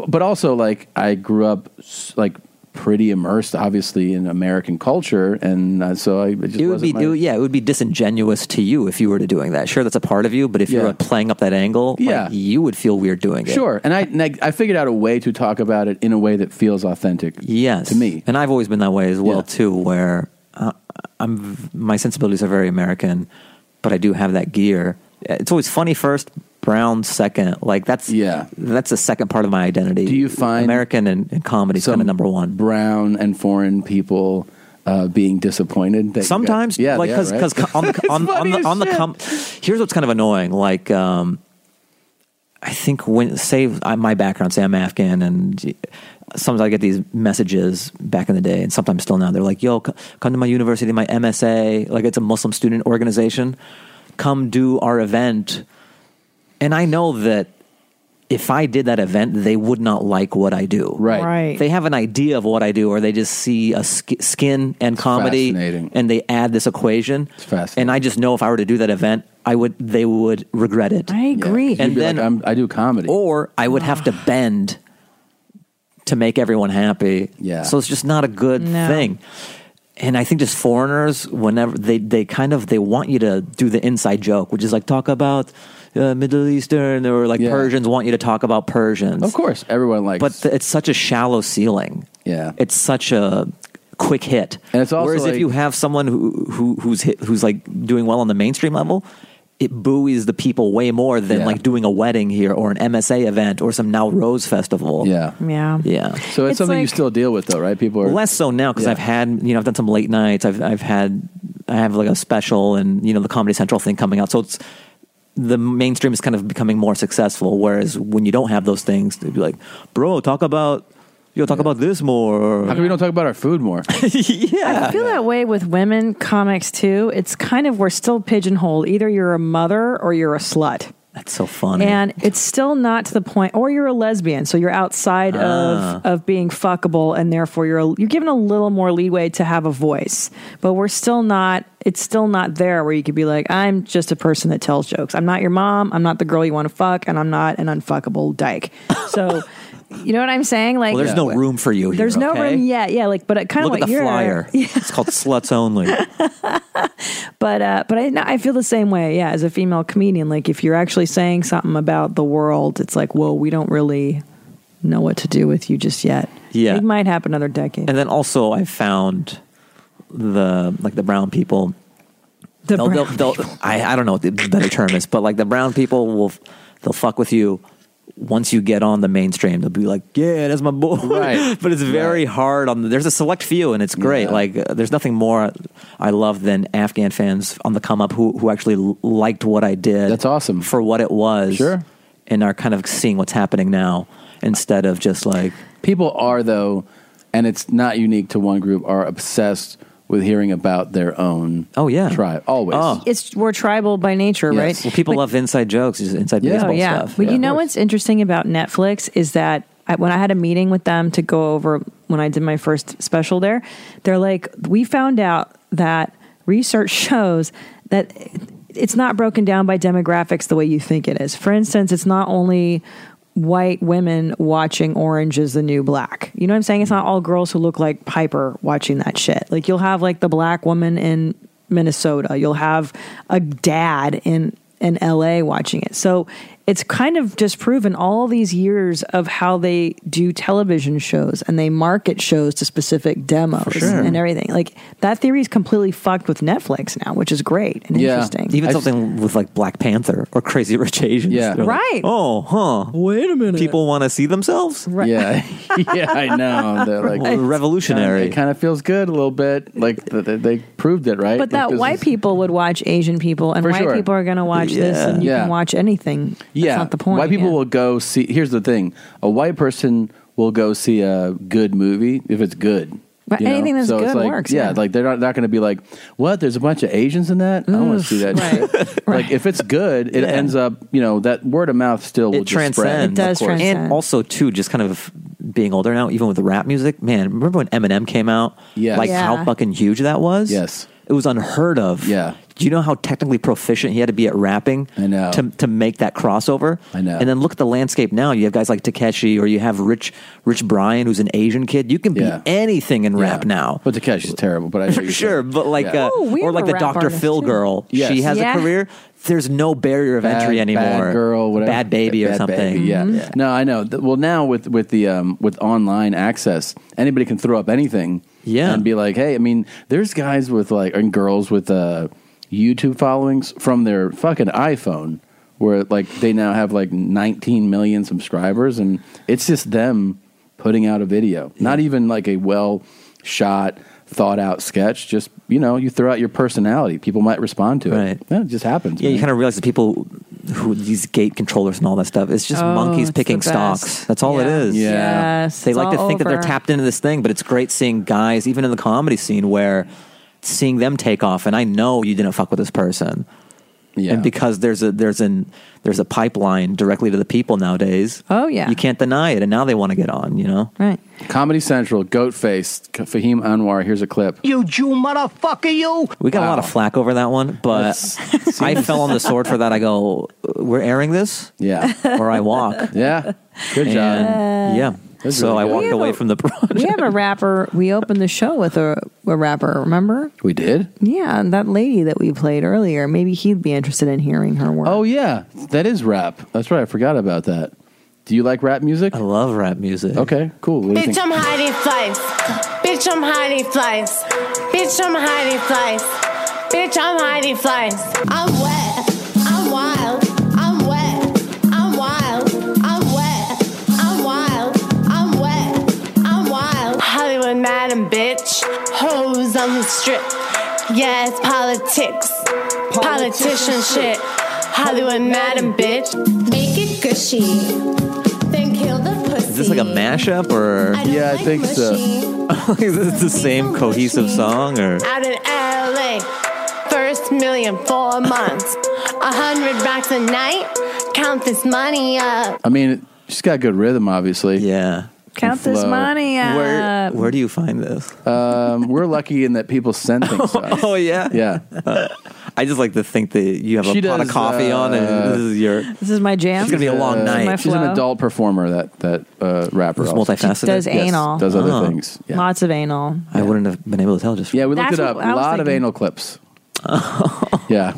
but also like I grew up s- like pretty immersed, obviously, in American culture, and uh, so I it, just it would wasn't be my- it would- yeah, it would be disingenuous to you if you were to doing that. Sure, that's a part of you, but if you Yeah. were playing up that angle, Yeah. like, you would feel weird doing it. Sure, and I and I- I figured out a way to talk about it in a way that feels authentic. yes, to me, and I've always been that way as well too. Where uh, I'm, my sensibilities are very American, but I do have that gear. It's always funny first, brown second. Like that's yeah, that's the second part of my identity. Do you find American and, and comedy kind of number one? Brown and foreign people uh, being disappointed. That you got- Sometimes, yeah, like yeah, because right? on the on, on the, on the com- here's what's kind of annoying. Like, um, I think when say I, my background, say I'm Afghan, and sometimes I get these messages back in the day, and sometimes still now. They're like, "Yo, c- come to my university, my MSA. Like, it's a Muslim student organization. Come do our event." And I know that if I did that event, they would not like what I do. Right. Right. They have an idea of what I do, or they just see a sk- skin and comedy, fascinating. and they add this equation. It's fascinating. And I just know if I were to do that event, I would. They would regret it. I agree. You'd And be then like, I'm, I do comedy, or I would have to bend to make everyone happy. Yeah. So it's just not a good No. thing. And I think just foreigners, whenever they, they kind of they want you to do the inside joke, which is like talk about uh, Middle Eastern or like Persians want you to talk about Persians. Of course, everyone likes. But th- it's such a shallow ceiling. Yeah. It's such a quick hit. And it's also Whereas like- if you have someone who, who who's hit, who's like doing well on the mainstream level, it buoys the people way more than Yeah. like doing a wedding here or an MSA event or some now Rose festival. Yeah. yeah. Yeah. So it's, something you still deal with, though, right? People are Less so now because Yeah. I've had you know I've done some late nights. I've I've had I have like a special and you know the Comedy Central thing coming out. So it's the mainstream is kind of becoming more successful. Whereas when you don't have those things, they'd be like, bro, talk about you know talk about this more. How come we don't talk about our food more? yeah. I feel that way with women comics too. It's kind of we're still pigeonholed. Either you're a mother or you're a slut. That's so funny. And it's still not to the point, or you're a lesbian, so you're outside Ah. of of being fuckable, and therefore you're a, you're given a little more leeway to have a voice. But we're still not. It's still not there where you could be like, I'm just a person that tells jokes. I'm not your mom. I'm not the girl you want to fuck, and I'm not an unfuckable dyke. So, you know what I'm saying? Like, well, there's no room for you. Here, There's no okay? room yet. Yeah, like, but it kind of Look like at the you're, flyer. It's called Sluts Only. But uh, but I no, I feel the same way. Yeah, as a female comedian, like if you're actually saying something about the world, it's like, whoa, we don't really know what to do with you just yet. Yeah. it might happen another decade. And then also, I found the like the brown people. The they'll, they'll, they'll, I I don't know what the better term is, but like the brown people will f- they'll fuck with you once you get on the mainstream, they'll be like, "Yeah, that's my boy." Right. but it's very hard on. The, there's a select few, and it's great. Like uh, there's nothing more I love than Afghan fans on the come up who who actually l- liked what I did. That's awesome for what it was. Sure. and are kind of seeing what's happening now instead of just like people are though, and it's not unique to one group. Are obsessed with hearing about their own. Oh yeah, tribe always. It's we're tribal by nature, right? Oh. Well, people Like- love inside jokes, inside baseball stuff. But you know what's interesting about Netflix is that I, when I had a meeting with them to go over when I did my first special there, they're like, we found out that research shows that it's not broken down by demographics the way you think it is. For instance, it's not only white women watching Orange is the New Black. You know what I'm saying? It's not all girls who look like Piper watching that shit. Like you'll have like the black woman in Minnesota. You'll have a dad in in LA watching it. So it's kind of just proven all these years of how they do television shows and they market shows to specific demos sure. and everything. Like that theory is completely fucked with Netflix now, which is great and interesting. Even something with like Black Panther or Crazy Rich Asians. Yeah. Right. oh, huh. Wait a minute. People want to see themselves. Right. Yeah, yeah, I know. They're like Right. Revolutionary. It kind of feels good a little bit. Like th- th- they proved it, right? But that Like, this white is- people would watch Asian people, and For white sure. people are going to watch this, Yeah. and you Yeah. can watch anything. yeah, not the point, White people will go see. Here's the thing: a white person will go see a good movie if it's good. Right, you know? anything that's so it's good like, works, Yeah, yeah. like they're not, not going to be like, "What? There's a bunch of Asians in that. I want to Oof, see that." right, shit." Like if it's good, it Yeah. ends up. You know that word of mouth still will It just spread. transcends. of course. And also, too, just kind of being older now, even with the rap music, man, remember when Eminem came out? Yes. Like Yeah. how fucking huge that was? Yes. It was unheard of. Yeah. Do you know how technically proficient he had to be at rapping I know. To, to make that crossover? I know. And then look at the landscape now. You have guys like Takeshi or you have Rich Rich Bryan, who's an Asian kid. You can be Yeah. anything in rap now. But Takeshi's terrible, but I know For you're sure. saying. But like, Yeah. uh, Oh, we or have like a the rap Dr. artist, Phil too. girl. Yes. She has Yeah. a career. There's no barrier of Bad- entry anymore. Bad girl, whatever. Bad baby or something. baby, yeah. Mm-hmm. No, I know. Th- Well, now with with the um, with online access, anybody can throw up anything. Yeah, and be like, hey, I mean, there's guys with like and girls with uh, YouTube followings from their fucking iPhone, where like they now have like 19 million subscribers, and it's just them putting out a video, not even like a well shot. Thought out sketch, just you know, you throw out your personality, people might respond to it. Right. Yeah, it just happens. Yeah, you man. kind of realize the people who these gate controllers and all that stuff. It's just Oh, monkeys it's picking the best. stocks. That's all it Yeah. is. Yeah. Yes, they it's like to all think that over. they're tapped into this thing, but it's great seeing guys, even in the comedy scene, where seeing them take off. And I know you didn't fuck with this person. Yeah. And because there's a there's an there's a pipeline directly to the people nowadays. Oh, yeah. you can't deny it. And now they want to get on. You know, right? Comedy Central, Goatface, Fahim Anwar. Here's a clip. You Jew motherfucker, you! We got a lot of flack over that one, but I fell on the sword for that. I go, we're airing this, yeah, or I walk, yeah. Good job, yeah. That's so really I good. walked We have away a- from the we have a rapper. We opened the show with a, a rapper. Remember? We did. Yeah, and that lady that we played earlier. Maybe he'd be interested in hearing her work. Oh yeah, that is rap. That's right. I forgot about that. Do you like rap music? I love rap music. Okay, cool. What do you Bitch, think? I'm Heidi Fleiss. Bitch, I'm Heidi Fleiss. Bitch, I'm Heidi Fleiss. Bitch, I'm Heidi Fleiss. I'm wet. I'm wild. I'm wet. I'm wild. I'm wet. I'm wild. I'm wet. I'm wild. Hollywood madam, bitch. Hoes on the strip. Yeah, it's politics. Politician shit. Hollywood madam, bitch. Make it gushy. Then kill the pussy. Is this like a mashup or? Yeah, I think so. Is this the same cohesive song or? out in LA. First million, four months. A hundred racks a night. Count this money up. I mean, she's got good rhythm, obviously. Yeah. Count this money Where up. where do you find this? Um, we're lucky in that people send things. to us. Oh yeah, yeah. I just like to think that you have a She pot of does, coffee on, and uh, this is your. This is my jam. Uh, This is my She's an flow. adult performer. That that uh, rapper. She's also. multifaceted? Does Yes, anal. Does other Oh. things. Yeah. Lots of anal. I wouldn't have been able to tell just. Yeah, we looked That's it up. what I A was lot of thinking. anal clips. yeah.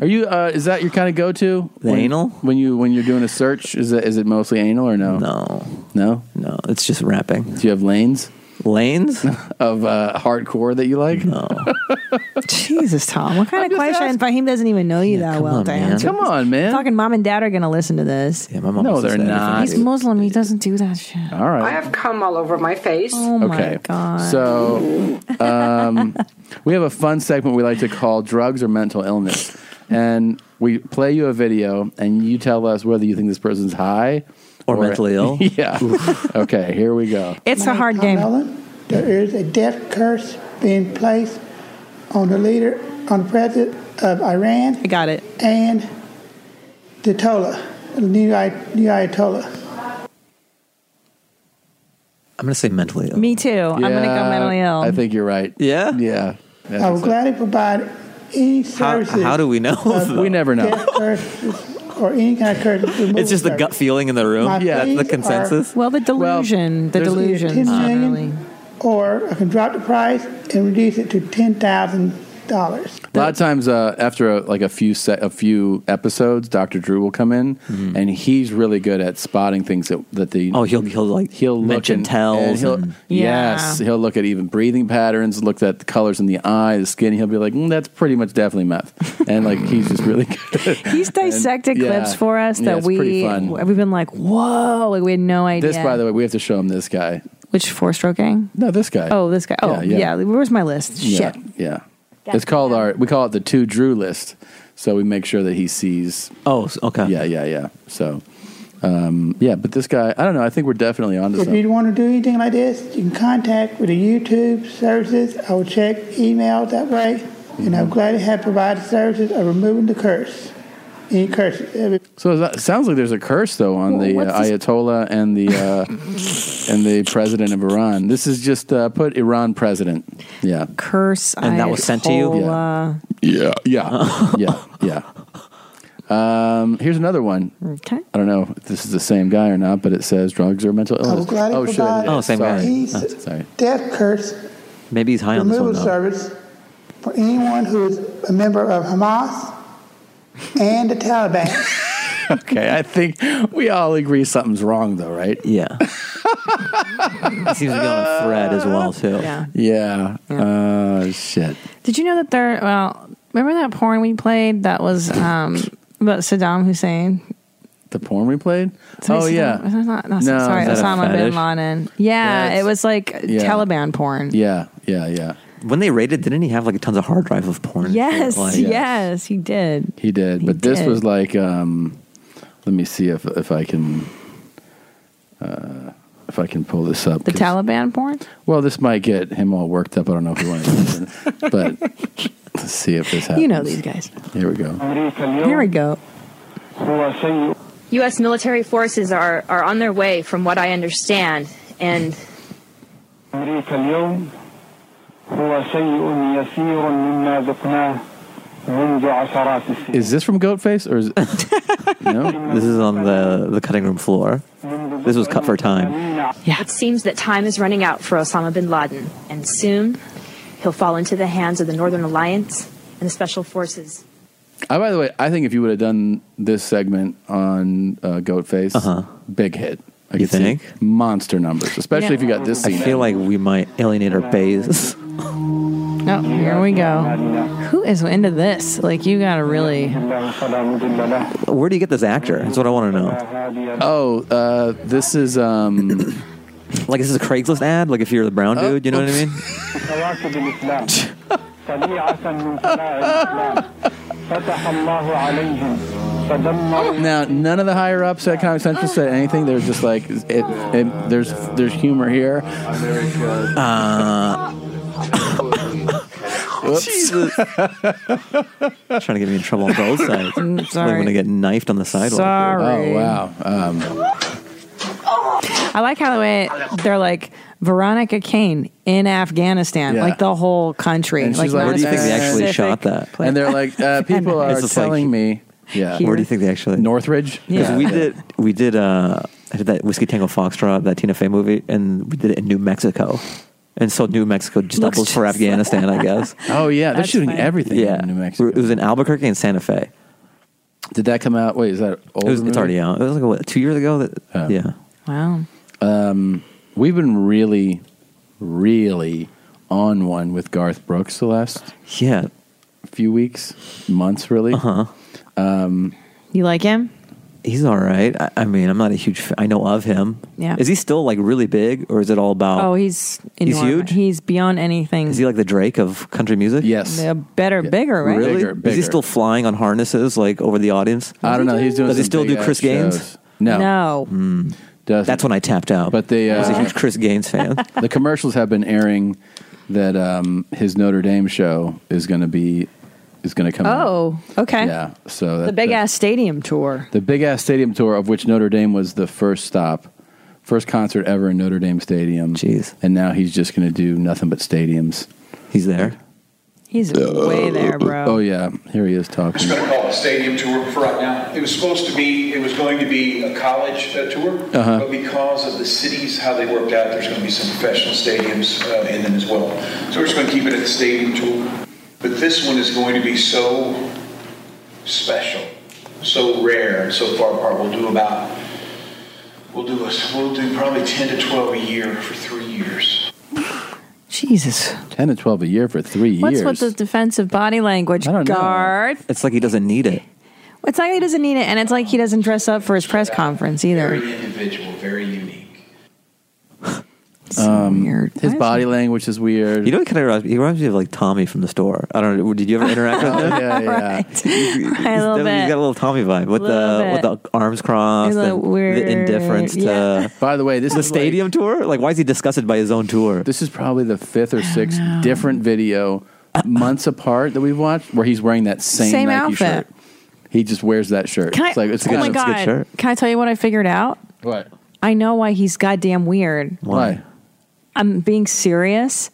Are you? Uh, is that your kind of go-to? The when, anal? when you when you're doing a search? Is it is it mostly anal or no? No, no, no. It's just rapping. Do you have lanes? Lanes of uh, hardcore that you like? No. Jesus, Tom. What kind of question? Fahim doesn't even know you that well on, to man. answer. Come on, man. Fucking mom and dad are going to listen to this. Yeah, my mom No, listens they're to everything. not. He's Muslim. He doesn't do that shit. All right. I have cum all over my face. Oh okay. So um, we have a fun segment we like to call drugs or mental illness. And we play you a video and you tell us whether you think this person's high Or mentally ill. yeah. okay, here we go. It's a hard game. There is a death curse being placed on the leader, on the president of Iran. I got it. And the Tola, the new, Ay- new Ayatollah. I'm going to say mentally ill. Me too. I'm going to go mentally ill. I think you're right. Yeah? Yeah. I will gladly provide any How, services. how do we know? of though? Death curses or any kind of curse. removal It's just the gut service. feeling in the room. My That's the fees are- consensus. Well, the delusion. the There's delusion. either $10 million, or I can drop the price and reduce it to ten thousand dollars. A lot of times, uh, after a, like a few se- a few episodes, Doctor Drew will come in, and he's really good at spotting things that that the oh Mm-hmm. he'll he'll like he'll look mention and- tells and he'll- and- yes Yeah. he'll look at even breathing patterns, look at the colors in the eye, the skin. He'll be like, mm, that's pretty much definitely meth, and like he's just really good. He's dissected yeah. clips for us Yeah, that it's pretty we fun. we've been like, whoa, like we had no idea. This, by the way, we have to show him this guy. Which four stroke gang? No, this guy. Oh, this guy. Oh, Yeah, yeah. yeah. Where's my list? Yeah, Shit. yeah. It's called our we call it the two Drew list. So we make sure that he sees. Oh, okay. Yeah, yeah, yeah. So, um, yeah, but this guy, I don't know. I think we're definitely onto If something. you want to do anything like this, you can contact with the YouTube services. I will check email that way, and Mm-hmm. I'm glad to have provided services of removing the curse, any curses. Every- So that, it sounds like there's a curse though on Well, the what's uh, this- Ayatollah and the uh, and the president of Iran. This is just uh, put Iran president. Yeah. Curse. And that was sent to you? Ayatollah. Yeah. Yeah. yeah. Yeah. Um, here's another one. Okay. I don't know if this is the same guy or not, but it says drugs or mental illness. glad it oh, shit. it provided- is. Oh, same sorry. guy. Oh, sorry. Death curse Maybe he's high on this removal one. Though. service for anyone who is a member of Hamas and the Taliban. Okay, I think we all agree something's wrong, though, right? Yeah. He seems to be on a thread as well too. Yeah. Yeah. Uh, shit. Did you know that there? Well, remember that porn we played that was um, about Saddam Hussein? The porn we played? Did I oh, say yeah. that? No, not- no, sorry, is that a Osama bin fetish? Laden. Yeah, That's- it was like Yeah. Taliban porn. Yeah, yeah, yeah. When they raided, didn't he have like tons of hard drive of porn? Yes, Like- yes, he did. He did, but this did. was like, um, let me see if if I can, uh, if I can pull this up. The 'cause- Taliban porn. well, this might get him all worked up. I don't know if he wants, to, but let's see if this happens. You know these guys. Here we go. Here we go. U.S. military forces are, are on their way, from what I understand, and أمريكا اليوم هو شيء يسير مما ذقناه منذ عشرات السنين Is this from Goatface or is no? This is on the the cutting room floor. This was cut for time. it seems that time is running out for Osama bin Laden, and soon he'll fall into the hands of the Northern Alliance and the Special Forces. I, by the way, I think if you would have done this segment on uh, Goatface, big hit. I Uh-huh. You could see think? monster numbers, especially if you got this. I scene. feel like we might alienate our base. Oh, here we go. Who is into this? Like, you gotta really. Where do you get this actor? That's what I want to know. Oh, uh, this is um, Oh. like this is a Craigslist ad. Like if you're the brown dude, you know what I mean? مواكب الإسلام طليعة من طلاع الإسلام فتح الله عليهم فدمروا Now, none of the higher ups at Comedy Central said anything. They were just like, it, it, "There's there's humor here." Uh, Whoops. trying to get me in trouble on both sides. Mm, sorry. I'm gonna get knifed on the sidewalk. Sorry. Oh, wow. Um, I like how the way they're like Veronica Kane in Afghanistan, Yeah. like the whole country. And she's like, not "Where do you think they actually specific- shot that? and they're like, uh, "People It's are just like- telling me." Yeah. Where do you think they actually Northridge? Because Yeah. we Yeah. did we did uh I did that Whiskey Tango Foxtrot, that Tina Fey movie, and we did it in New Mexico. And so New Mexico just Looks doubles for just- Afghanistan, I guess. Oh yeah, they're shooting everything. Yeah. in New Mexico. It was in Albuquerque and Santa Fe. Did that come out? Wait, is that Oh. old? It was, it's already out. It was like what, two years ago. That, yeah. Wow. Um, we've been really, really on one with Garth Brooks the last yeah Uh-huh. few weeks, months really. Uh huh. Um, You like him? He's all right. I, I mean, I'm not a huge. Fan. I know of him. Yeah. Is he still like really big, or is it all about? Oh, he's He's enormous. huge? He's beyond anything. Is he like the Drake of country music? Yes. They're better, bigger, right? Really? Is he still flying on harnesses like over the audience? I don't know. He's doing. Does he some still do big-ass Chris Gaines? shows. No. No. Mm. That's when I tapped out. But the I was a uh, huge Chris Gaines fan. the commercials have been airing that um, his Notre Dame show is going to be is going to come. out. Oh, okay. Yeah. So that, the big ass stadium tour. The big ass stadium tour, of which Notre Dame was the first stop, first concert ever in Notre Dame Stadium. Jeez. And now he's just going to do nothing but stadiums. He's there. He's way there, bro. Oh yeah, here he is talking. It's going to call it a stadium tour for right now. It was supposed to be, it was going to be a college uh, tour, Uh-huh. but because of the cities, how they worked out, there's going to be some professional stadiums uh, in them as well. So we're just going to keep it at the stadium tour. But this one is going to be so special, so rare, and so far apart. We'll do about, we'll do a, we'll do probably 10 to 12 a year for three years. Jesus. Ten to twelve a year for three What's years. with the defensive body language, Garth? It's like he doesn't need it. It's like he doesn't need it, and it's like he doesn't dress up for his press conference either. Very individual, very unique. um, His body language is weird. You know, he kind of reminds, he reminds me of like Tommy from the store. I don't know. Did you ever interact with him? Oh, yeah, yeah. A little He's bit. got a little Tommy vibe with Little the with the arms crossed, He's a and little weird, the indifference to. yeah. By the way, this Uh, the is like- stadium tour. Like, why is he disgusted by his own tour? This is probably the fifth or sixth different video months apart that we've watched where he's wearing that same, Same Nike outfit. shirt. He just wears that shirt. Can I, it's like it's a oh good, my it's god! a good shirt. Can I tell you what I figured out? What? I know why he's goddamn weird. Why? I'm being serious.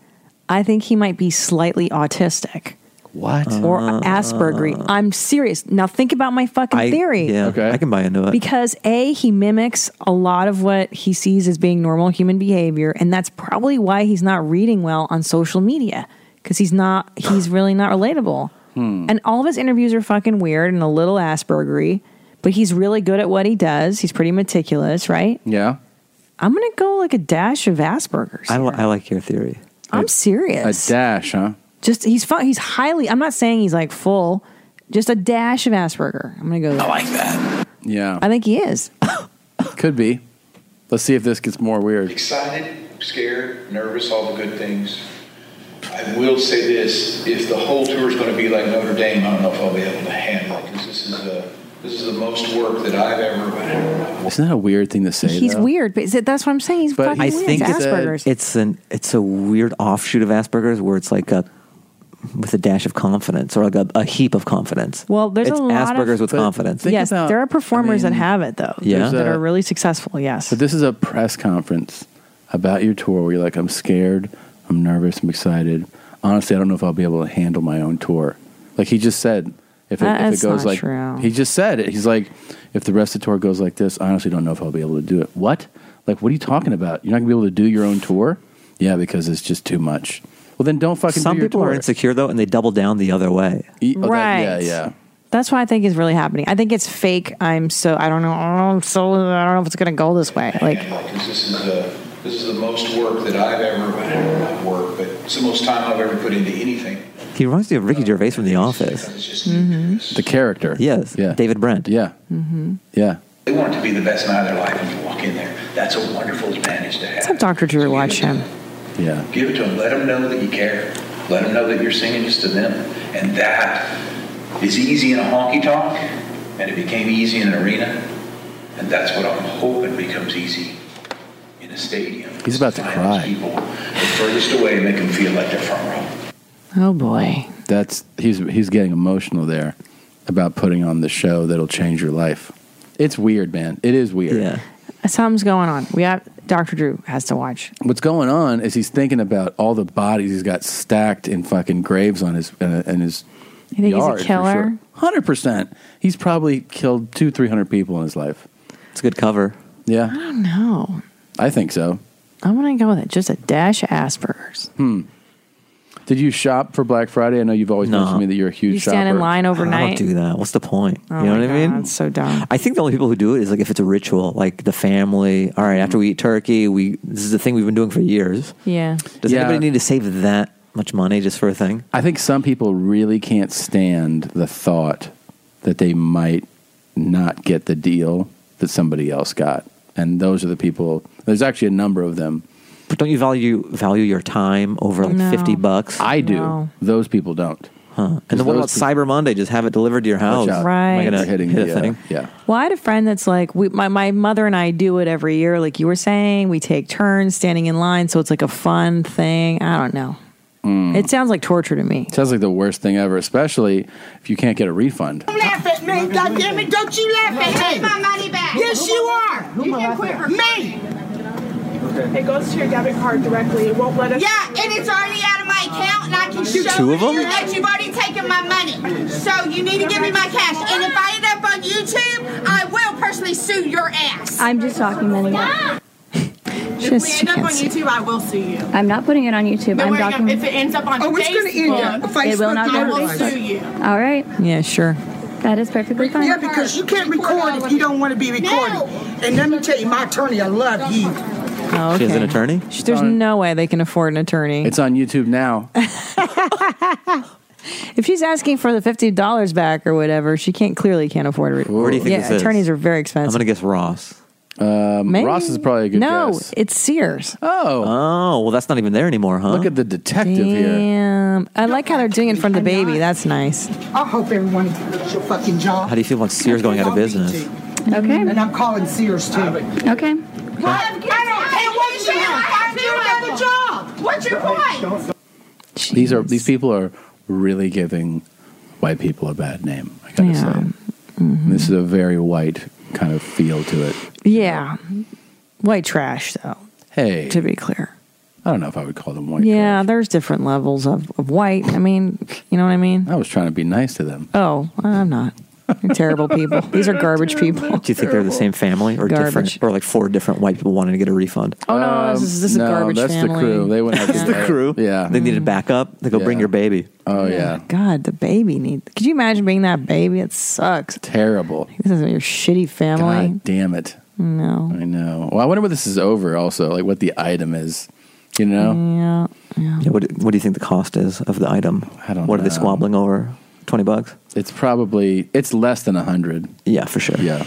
I think he might be slightly autistic What? or Aspergery. Ah. I'm serious. Now think about my fucking I, theory. Yeah, okay. I can buy into it. Because A, he mimics a lot of what he sees as being normal human behavior, and that's probably why he's not reading well on social media. Because he's not he's really not relatable. Hmm. And all of his interviews are fucking weird and a little Aspergery, but he's really good at what he does. He's pretty meticulous, right? Yeah. I'm gonna go like a dash of Asperger's. I, li- I like your theory. I'm serious. A dash, huh? Just he's fun. He's highly. I'm not saying he's like full. Just a dash of Asperger. I'm gonna go. I like that. Yeah. I think he is. Could be. Let's see if this gets more weird. excited, scared, nervous, all the good things. I will say this: if the whole tour is going to be like Notre Dame, I don't know if I'll be able to handle it because this is the this is the most work that I've ever. Isn't that a weird thing to say? He's though. weird, but is it- that's what I'm saying. He's fucking I weird. think It's it's, Asperger's. it's an it's a weird offshoot of Asperger's where it's like a with a dash of confidence or like a, a heap of confidence. well, there's it's a lot Asperger's of with confidence. Yes, there are performers I mean, that have it though. Yeah. that there's a- are really successful. Yes. But this is a press conference about your tour where you're like, I'm scared, I'm nervous, I'm excited. Honestly, I don't know if I'll be able to handle my own tour. Like he just said, if it, Uh, if it's it goes not like true. he just said it, he's like, if the rest of the tour goes like this, I honestly don't know if I'll be able to do it. What? Like, what are you talking about? You're not gonna be able to do your own tour? Yeah, because it's just too much. Well, then don't fucking. Some do your people tour. are insecure though, and they double down the other way. E- oh, that- Right. yeah, yeah. That's what I think is really happening. I think it's fake. I'm so I don't know. I'm so I don't know if it's gonna go this way. Like Because this is the this is the most work that I've ever I don't know, not work, but it's the most time I've ever put into anything. He reminds me of Ricky Gervais from The Office. Mm-hmm. The character. Yes. Yeah. David Brent. Yeah. Yeah. They want it to be the best night of their life when you walk in there. That's a wonderful advantage to have. let's have Dr. Drew watch him. Yeah. Give it to them. Let them know that you care. Let them know that you're singing just to them. And that is easy in a honky tonk, and it became easy in an arena. And that's what I'm hoping becomes easy in a stadium. He's about to cry. People the furthest away make them feel like they're front row. Oh boy. That's he's he's getting emotional there about putting on the show that'll change your life. It's weird, man. It is weird. Yeah. Something's going on. We have Dr. Drew has to watch. What's going on is he's thinking about all the bodies he's got stacked in fucking graves on his uh, in his. You think he's a yard, for killer? sure. Hundred percent. He's probably killed two, three hundred people in his life. It's a good cover. I Yeah, don't know. I think so. I want to go with it. Just a dash of Asperger's. Hmm. Did you shop for Black Friday? I know you've always mentioned to me that you're a huge You stand in shopper. line overnight. I don't do that. What's the point? Oh you know my what I mean? God, so dumb. I think the only people who do it is like if it's a ritual, like the family. All right, Mm-hmm. after we eat turkey, we this is the thing we've been doing for years. Yeah. Does Yeah. anybody need to save that much money just for a thing? I think some people really can't stand the thought that they might not get the deal that somebody else got. And those are the people, there's actually a number of them. But don't you value value your time over like No. fifty bucks? I do. No. Those people don't. Huh. And then what about those people- Cyber Monday? Just have it delivered to your house. Watch out. Am I Right. gonna You're hitting hit the, a uh, thing? yeah. Well, I had a friend that's like, we, my, my mother and I do it every year, like you were saying. We take turns standing in line, so it's like a fun thing. I don't know. Mm. It sounds like torture to me. Sounds like the worst thing ever, especially if you can't get a refund. Don't laugh at me, goddammit. Don't you laugh at me. my money back. Yes, you are. you can quit for me. It goes to your debit card directly. It won't let us. Yeah, and it's already out of my account, and I can show Two you of 'em? that you've already taken my money. So you need to give me my cash. And if I end up on YouTube, I will personally sue your ass. I'm just documenting it. if we end up on YouTube, I will sue you. I'm not putting it on YouTube. No, I'm we're not- documenting. if it ends up on Oh, it's gonna end Facebook, up on It will not I go to will Facebook. sue you. All right. Yeah, sure. That is perfectly fine. Yeah, because you can't record if you don't want to be recorded. And let me tell you, my attorney, I love you. Oh, okay. She has an attorney. Sh- There's no way they can afford an attorney. It's on YouTube now. if she's asking for the fifty dollars back or whatever, she can't clearly can't afford it. Where do you think yeah, this is? attorneys are very I'm expensive. gonna guess Ross. Um, Maybe. Ross is probably a good no, guess. it's Sears. Oh. Oh, well, that's not even there anymore, huh? Look at the detective Damn. I like how they're doing it in front of the baby. That's nice. I hope everyone gets your fucking job. How do you feel about Sears going out of business? Okay. And I'm calling Sears too. Okay. Well, I don't care what you have. Find you another job. What's your point? These are these people are really giving white people a bad name. I gotta say, Mm-hmm. this is a very white kind of feel to it. Yeah. White trash, though. Hey, To be clear, I don't know if I would call them white. yeah, there's different levels of, of white. I mean, you know what I mean? I was trying to be nice to them. Oh, I'm not. They're terrible people. These are garbage people. Do you think they're the same family or Garbage. different, or like four different white people wanting to get a refund? Oh, no, this is- this is Um, no, garbage That's the family. crew. They went. That's the crew. Yeah, they Mm. needed backup. They go bring your baby. Oh yeah, God, the baby need. Could you imagine being that baby? It sucks. terrible. This is your shitty family. God damn it. No. I know. Well, I wonder when this is over. Also, like what the item is. You know, Yeah. Yeah, what, what do you think the cost is of the item? I don't. What are they squabbling over? Twenty bucks. it's probably it's less than a hundred. Yeah, for sure. Yeah.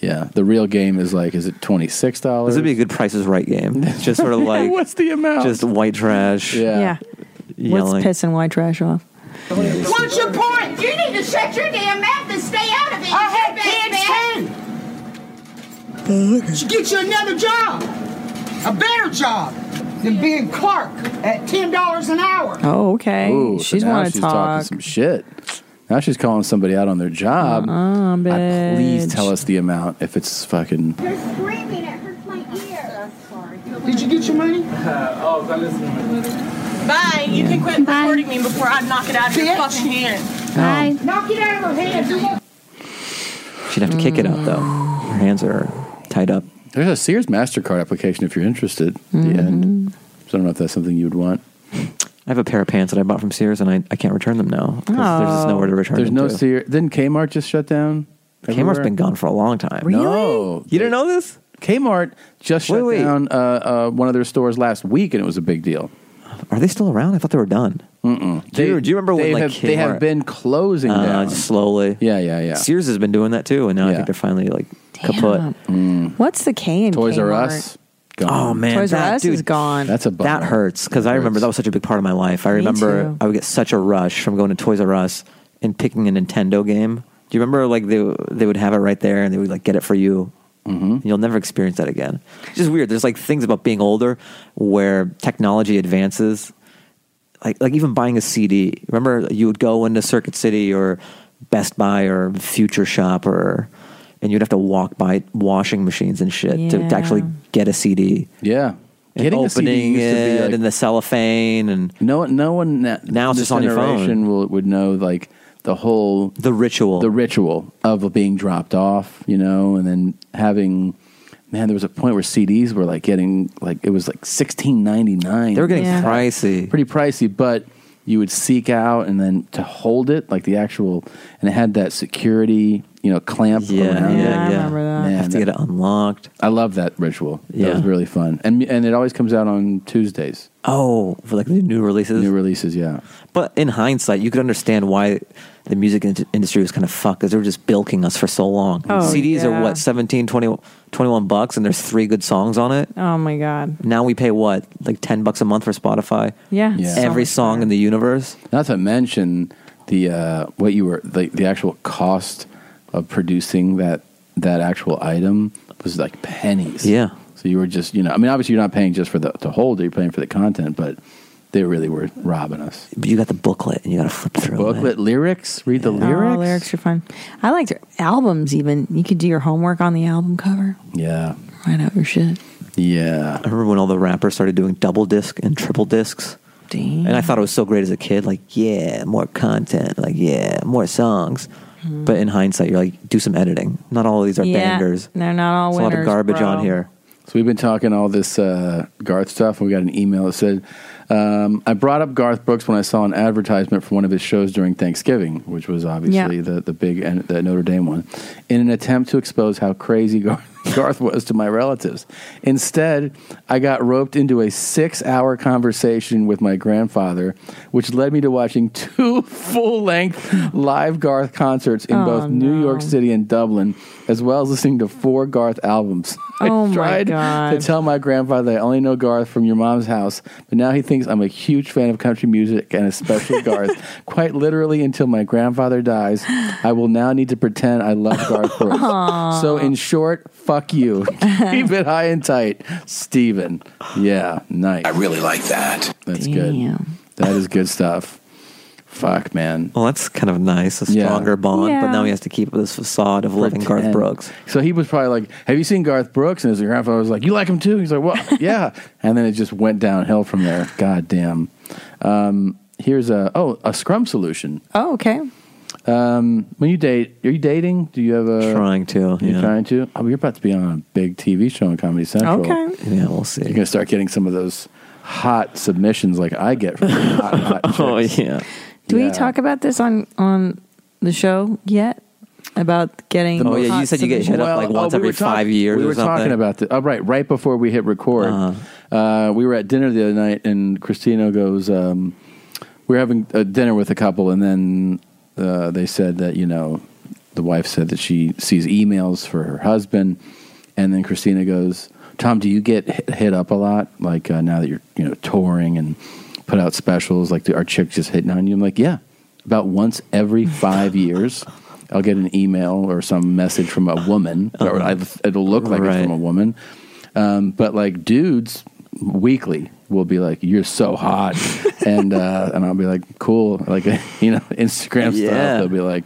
Yeah. The real game is like, is it twenty six dollars? This would be a good Price is Right game. It's just sort of like what's the amount? just white trash. Yeah. What's Yelling. pissing white trash off? What's your point? You need to shut your damn mouth and stay out of it. I had kids too. Should get you another job, a better job than being Clark at ten dollars an hour. Oh, okay. Ooh, so she's now want to she's talking talk. some shit. Now she's calling somebody out on their job. Uh-uh, I- please bitch. tell us the amount if it's fucking. You're screaming. It hurts my ear. Did you get your money? Uh, oh, that is. Bye. You can quit recording me before I knock it out of your fucking hand. Bye. Knock it out of her hands. You won't- She'd have to kick Mm. it out though. Her hands are tied up. Mm-hmm. There's a Sears MasterCard application if you're interested. The end. So I don't know if that's something you'd want. I have a pair of pants that I bought from Sears and I, I can't return them now. 'cause There's just Oh. nowhere to return There's them. no to. Sears. Didn't Kmart just shut down? Kmart's been gone for a long time. No. You didn't know this? Kmart just shut down uh, uh, one of their stores last week and it was a big deal. Are they still around? I thought they were done. Mm-mm. Do you- do you remember when, they like, have, they have Kmart- been closing Uh, down? just slowly. Yeah, yeah, yeah. Sears has been doing that too, and now I think they're finally like kaput. What's the K in Toys R Kmart? Us? Oh man, Toys R that- Us is dude, gone. That's a that hurts because I remember that was such a big part of my life. I Me remember too. I would get such a rush from going to Toys R Us and picking a Nintendo game. Do you remember like they they would have it right there and they would like get it for you. Mm-hmm. You'll never experience that again. It's just weird. There's like things about being older where technology advances. Like like even buying a CD. Remember you would go into Circuit City or Best Buy or Future Shop or and you'd have to walk by washing machines and shit to, to actually Yeah. get a CD Yeah. and Getting a CD opening used to be it like- and the cellophane and no one, no one now it's this just on your generation phone. Will, would know like the whole the ritual, the ritual of being dropped off, you know, and then having. Man, there was a point where CDs were like getting like it was like sixteen ninety nine. They were getting Yeah. pricey, pretty pricey. But you would seek out and then to hold it like the actual and it had that security you know clamp yeah around yeah, it. I yeah. remember that. Have to get it unlocked i love that ritual Yeah. that was really fun and and it always comes out on tuesdays Oh, for like the new releases. New releases, yeah. But in hindsight, you could understand why the music in- industry was kind of fucked because they were just bilking us for so long. Oh, CDs yeah. are what 17, 20, 21 bucks, and there's three good songs on it. Oh my god. Now we pay what like ten bucks a month for Spotify. Yeah. Yeah. So every much song in the universe. Not to mention the uh, what you were the, the actual cost of producing that that actual item was like pennies. Yeah. So you were just you know I mean obviously you're not paying just for the to hold it, you're paying for the content but they really were robbing us. But you got the booklet and you got to flip through booklet lyrics. Read the Oh, lyrics. lyrics are fun. I liked albums. Even you could do your homework on the album cover. Yeah. Find out your shit. Yeah. I remember when all the rappers started doing double disc and triple discs. Damn. And I thought it was so great as a kid. Like, yeah, more content. Like, yeah, more songs. But in hindsight, you're like, do some editing. Not all of these are Mm-hmm. Yeah, bangers. They're not all There's a winners. lot of garbage bro. on here. So we've been talking all this uh, Garth stuff, and we got an email that said, um, "I brought up Garth Brooks when I saw an advertisement for one of his shows during Thanksgiving, which was obviously Yeah. the the big and the Notre Dame one, in an attempt to expose how crazy Garth, Garth was to my relatives. Instead, I got roped into a six hour conversation with my grandfather, which led me to watching two full length live Garth concerts in Oh, both New York City and Dublin, as well as listening to four Garth albums." I Oh, my tried God. to tell my grandfather that I only know Garth from your mom's house, but now he thinks I'm a huge fan of country music and especially Garth. Quite literally, until my grandfather dies, I will now need to pretend I love Garth Brooks. Aw. so, in short, fuck you. Keep it high and tight, Steven. Yeah, nice. I really like that. That's good. That is good stuff. Fuck, man. Well, that's kind of nice. A Yeah. stronger bond. But now Yeah. he has to keep this facade of loving Garth Pretend. Brooks. So he was probably like, "Have you seen Garth Brooks?" And his grandfather was like, "You like him too?" He's like, "Well, yeah." And then it just went downhill from there. God damn. Um, here's a oh a Scrum solution. Oh, okay. Um, when you date, are you dating? Do you have a Trying to, You're yeah. trying to. Oh, you're about to be on a big TV show on Comedy Central. Okay. Yeah, we'll see. You're gonna start getting some of those hot submissions like I get from hot, hot Oh, yeah. Do Yeah. we talk about this on on the show yet? About getting. Oh, yeah, you hot said you get submission- hit up, like, once every were talk- five years oh, We or were talking something. Uh-huh. about this. Oh, right, right before we hit record, uh we were at dinner the other night, and Christina goes, um, "We were having a dinner with a couple, and then uh, they said that you know, the wife said that she sees emails for her husband, and then Christina goes, "Tom, do you get hit, hit up a lot? Like uh, now that you're you know touring and put out specials, like are chicks just hitting on you?" I'm like, "Yeah." about once every five years, I'll get an email or some message from a woman, or i it'll look like it's from a woman. Um, but like dudes, weekly will be like, "You're so hot," and uh, and I'll be like, "Cool," like you know, Instagram Yeah. stuff. They'll be like,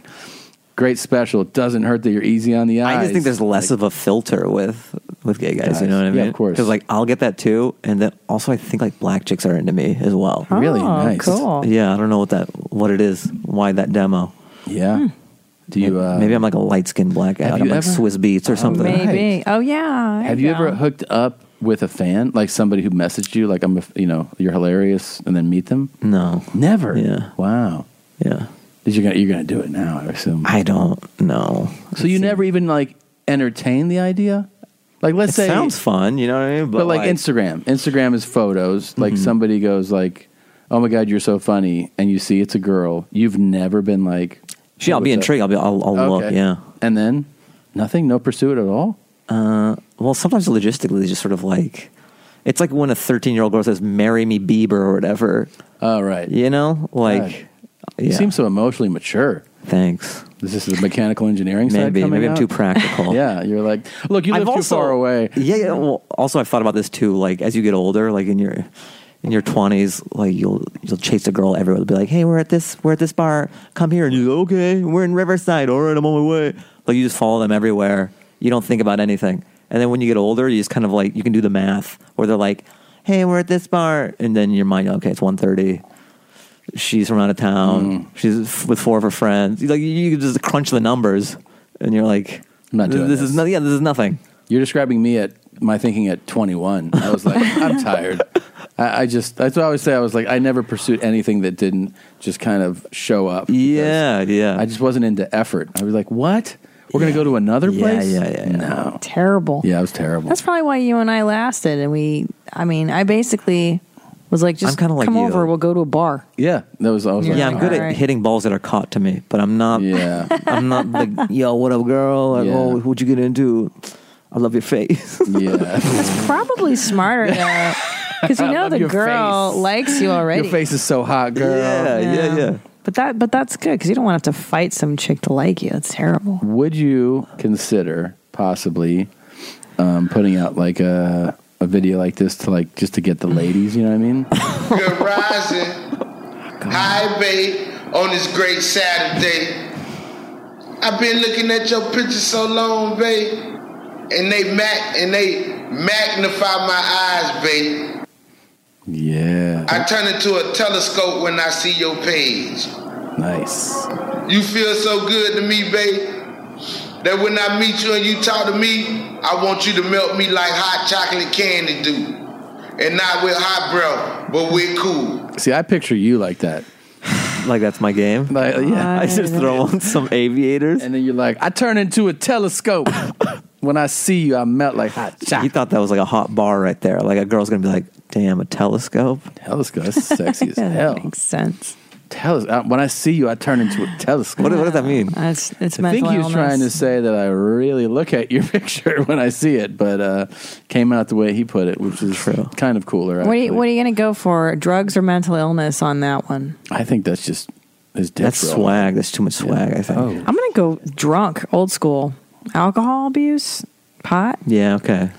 "Great special. It doesn't hurt that you're easy on the eyes." I just think there's less of a filter with with gay guys. You know what I Guys. mean? Yeah, of course. Because like I'll get that too, and then also I think like black chicks are into me as well. Really? Oh, Nice. cool. Yeah, I don't know what that what it is. Why that demo? Yeah. hmm, Do you? Uh, Maybe I'm like a light skinned black guy. Have I'm you like ever- Uh-huh. Swiss Beats or something. Maybe. Oh yeah. there Have you ever hooked up with a fan, like somebody who messaged you, like I'm, a, f- you know, you're hilarious, and then meet them? No, never. Yeah. Wow. Yeah. You're gonna you're gonna do it now, I assume. I don't know. So you never even like entertain the idea. Like let's it say sounds fun. You know what I mean? but, like, Instagram. Instagram is photos. Like Mm-hmm. somebody goes like, "Oh my god, you're so funny," and you see it's a girl. You've never been like, Gee, I'll "What's be up?" intrigued. I'll be. I'll, I'll look. Okay. Yeah. And then nothing. No pursuit at all. Uh, well, sometimes logistically, it's just sort of like it's like when a 13 year old girl says, "Marry me, Bieber" or whatever. Oh, right. You know, like Gosh. You seem so emotionally mature. Thanks. Is this the mechanical engineering side? Maybe. coming Maybe I'm out? too practical. yeah, you're like, look, you live I've too also- far away. Yeah, yeah. Well, also I've thought about this too. Like as you get older, like in your in your twenties, like you'll you'll chase a girl everywhere. They'll be like, "Hey, we're at this we're at this bar. Come here." And you go, "Okay, we're in Riverside. All right, I'm on my way." Like you just follow them everywhere. You don't think about anything. And then when you get older, you just kind of like you can do the math where they're like, "Hey, we're at this bar," and then your mind, okay, it's 1.30. She's from out of town. Mm. She's with four of her friends. You, Like you just crunch the numbers, and you're like, I'm not doing this, is no, yeah, this is nothing." You're describing me at my thinking at 21. I was like, I'm tired. I, I just that's what I always say. I was like, I never pursued anything that didn't just kind of show up. Yeah, yeah. I just wasn't into effort. I was like, what? We're gonna go to another place? Yeah, yeah, yeah. No, terrible. Yeah, it was terrible. That's probably why you and I lasted. And we, I mean, I basically was like, just I'm kinda like come you. over. We'll go to a bar. yeah, that was. I was yeah, like, I'm good at alright. hitting balls that are caught to me, but I'm not. Yeah, I'm not like, yo, what up, girl? Like, Yeah. oh, what you gonna do? I love your face. yeah, Probably smarter though, because you I know love the your girl likes you already. your face is so hot, girl. But that, but that's good because you don't want to have to fight some chick to like you. It's terrible. Would you consider possibly um, putting out like a a video like this to like just to get the ladies? You know what I mean? Good rising. Hi, babe, on this great Saturday. I've been looking at your pictures so long, babe, and they mac and they magnify my eyes, babe. Yeah, I turn into a telescope when I see your page. nice. You feel so good to me, babe, that when I meet you and you talk to me, I want you to melt me like hot chocolate candy do, and not with hot breath, but with cool. See, I picture you like that. like that's my game. yeah, I just throw on some aviators, and then you're like, I turn into a telescope. when I see you, I melt like hot. You thought that was like a hot bar right there. Like a girl's gonna be like, "Damn, a telescope." Telescope, that's sexy as Yeah, that hell. makes sense. Teles- uh, when I see you, I turn into a telescope. What- what does that mean? That's it's I think mental he was illness. trying to say that I really look at your picture when I see it, but uh, came out the way he put it, which is kind of cooler. What are you, actually. what are you going to go for? Drugs or mental illness on that one? I think that's just his dick That's roll. swag. That's too much swag. I think. Oh, I'm going to go drunk, old school. Alcohol abuse, pot. Yeah. Okay.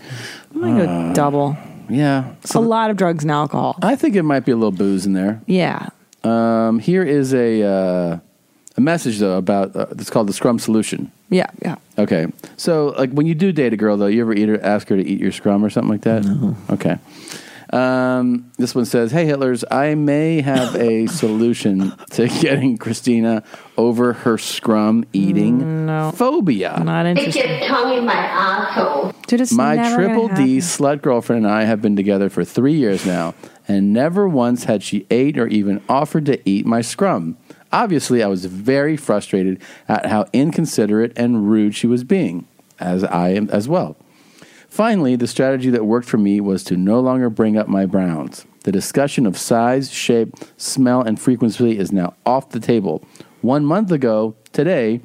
I'm going to Uh, go double. Yeah, a lot of drugs and alcohol. I think it might be a little booze in there. Yeah. Um, here is a uh, a message though about uh, it's called the Scrum Solution. Yeah. Yeah. Okay. So, like, when you do date a girl, though, you ever eat her, ask her to eat your scrum or something like that? No. Okay. Um, this one says, "Hey Hitlers, I may have a solution to getting Christina over her scrum eating phobia. Not Stick your tongue in my asshole. My triple D slut girlfriend and I have been together for three years now, and never once had she ate or even offered to eat my scrum. Obviously, I was very frustrated at how inconsiderate and rude she was being, as I am as well. Finally, the strategy that worked for me was to no longer bring up my browns. The discussion of size, shape, smell, and frequency is now off the table. One month ago, today,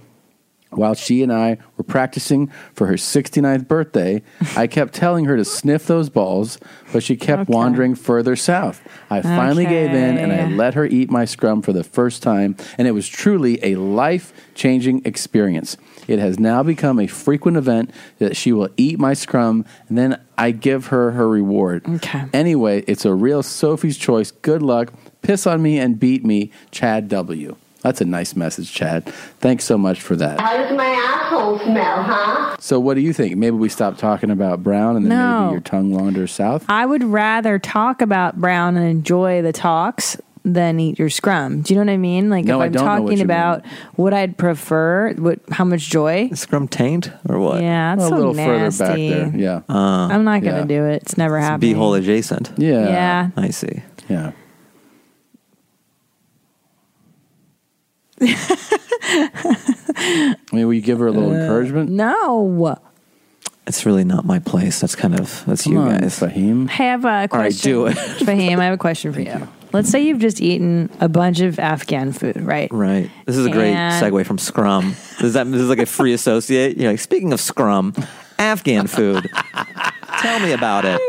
while she and I were practicing for her 69th birthday, I kept telling her to sniff those balls, but she kept wandering further south. I finally gave in and I Okay. let her eat my scrum for the first time, and it was truly a life changing experience. It has now become a frequent event that she will eat my scrum, and then I give her her reward. Okay. Anyway, it's a real Sophie's choice. Good luck. Piss on me and beat me, Chad W. That's a nice message, Chad. Thanks so much for that. How does my asshole smell, huh? So, what do you think? Maybe we stop talking about brown, and then No. maybe your tongue wanders south. I would rather talk about Brown and enjoy the talks than eat your scrum. Do you know what I mean? Like No, if I I'm don't know what talking you about what I'd prefer, what how much joy? Scrum taint or what? Yeah, it's A so little further nasty. back there, yeah. Uh, I'm not gonna do it. It's never happening. Beehole adjacent. Yeah. Yeah. I see. Yeah. I mean, will you give her a little encouragement? No. It's really not my place. That's kind of that's you guys. Fahim. Hey, I have a All right, Uh, question. do it. Fahim, I have a question for you. Let's say you've just eaten a bunch of Afghan food, right? Right. This is a great And- segue from Scrum. This is that this is like a free associate. You're like speaking of Scrum, Afghan food. Tell me about it.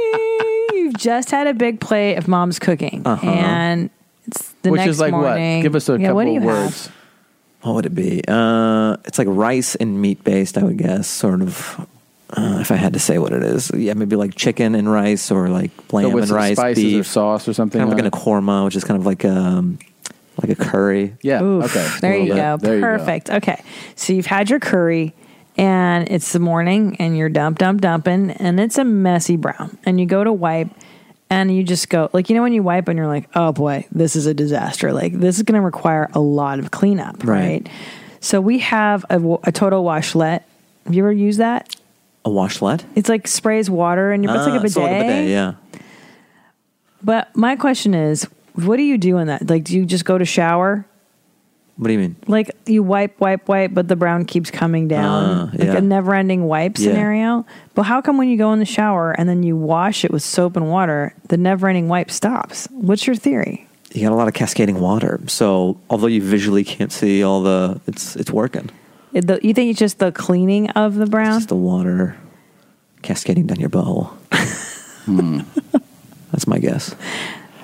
You've just had a big plate of mom's cooking, Uh-huh. and it's the Which next is like what? morning. Give us a yeah, what do couple you of words. Have? What would it be? Uh, it's like rice and meat based, I would guess. Sort of. Uh, if I had to say what it is, yeah, maybe like chicken and rice, or like lamb with and some rice, spices beef, or sauce or something Kind of on like in a korma, which is kind of like um like a curry. Yeah. Oof. okay. There Well, you that- go. there you go. Perfect. Okay. So you've had your curry and it's the morning and you're dump, dump, dumping and it's a messy brown. And you go to wipe and you just go, like, you know, when you wipe and you're like, oh boy, this is a disaster. Like, this is going to require a lot of cleanup. Right. Right. So we have a, wa- a total washlet. Have you ever used that? A washlet. Ah, It's like sprays water and you, it's like a bidet. yeah. But my question is, what do you do in that? Like, do you just go to shower? What do you mean? Like you wipe, wipe, wipe, but the brown keeps Uh, coming down, Ah, like yeah. a never-ending wipe Yeah. scenario. But how come when you go in the shower and then you wash it with soap and water, the never-ending wipe stops? What's your theory? You got a lot of cascading water, so although you visually can't see all the, it's it's working. It- the- you think it's just the cleaning of the brown? The water cascading down your bowl. hmm. That's my guess.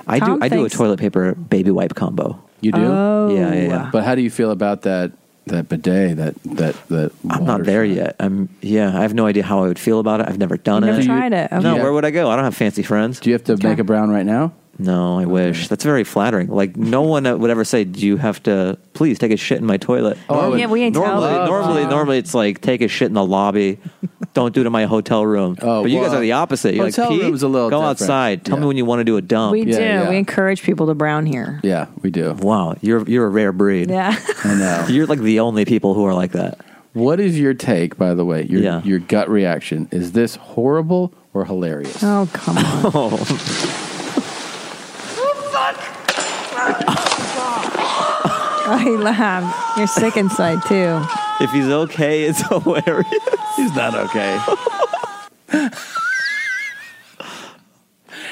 I Tom do I do a thinks- toilet paper baby wipe combo. You do? Oh. Yeah, yeah, yeah. But how do you feel about that that bidet? That that that I'm not there yet. I'm yeah. I have no idea how I would feel about it. I've never done You never it. tried it? Okay. No. Yeah. Where would I go? I don't have fancy friends. Do you have to make a brown right now? No, I wish. That's very flattering. Like no one would ever say, "Do you have to please take a shit in my toilet?" Oh, Yeah, we ain't tell normally. them. Oh. Normally, normally it's like take a shit in the lobby. don't do it in my hotel room. Oh, but you guys well, are the opposite. You're hotel like, Pete, room's a little go different." outside. Tell me when you want to do a dump. we do. We encourage people to brown here. Yeah, we do. Wow, you're you're a rare breed. Yeah. I know. You're like the only people who are like that. What is your take, by the way? Your your gut reaction is this horrible or hilarious? Oh come on! Oh, he laughed. You're sick inside too. If he's okay, it's hilarious. He's not okay.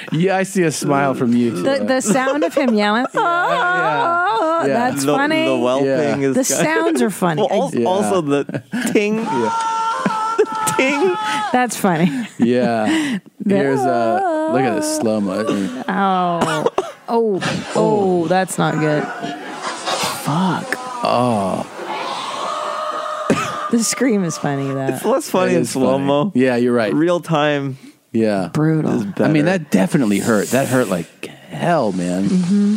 yeah, I see a smile from you. The, the sound of him yelling, oh, Yeah. that's The- funny. the whelping Yeah. is the good. sounds are funny. Well, al- Yeah. also the ting, ting. That's funny. Yeah. Here's uh look at this slow mo. Oh, oh, oh, that's not good. Fuck. Oh. The scream is funny. That It's less funny It in is slow mo. Yeah, you're right. Real time. Yeah. Brutal. I mean, that definitely hurt. That hurt like hell, man. hmm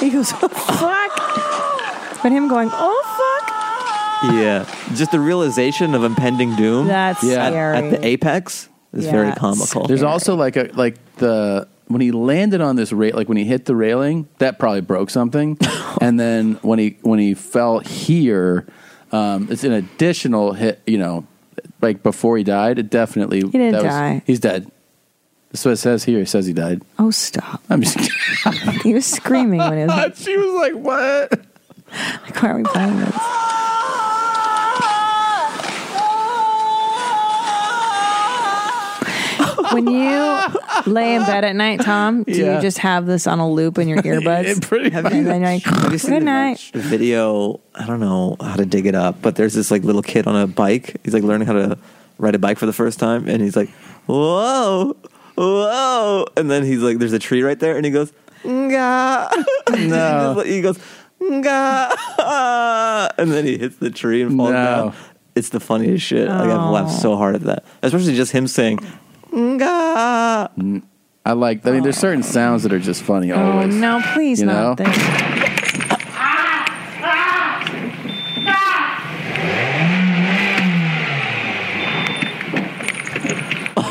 he goes, oh, fuck. But him going, oh, fuck. Yeah. Just the realization of impending doom. That's at- scary. At, the apex is Yeah, very it's comical. There's also like a like the when he landed on this rate, like when he hit the railing, that probably broke something. and then when he when he fell here, um, it's an additional hit. You know, like before he died, it definitely he didn't die. He's dead. That's what it says here. It says he died. Oh, stop! I'm just. He was screaming when he was. Like, she was like, "What? Like, why are we playing this?" when you lay in bed at night, Tom, do Yeah. you just have this on a loop in your earbuds? pretty Have you- and then you're like, Have you seen good the night. video. I don't know how to dig it up, but there's this like little kid on a bike. He's like learning how to ride a bike for the first time, and he's like, "Whoa, whoa!" And then he's like, "There's a tree right there," and he goes, "Nga." No. he goes, "Nga," "Ah," and then he hits the tree and falls down. It's the funniest shit. Like I've laughed Oh. so hard at that, especially just him saying, "Nga." I like. I mean, there's certain sounds that are just funny. Oh Always. no, please You not. know? This.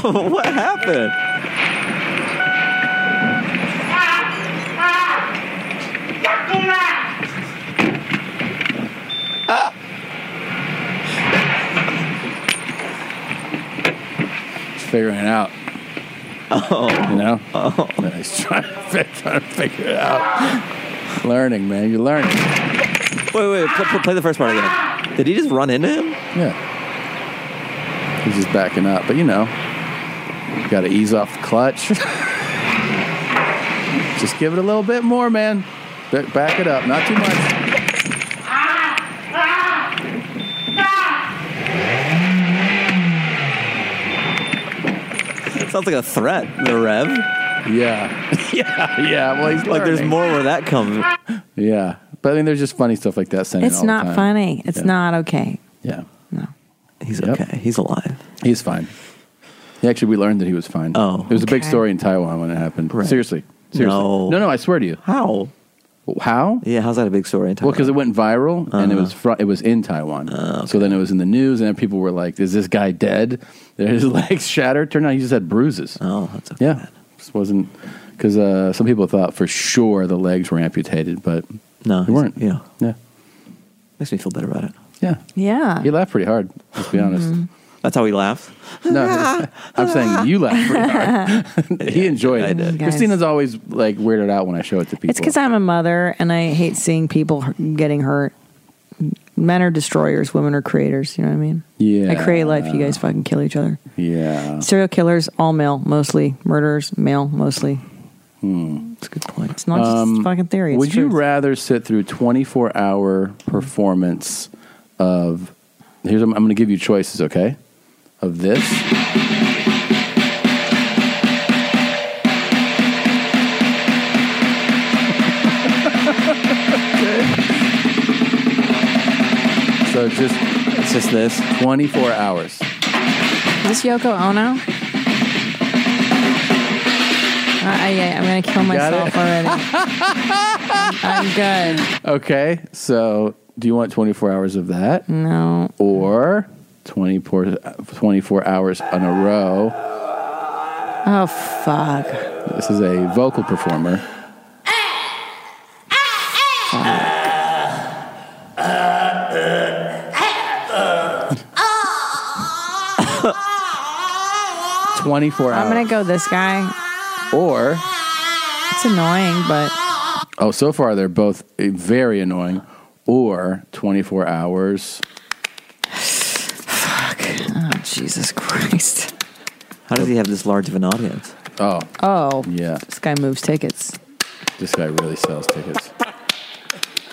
what happened? He's figuring it out. Oh, you know. Oh, he's trying to, fi- trying to figure it out. learning, man. You're learning. Wait, wait, pl- pl- play the first part again. Did he just run into him? Yeah. He's just backing up, but you know, got to ease off the clutch. just give it a little bit more, man. Ba- Back it up, not too much. Sounds like a threat. The rev. Yeah. yeah. Yeah. Well, he's like, there's learning. more where that comes. Yeah, but I mean, there's just funny stuff like that. Sent in all It's the not time. funny. It's not okay. Yeah. No. He's okay. He's alive. He's fine. He actually, we learned that he was fine. Oh, it was a big okay. story in Taiwan when it happened. Right. Seriously, seriously. No. no, no. I swear to you. How? How? Yeah. How's that a big story? In Well, because it went viral and it Uh-huh. Ah, was fr- it was in Taiwan. So then it was in the news, and people were like, "Is this guy dead? His legs shattered." Turned out he just had bruises. Oh, that's okay. Yeah, this wasn't because uh, some people thought for sure the legs were amputated, but no, they weren't. Yeah. Yeah. Makes me feel better about it. Yeah. Yeah. Mm-hmm. He laughed pretty hard. Let's be honest. That's how he laughs. No, I'm saying you laughed pretty hard. he enjoyed it. did. Christina's always like weirded out when I show it to people. It's because I'm a mother and I hate seeing people h- getting hurt. Men are destroyers, women are creators. You know what I mean? Yeah. I create life. You guys fucking kill each other. Yeah. Serial killers, all male, mostly. Murderers, male, mostly. Hmm. That's a good point. It's not just fucking theory. It's Um, would you rather sit through 24 hour performance of? Here's I'm, going to give you choices, okay? Of this, so just it's just this 24 hours. Is this Yoko Ono? Uh, I, I, uh, I'm going to kill Got it? myself already. I'm good. Okay, so do you want 24 hours of that? No. Or 24, 24 hours on a row? Oh, fuck. This is a vocal performer. Twenty-four I'm hours, going to go this guy. or It's annoying, but oh, so far they're both eh, very annoying. Or twenty-four hours. oh, Jesus Christ. How does he have this large of an audience? Oh, Oh. Yeah. This guy moves tickets. this guy really sells tickets.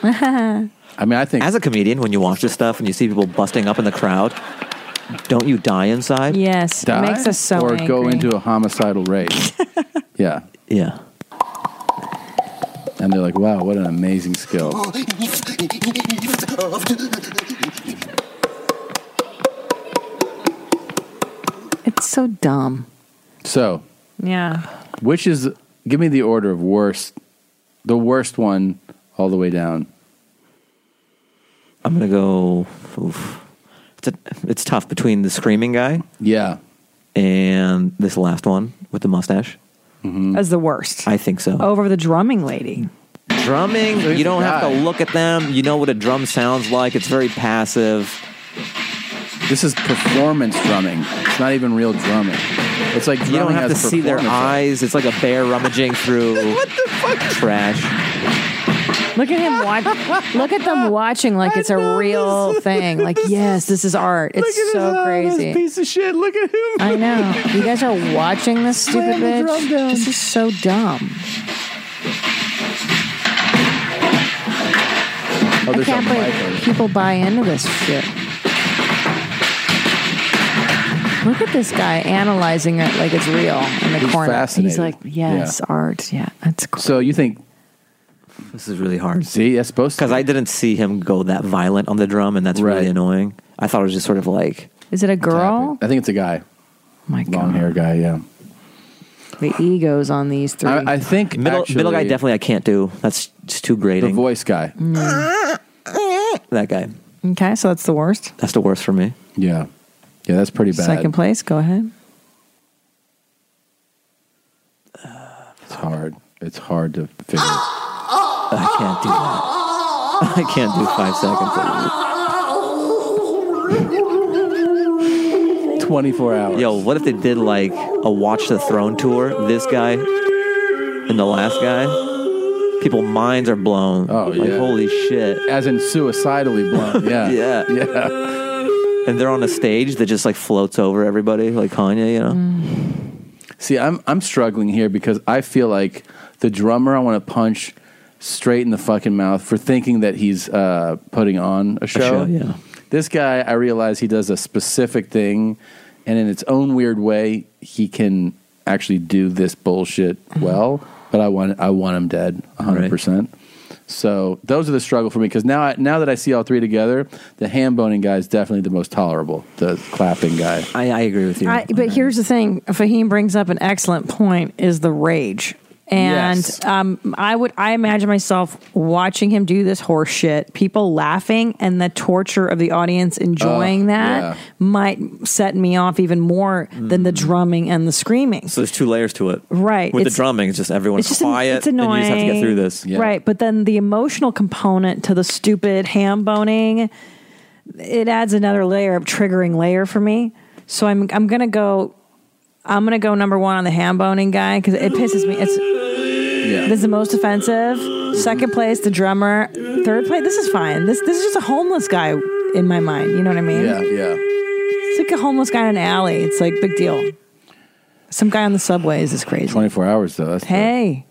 I I mean, I think as a comedian, when you watch this stuff and you see people busting up in the crowd, don't you die inside? Yes, Die or go into a homicidal rage. yeah, yeah. And they're like, "Wow, what an amazing skill!" It's so dumb. So, Yeah. which is give me the order of worst, the worst one all the way down. I'm gonna go. Oof. It's a, it's tough between the screaming guy, yeah, and this last one with the mustache. Mm-hmm. As the worst. I think so. Over the drumming lady. Drumming, you don't have to look at them. You know what a drum sounds like. It's very passive. This is performance drumming. It's not even real drumming. It's like drumming You don't have to has see their performance. eyes. It's like a bear rummaging through trash. Look at him watch. look at them watching like it's a real thing. Like, yes, this is art. It's so crazy. piece of shit. Look at him. I know. You guys are watching this stupid Slam the drum bitch. This is so dumb. I Oh, there's can't a mic believe people buy into this shit. Look at this guy analyzing it like it's real in the He's corner. fascinated. He's like, yes, art. Yeah, that's cool. So you think this is really hard? See, that's supposed because I didn't see him go that violent on the drum, and that's really annoying. I thought it was just sort of like Is it a girl? I think it's a guy. My long hair guy. Yeah. The egos on these three. I, I think middle, actually, middle guy. Definitely, I can't do. That's just too grating. The voice guy. Mm. That guy. okay, so that's the worst. That's the worst for me. Yeah, yeah, that's pretty bad. Second place. Go ahead. It's hard. It's hard to figure. I can't do that. I can't do five seconds. of it. Twenty-four hours. Yo, what if they did like a Watch the Throne tour? This guy and the last guy. People minds are blown. Oh yeah. Holy shit. As in suicidally blown. Yeah. yeah. Yeah. And they're on a stage that just like floats over everybody, like Kanye, you know. Mm. See, I'm I'm struggling here because I feel like the drummer I want to punch straight in the fucking mouth for thinking that he's uh, putting on a show. show, yeah. This guy, I realize he does a specific thing, and in its own weird way, he can actually do this bullshit well. But I want I want him dead, 100. percent So those are the struggle for me because now I, now that I see all three together, the hand boning guy is definitely the most tolerable. The clapping guy. I, I agree with I, but here's the thing: Fahim brings up an excellent point: is the rage, and Yes. um, I would I imagine myself watching him do this horse shit, people laughing, and the torture of the audience enjoying Uh, Oh, that yeah. might set me off even more than the drumming and the screaming. So there's two layers to it. Right, With the it's- drumming, it's just everyone's it's just an- quiet. it's annoying. And you just have to get through this. right? But then the emotional component to the stupid ham boning, it adds another layer of triggering layer for me. So I'm I'm gonna go. I'm gonna go number one on the hand boning guy because it pisses me. It's this is the most offensive. Second place, the drummer. Third place, this is fine. This this is just a homeless guy in my mind. You know what I mean? Yeah, yeah. It's like a homeless guy in an alley. It's like big deal. Some guy on the subways is crazy. Twenty four hours though. That's Hey,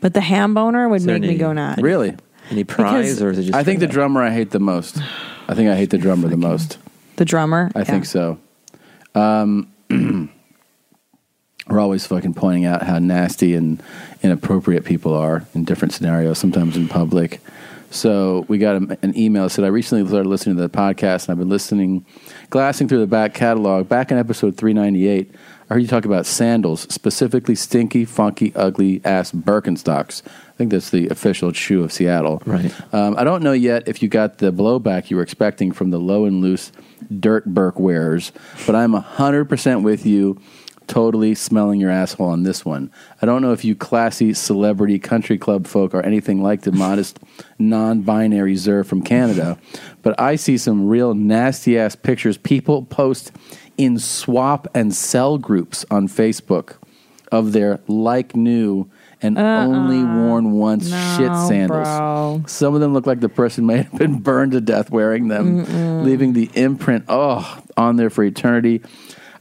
but the ham boner would make me go nuts. Really? Any prize, Because- or is it just I think the drummer I hate the most. I think I hate the drummer the most. The drummer. I think so. Um, we're always fucking pointing out how nasty and inappropriate people are in different scenarios, sometimes in public. So we got a, an email that said, I recently started listening to the podcast and I've been listening, glassing through the back catalog. Back in episode 398, I heard you talk about sandals, specifically stinky, funky, ugly ass Birkenstocks. I think that's the official shoe of Seattle. Right. Um, I don't know yet if you got the blowback you were expecting from the low and loose dirt Burke wearers, but I'm 100% with you totally smelling your asshole on this one. I don't know if you classy celebrity country club folk are anything like the modest non binary Zer from Canada, but I see some real nasty ass pictures people post in swap and sell groups on Facebook of their like new and only worn once shit sandals. bro. Some of them look like the person may have been burned to death wearing them, leaving the imprint oh on there for eternity.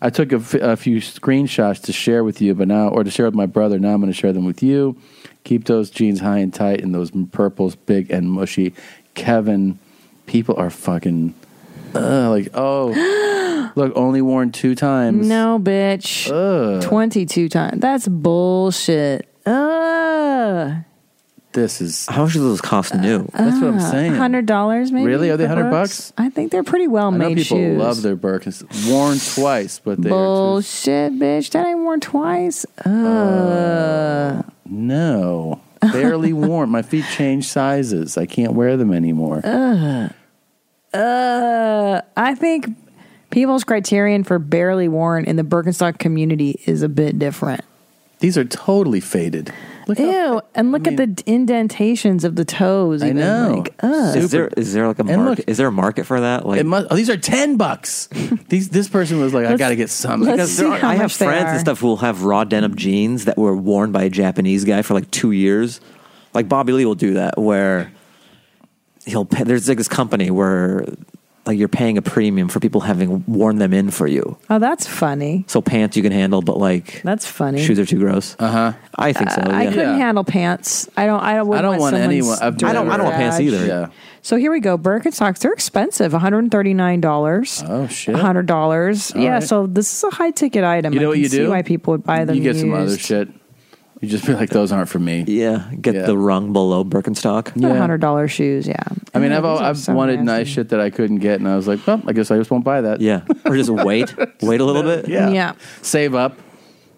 I took a, f- a few screenshots to share with you, but now or to share with my brother. Now I'm going to share them with you. Keep those jeans high and tight, and those purples big and mushy. Kevin, people are fucking uh, like oh look, only worn two times. No, bitch. Ugh. 22 times. That's bullshit. Ugh. This is how much do those cost new? That's what I'm Uh, saying. $100 maybe? Really? Are they for $100 Birks? I think they're pretty well I know made people shoes. love their Birkins. Worn twice, but they Bullshit, bitch. That ain't worn twice. Oh. Ugh. uh, no, barely worn. My feet change sizes. I can't wear them anymore. Ugh. Ugh. Uh, I think people's criterion for barely worn in the Birkenstock community is a bit different. These are totally faded. Ew. and look at the indentations of the toes. I even, know. Like, ugh. Is there is there like a And look- market? Is there a market for that? Like It must, oh, these are ten bucks. these this person was like, I Let's- got to get some. Because Because there they're- are- I have friends and stuff who will have raw denim jeans that were worn by a Japanese guy for like two years. Like Bobby Lee will do that, where he'll pay, there's like this company where like you're paying a premium for people having worn them in for you. Oh, that's funny. So pants you can handle, but like That's funny. shoes are too gross. Uh huh. I think so. Uh, I yeah. couldn't handle pants. I don't. I don't. I don't want anyone- I've I I don't- I don't want pants either. Yeah. So here we go. Birkenstocks. They're expensive. One hundred and thirty nine dollars. Oh shit. One hundred dollars. All Yeah. right. So this is a high ticket item. You know I what can you see do? Why people would buy them? you get some used. other shit. You just be like, those aren't for me. Yeah, get the rung below Birkenstock. Not hundred dollar shoes. Yeah. I mean, I've those al- are I've so wanted nice shit that I couldn't get, and I was like, well, I guess I just won't buy that. Yeah, or just wait, wait a little bit. Yeah, Yeah. Save up.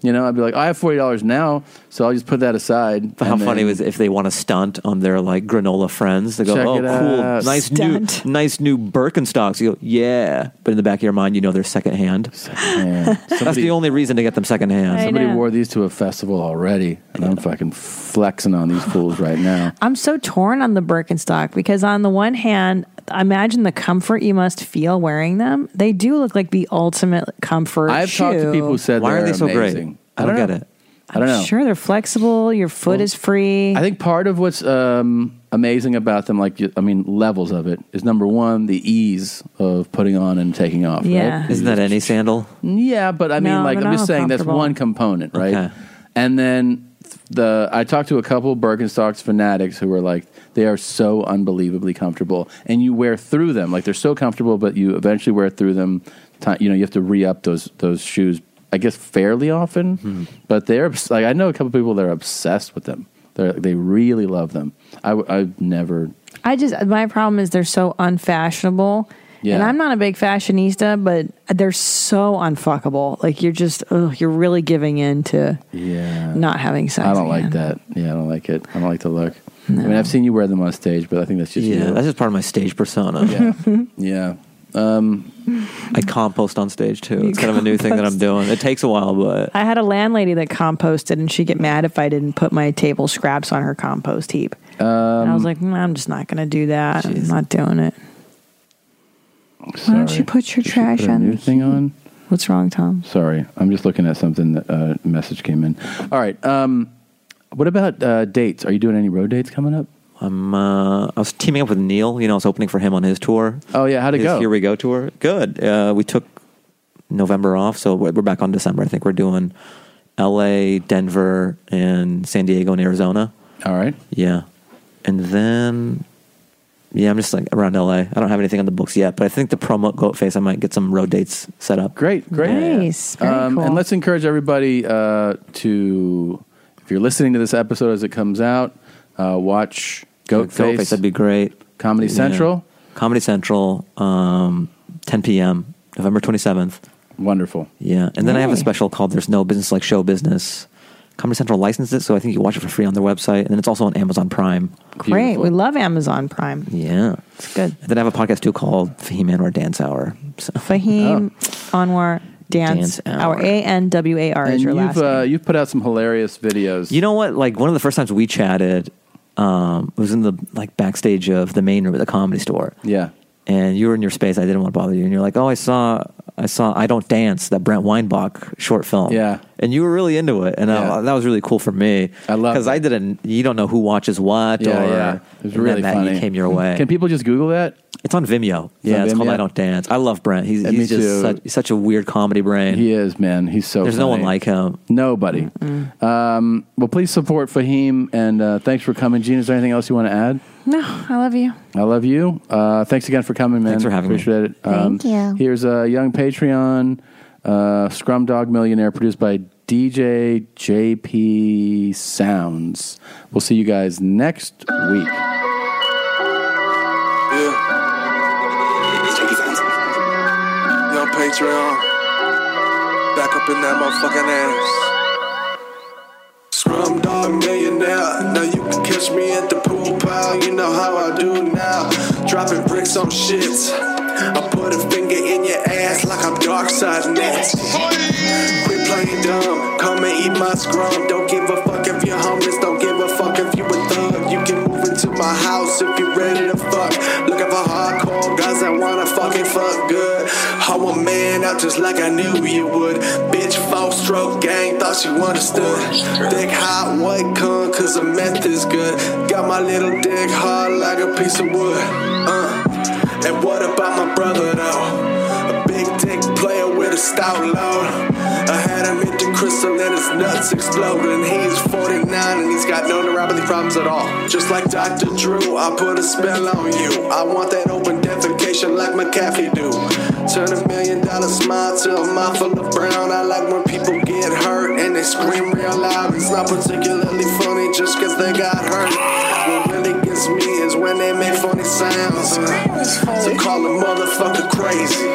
You know, I'd be like, I have forty dollars now, so I'll just put that aside. How funny was if they want to stunt on their like granola friends? They go, Check "Oh, it cool, out." nice new, nice new Birkenstocks." You go, "Yeah," but in the back of your mind, you know they're secondhand. That's the only reason to get them secondhand. I Somebody know. wore these to a festival already, and I'm fucking flexing on these fools right now. I'm so torn on the Birkenstock because on the one hand, imagine the comfort you must feel wearing them. They do look like the ultimate comfort. I've talked to shoe. people who said, Why are they're they so great? amazing. I don't know. get it. I don't know. Sure, they're flexible. Your foot is free. I think part of what's um, amazing about them, like you- I mean, levels of it, is number one the ease of putting on and taking off. Yeah. right? Isn't that any sandal? Yeah, but I mean, No, like they're I'm just not saying that's comfortable. one component, right? And then the I talked to a couple Birkenstocks fanatics who were like, they are so unbelievably comfortable, and you wear through them like they're so comfortable, but you eventually wear through them. Ti- You know, you have to re up those those shoes, I guess, fairly often. But they're obs- like I know a couple people that are obsessed with them. They they really love them. I w- I've never. I just my problem is they're so unfashionable. Yeah. And I'm not a big fashionista, but they're so unfuckable. Like you're just, ugh, you're really giving in to Yeah. not having sex. I don't like again. that. Yeah, I don't like it. I don't like the look. I mean, I've seen you wear them on stage, but I think that's just Yeah, you. that's just part of my stage persona. Yeah. yeah. Um, I compost on stage too. It's kind of a new thing that I'm doing. It takes a while, but I had a landlady that composted, and she'd get mad if I didn't put my table scraps on her compost heap. and I was like, "Mm, I'm just not going to do that. I'm not doing it. Why don't you put your trash put a on? new thing on? What's wrong, Tom? Sorry, I'm just looking at something. That, uh, message came in. All right. Um, what about uh, dates? Are you doing any road dates coming up? I'm. Uh, I was teaming up with Neil. You know, I was opening for him on his tour. Oh yeah, how'd it His go? Here we go tour. Good. Uh, we took November off, so we're we're back on December. I think we're doing L.A., Denver, and San Diego and Arizona. All right. Yeah, and then yeah, I'm just like around L.A. I don't have anything on the books yet, but I think the promo goat face. I might get some road dates set up. Great, great. Um, Nice. Very cool. And let's encourage everybody uh, to, if you're listening to this episode as it comes out, uh, watch Goatface. Goatface, that'd be great. Comedy Yeah. Central. Comedy Central, um, 10 p.m., November 27th. Wonderful. Yeah. And then I have Yay. a special called There's No Business Like Show Business. Comedy Central licensed it, so I think you watch it for free on their website. And then it's also on Amazon Prime. Great. We love Amazon Prime. Yeah. It's good. And then I have a podcast too called Fahim Anwar Dance Hour. So, Fahim Anwar Dance, Oh. Dance Hour. Hour. A N W A R And is your you've, last. uh, name. Uh, you've put out some hilarious videos. you know what? Like, one of the first times we chatted, um, it was in the like backstage of the main room at the comedy store. Yeah. and you were in your space. I didn't want to bother you, and you're like, "Oh, I saw, I saw, I don't dance that Brent Weinbach short film." Yeah. and you were really into it, and uh, that was really cool for me. I love because I didn't. You don't know who watches what, Yeah, or yeah. It was and then really that funny. you came your way. Can people just Google that? It's on Vimeo. yeah, on it's called Vimeo? I Don't Dance. I love Brent. He's, Yeah, me he's too. just such, he's such a weird comedy brain. He is, man. He's so There's no one funny. like him. Nobody. Um, well, please support Fahim, and uh, thanks for coming. Gene, is there anything else you want to add? no, I love you. I love you. Uh, thanks again for coming, man. Thanks for having me. Appreciate it. Um, Thank you. Here's a young Patreon uh, Scrum Dog Millionaire produced by DJ JP Sounds. We'll see you guys next week. Young Patreon. Back up in that motherfucking ass. Scrum dog millionaire. Now you can catch me at the pool pile. You know how I do now. Dropping bricks on shit. I put a finger in your ass like I'm dark side nasty. Quit playing dumb. Come and eat my scrum. Don't give a fuck if you're homeless. Don't give a fuck if you a thug. You can move into my house if you ready to fuck. Looking for hardcore guys that wanna fucking fuck good. How a man out just like I knew you would. Bitch, four stroke gang, thought she understood. Dick hot white con, cause the meth is good. Got my little dick hard like a piece of wood. Uh. And what about my brother though? A big dick player with a stout load. I had him hit the crystal and his nuts exploding. He's 49 and he's got no neuropathy problems at all. Just like Dr. Drew, I put a spell on you. I want that open defecation like McAfee do. Turn a million dollar smile to a mouth full of brown. I like when people get hurt and they scream real loud. It's not particularly funny just cause they got hurt. What really gets me is when they make funny sounds. huh? So call a motherfucker crazy.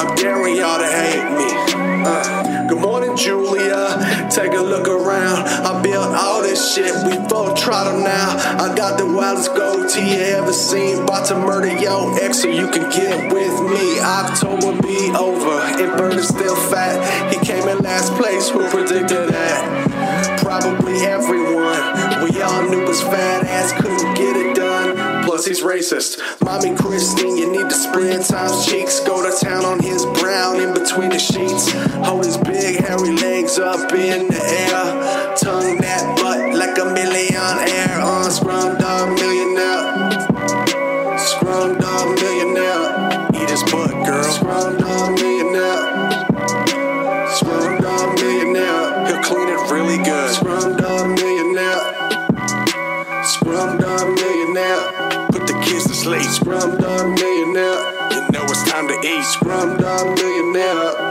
I'm daring y'all to hate me. Uh, good morning, Julia. Take a look around. I built all this shit. We full throttle now. I got the wildest goatee you ever seen. About to murder your ex so you can get with me. October be over. If Bird is still fat, he came in last place. Who predicted that? Probably everyone. We all knew his fat ass couldn't get it done. Plus, he's racist. Mommy Christine, you need to spread times cheeks. Go to town on his brown in between the sheets. Hold his big hairy legs up in the air. Tongue that butt like a million air Uh, on Scrum Dog Millionaire. Scrum Dog Millionaire. Eat his butt, girl. Scrum Dog Millionaire. Scrum Dog Millionaire. He'll clean it really good. Scrum Dog Millionaire. Scrum dog millionaire, put the kids to sleep. Scrum dog millionaire, you know it's time to eat. Scrum dog millionaire.